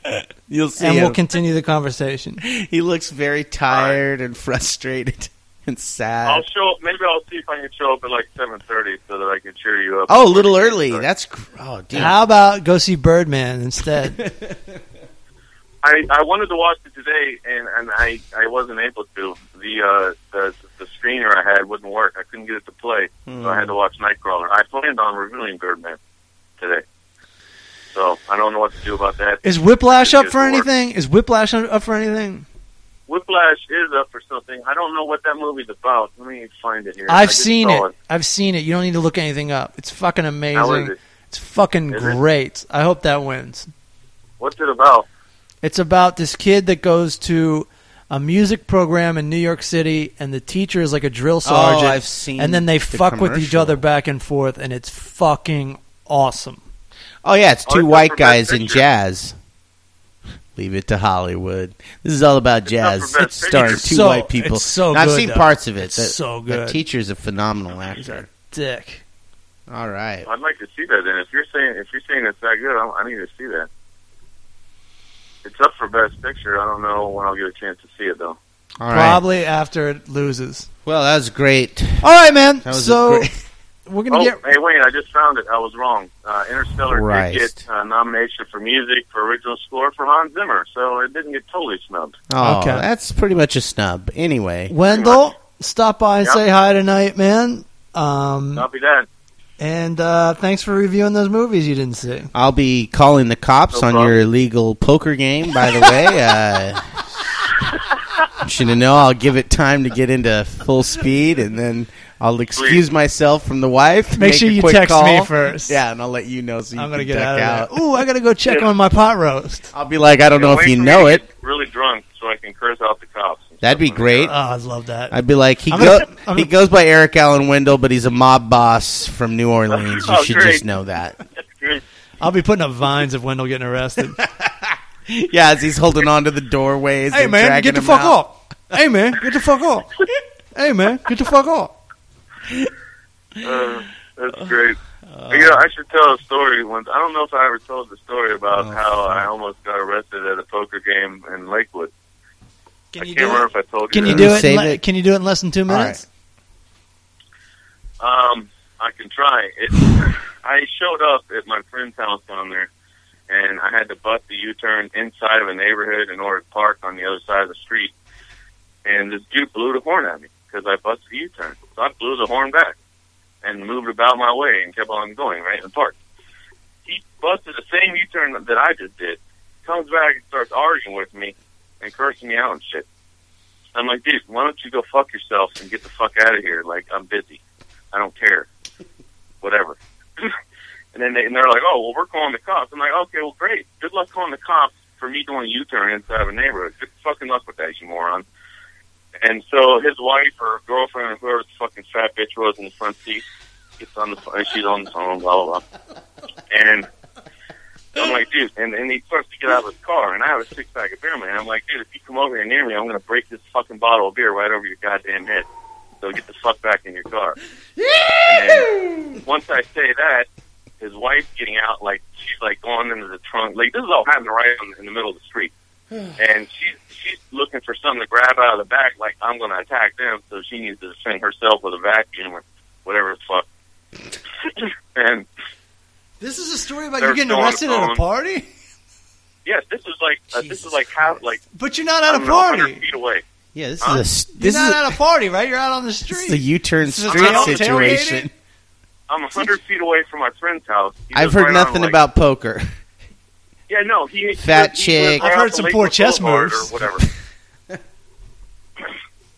Speaker 3: you'll see.
Speaker 1: and
Speaker 3: him.
Speaker 1: we'll continue the conversation.
Speaker 3: he looks very tired and frustrated and
Speaker 2: I'll
Speaker 3: sad.
Speaker 2: show. Maybe I'll see if I can show up at like seven thirty so that I can cheer you up.
Speaker 3: Oh, a little early. That's gr- oh, dude.
Speaker 1: How about go see Birdman instead?
Speaker 2: I I wanted to watch it today, and and I I wasn't able to. The uh the the screener I had wouldn't work. I couldn't get it to play, so I had to watch Nightcrawler. I planned on reviewing Birdman today, so I don't know what to do about that.
Speaker 1: Is Whiplash up
Speaker 2: Good
Speaker 1: for
Speaker 2: work.
Speaker 1: anything? Is Whiplash un- up for anything?
Speaker 2: Whiplash is up for something. I don't know what that movie's about. Let me find it here. I
Speaker 1: I've
Speaker 2: just
Speaker 1: seen
Speaker 2: saw
Speaker 1: it. I've seen it. You don't need to look anything up. It's fucking
Speaker 2: How is
Speaker 1: amazing.
Speaker 2: it?
Speaker 1: It's fucking
Speaker 2: Is it?
Speaker 1: great. I hope that wins.
Speaker 2: What's it about?
Speaker 1: It's about this kid that goes to a music program in New York City, and the teacher is like a drill sergeant.
Speaker 3: Oh, I've seen
Speaker 1: And then they
Speaker 3: the
Speaker 1: fuck with each
Speaker 3: commercial.
Speaker 1: other back and forth, and it's fucking awesome.
Speaker 3: Oh yeah, it's
Speaker 2: Oh,
Speaker 3: two
Speaker 2: it's up for
Speaker 3: white
Speaker 2: Best
Speaker 3: guys in
Speaker 2: Picture.
Speaker 3: jazz. Leave it to Hollywood. This is all about
Speaker 2: up for
Speaker 3: jazz.
Speaker 2: Best
Speaker 3: It's starring
Speaker 2: Picture.
Speaker 3: two
Speaker 1: So-
Speaker 3: white people.
Speaker 1: it's so
Speaker 3: And I've
Speaker 1: good,
Speaker 3: seen
Speaker 1: though.
Speaker 3: parts of it.
Speaker 1: It's
Speaker 3: That-
Speaker 1: so
Speaker 3: That
Speaker 1: good.
Speaker 3: teacher's a phenomenal actor.
Speaker 1: Dick.
Speaker 3: All right.
Speaker 2: I'd like to see that. Then, if you're saying if you're saying it's that good, I, I need to see that. It's up for Best Picture. I don't know when I'll get a chance to see it though.
Speaker 3: All right.
Speaker 1: Probably after it loses.
Speaker 3: Well, that was great.
Speaker 1: All right, man.
Speaker 3: That was a
Speaker 1: So
Speaker 3: great-
Speaker 1: we're gonna
Speaker 2: Oh,
Speaker 1: get
Speaker 2: hey, wait! I just found it. I was wrong. Uh, Interstellar did
Speaker 3: Christ.
Speaker 2: get a nomination for music for original score for Hans Zimmer, so it didn't get totally snubbed.
Speaker 3: Oh,
Speaker 1: Okay.
Speaker 3: that's pretty much a snub. Anyway,
Speaker 1: Wendell. Stop by and
Speaker 2: Yep.
Speaker 1: say hi tonight, man. Um,
Speaker 2: Copy that.
Speaker 1: And uh, thanks for reviewing those movies you didn't see.
Speaker 3: I'll be calling the cops
Speaker 2: No
Speaker 3: on
Speaker 2: problem.
Speaker 3: your illegal poker game. By the way, uh, you to know I'll give it time to get into full speed, and then I'll excuse myself from the wife.
Speaker 1: Make sure
Speaker 3: a
Speaker 1: you
Speaker 3: quick
Speaker 1: text
Speaker 3: call.
Speaker 1: me first.
Speaker 3: Yeah, and I'll let you know. So you
Speaker 1: I'm gonna get
Speaker 3: can
Speaker 1: out
Speaker 3: duck out.
Speaker 1: of there. Ooh, I gotta go check on my pot roast.
Speaker 3: I'll be like, I don't
Speaker 2: Yeah,
Speaker 3: know if
Speaker 2: wait
Speaker 3: you
Speaker 2: for me
Speaker 3: know
Speaker 2: to
Speaker 3: it.
Speaker 2: get Really drunk, so I can curse out the cops. and
Speaker 3: That'd
Speaker 2: stuff
Speaker 3: be
Speaker 2: like that.
Speaker 3: great.
Speaker 1: Oh, I love that.
Speaker 3: I'd be like, he
Speaker 1: I'm
Speaker 3: go,
Speaker 1: gonna- I'm
Speaker 3: he
Speaker 1: gonna-
Speaker 3: goes by Eric Allen Wendell, but he's a mob boss from New Orleans. You
Speaker 2: Oh,
Speaker 3: should
Speaker 2: great.
Speaker 3: just know that.
Speaker 2: That's great.
Speaker 1: I'll be putting up vines of Wendell getting arrested.
Speaker 3: Yeah, as he's holding on to the doorways.
Speaker 1: hey
Speaker 3: and
Speaker 1: man, get
Speaker 3: dragging
Speaker 1: the
Speaker 3: him
Speaker 1: fuck
Speaker 3: out.
Speaker 1: off. Hey man, get the fuck off. hey man, get the fuck off.
Speaker 2: Uh, that's great. you know, I should tell a story once. I don't know if I ever told the story about
Speaker 3: Oh,
Speaker 2: how I almost got arrested at a poker game in Lakewood. I
Speaker 4: Can you
Speaker 2: can't
Speaker 4: do
Speaker 2: remember
Speaker 4: it?
Speaker 2: if I told you.
Speaker 1: Can you
Speaker 2: that.
Speaker 1: do
Speaker 3: you
Speaker 1: it? in
Speaker 3: save
Speaker 1: le-
Speaker 3: it?
Speaker 1: Can you do it in less than two
Speaker 3: All
Speaker 1: minutes?
Speaker 2: Um, I can try. It, I showed up at my friend's house down there, and I had to butt the U-turn inside of a neighborhood in order to park on the other side of the street. And this dude blew the horn at me because I busted the U-turn. So I blew the horn back and moved about my way and kept on going right in the park. He busted the same U-turn that I just did. Comes back and starts arguing with me and cursing me out and shit. I'm like, dude, why don't you go fuck yourself and get the fuck out of here? Like, I'm busy. I don't care. Whatever. and then they, and they're like, oh, well, we're calling the cops. I'm like, okay, well, great. Good luck calling the cops for me doing a U-turn inside of a neighborhood. Good fucking luck with that, you moron. And so his wife or girlfriend or whoever the fucking fat bitch was in the front seat gets on the phone. She's on the phone, blah, blah, blah. And I'm like, dude, and, and he starts to get out of his car, and I have a six pack of beer, man. I'm like, dude, if you come over here near me, I'm going to break this fucking bottle of beer right over your goddamn head. So get the fuck back in your car. And once I say that, his wife's getting out, like she's like going into the trunk. Like this is all happening right on, in the middle of the street, and she's she's looking for something to grab out of the back. Like I'm going to attack them, so she needs to defend herself with a vacuum or whatever the fuck. and
Speaker 1: This is a story about
Speaker 2: you They're getting still on the arrested at a phone.
Speaker 1: party,
Speaker 2: yes, this is like uh, this
Speaker 3: Jesus
Speaker 2: is like half like
Speaker 1: but you're not
Speaker 2: I
Speaker 1: at
Speaker 2: don't
Speaker 1: a
Speaker 2: know, 100
Speaker 1: party.
Speaker 2: feet away.
Speaker 3: Yeah, this
Speaker 2: Huh?
Speaker 3: is a this is a,
Speaker 1: at a party, right? You're out on the
Speaker 3: this is a U-turn
Speaker 1: is a
Speaker 3: street
Speaker 2: tail-
Speaker 3: situation.
Speaker 2: I'm 100 feet away from my friend's house. He
Speaker 3: I've
Speaker 2: lives
Speaker 3: heard
Speaker 2: right on,
Speaker 3: nothing
Speaker 2: like-
Speaker 3: about poker.
Speaker 2: Yeah, no, he
Speaker 3: Fat
Speaker 2: he lives
Speaker 3: chick.
Speaker 2: right
Speaker 1: I've
Speaker 2: off
Speaker 1: heard
Speaker 2: the
Speaker 1: some
Speaker 2: Lakewood
Speaker 1: poor chess
Speaker 2: Boulevard
Speaker 1: moves.
Speaker 2: or whatever.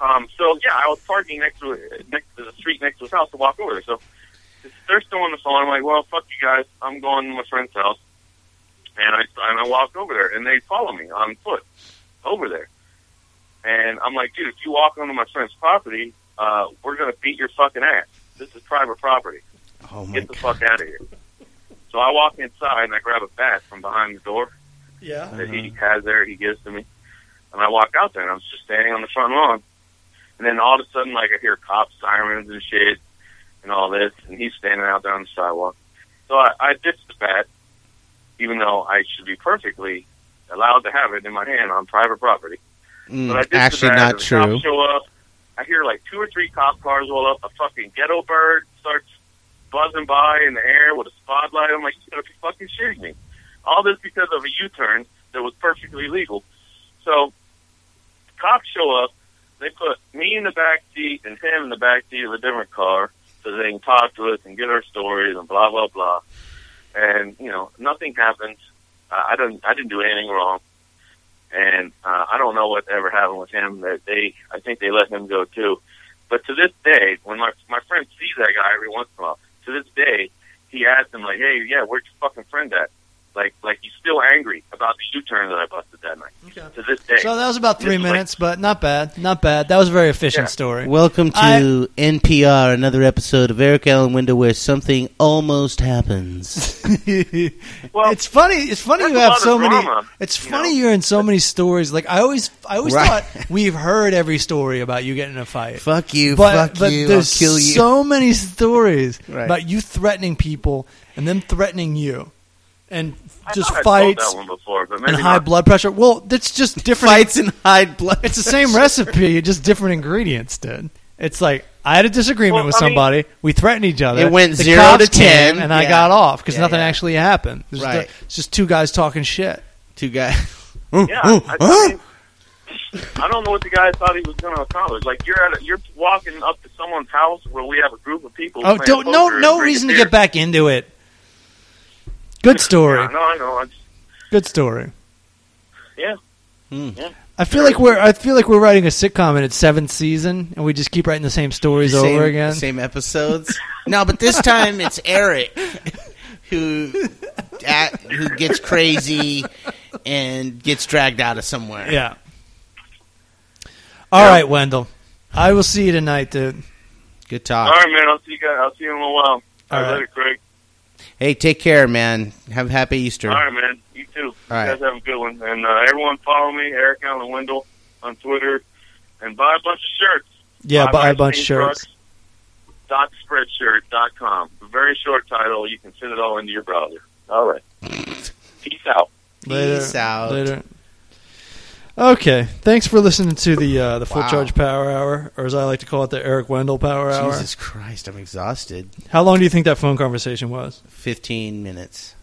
Speaker 2: um, so yeah, I was parking next to next to the street next to his house to walk over there. So they're still on the phone. I'm like, well, fuck you guys. I'm going to my friend's house, and I and I walk over there, and they follow me on foot over there. And I'm like, dude, if you walk onto my friend's property, uh, we're gonna beat your fucking ass. This is private property
Speaker 3: Oh my
Speaker 2: get the
Speaker 3: god!
Speaker 2: fuck out of here. So I walk inside and I grab a bat from behind the door
Speaker 1: Yeah.
Speaker 2: that he
Speaker 3: Uh-huh.
Speaker 2: has there. He gives to me, and I walk out there and I'm just standing on the front lawn. And then all of a sudden, like I hear cop sirens and shit and all this, and he's standing out there on the sidewalk. So I, I ditched the bat, even though I should be perfectly allowed to have it in my hand on private property.
Speaker 3: Mm,
Speaker 2: But I did
Speaker 3: actually,
Speaker 2: the bad,
Speaker 3: not
Speaker 2: and the cops
Speaker 3: true.
Speaker 2: Show up. I hear like two or three cop cars roll up. A fucking ghetto bird starts buzzing by in the air with a spotlight. I'm like, you gotta be fucking shitting me. All this because of a U-turn that was perfectly legal. So cops show up. They put me in the back seat and him in the back seat of a different car so they can talk to us and get our stories and blah blah blah. And you know, nothing happened. Uh, I didn't. I didn't do anything wrong. And uh, I don't know what ever happened with him. That they, I think they let him go too. But to this day, when my my friend sees that guy every once in a while, to this day, he asks him like, "Hey, yeah, where's your fucking friend at?" Like, like he's still angry about the U-turn that I busted that night. To this day,
Speaker 1: So that was about three
Speaker 2: This is like-
Speaker 1: minutes, but not bad. Not bad. That was a very efficient
Speaker 2: Yeah.
Speaker 1: story.
Speaker 3: Welcome to
Speaker 1: I-
Speaker 3: NPR, another episode of Eric Allen Window, where something almost happens.
Speaker 2: well,
Speaker 1: it's funny. It's funny
Speaker 2: that's
Speaker 1: you
Speaker 2: a
Speaker 1: have
Speaker 2: lot of
Speaker 1: so many.
Speaker 2: drama,
Speaker 1: it's
Speaker 2: you
Speaker 1: funny
Speaker 2: know?
Speaker 1: you're in so many stories. Like I always, I always
Speaker 3: Right.
Speaker 1: thought we've heard every story about you getting in a fight.
Speaker 3: fuck you!
Speaker 1: but,
Speaker 3: fuck
Speaker 1: but
Speaker 3: you! I'll
Speaker 1: there's
Speaker 3: kill you!
Speaker 1: so many stories
Speaker 3: Right.
Speaker 1: about you threatening people and them threatening you, and
Speaker 2: I
Speaker 1: just
Speaker 2: thought I told
Speaker 1: fights
Speaker 2: that one before, but
Speaker 1: and
Speaker 2: maybe
Speaker 1: high
Speaker 2: not.
Speaker 1: blood pressure. Well, that's just different.
Speaker 3: Fights and hide blood.
Speaker 1: It's the same recipe, just different ingredients, dude. It's like I had a disagreement
Speaker 2: Well,
Speaker 1: with
Speaker 2: I mean-
Speaker 1: somebody. we threatened each other.
Speaker 3: It went
Speaker 1: The
Speaker 3: zero
Speaker 1: cops
Speaker 3: to 10,
Speaker 1: came and I
Speaker 3: yeah.
Speaker 1: got off because
Speaker 3: Yeah,
Speaker 1: nothing
Speaker 3: yeah.
Speaker 1: actually happened. It's just-
Speaker 3: Right.
Speaker 1: it's just two guys talking shit.
Speaker 3: Two guys.
Speaker 2: Yeah, I, I, mean, I don't know what the guy thought he was going to accomplish. Like you're at a, you're walking up to someone's house where we have a group of people.
Speaker 1: Oh,
Speaker 2: playing
Speaker 1: don't no
Speaker 2: poker and
Speaker 1: no
Speaker 2: drinking
Speaker 1: reason to
Speaker 2: beer.
Speaker 1: get back into it. Good
Speaker 2: Yeah,
Speaker 1: story.
Speaker 2: no, I know. I just,
Speaker 1: Good story.
Speaker 3: Hmm.
Speaker 2: yeah,
Speaker 1: I feel like we're I feel like we're writing a sitcom in its seventh season, and we just keep writing the same stories
Speaker 3: same,
Speaker 1: over again.
Speaker 3: Same episodes. no, but this time it's Eric who at, who gets crazy and gets dragged out of somewhere.
Speaker 1: Yeah. All right, Wendell. I will see you tonight, dude.
Speaker 3: Good
Speaker 2: All
Speaker 3: talk.
Speaker 2: right, man. I'll see you guys. I'll see you in a little while.
Speaker 1: Ah. All
Speaker 2: All
Speaker 1: right.
Speaker 2: right, later, Craig.
Speaker 3: Hey, take care, man. Have a happy Easter.
Speaker 2: All right, man. You too.
Speaker 3: All
Speaker 2: you
Speaker 3: right.
Speaker 2: guys have a good one. And uh, everyone follow me, Eric Allen Wendell, on Twitter. And buy a bunch of shirts.
Speaker 1: Yeah, buy a
Speaker 2: Ride
Speaker 1: bunch of
Speaker 2: Steam
Speaker 1: shirts.
Speaker 2: Trucks Dot spreadshirt dot com. Very short title. You can send it all into your browser. All right. Peace out.
Speaker 3: Peace out.
Speaker 1: Later. Okay. Thanks for listening to the uh, the Full
Speaker 3: Wow.
Speaker 1: Charge Power Hour, or as I like to call it, the Eric Wendell Power
Speaker 3: Jesus Christ, I'm exhausted.
Speaker 1: Hour. How long do you think that phone conversation was?
Speaker 3: 15 minutes.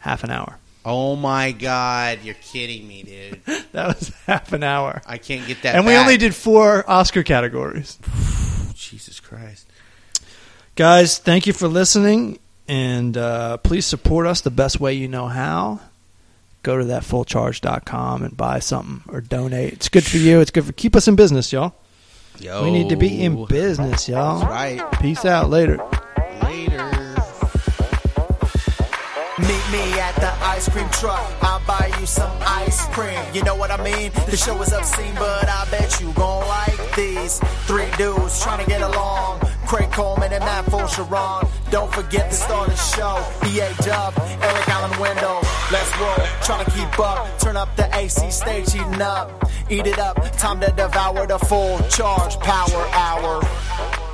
Speaker 1: Half an hour.
Speaker 3: Oh my God, you're kidding me, dude.
Speaker 1: That was half an hour.
Speaker 3: I can't get that.
Speaker 1: and we
Speaker 3: back.
Speaker 1: only did four Oscar categories.
Speaker 3: Jesus Christ.
Speaker 1: Guys, thank you for listening, and uh, please support us the best way you know how. Go to that fullcharge.com and buy something or donate. It's good for you. It's good for keep us in business, y'all.
Speaker 3: Yo.
Speaker 1: We need to be in business, y'all.
Speaker 3: Oh. Right.
Speaker 1: Peace out later.
Speaker 3: Later.
Speaker 4: Meet me at the ice cream truck. I'll buy you some ice cream. You know what I mean? The show is obscene, but I bet you gon' like these three dudes trying to get along. Craig Coleman and Matt Sharon. Don't forget to start the show. EA Dub, Eric Allen Window. Let's roll. Trying to keep up. Turn up the AC stage, eating up. Eat it up. Time to devour the full charge power hour.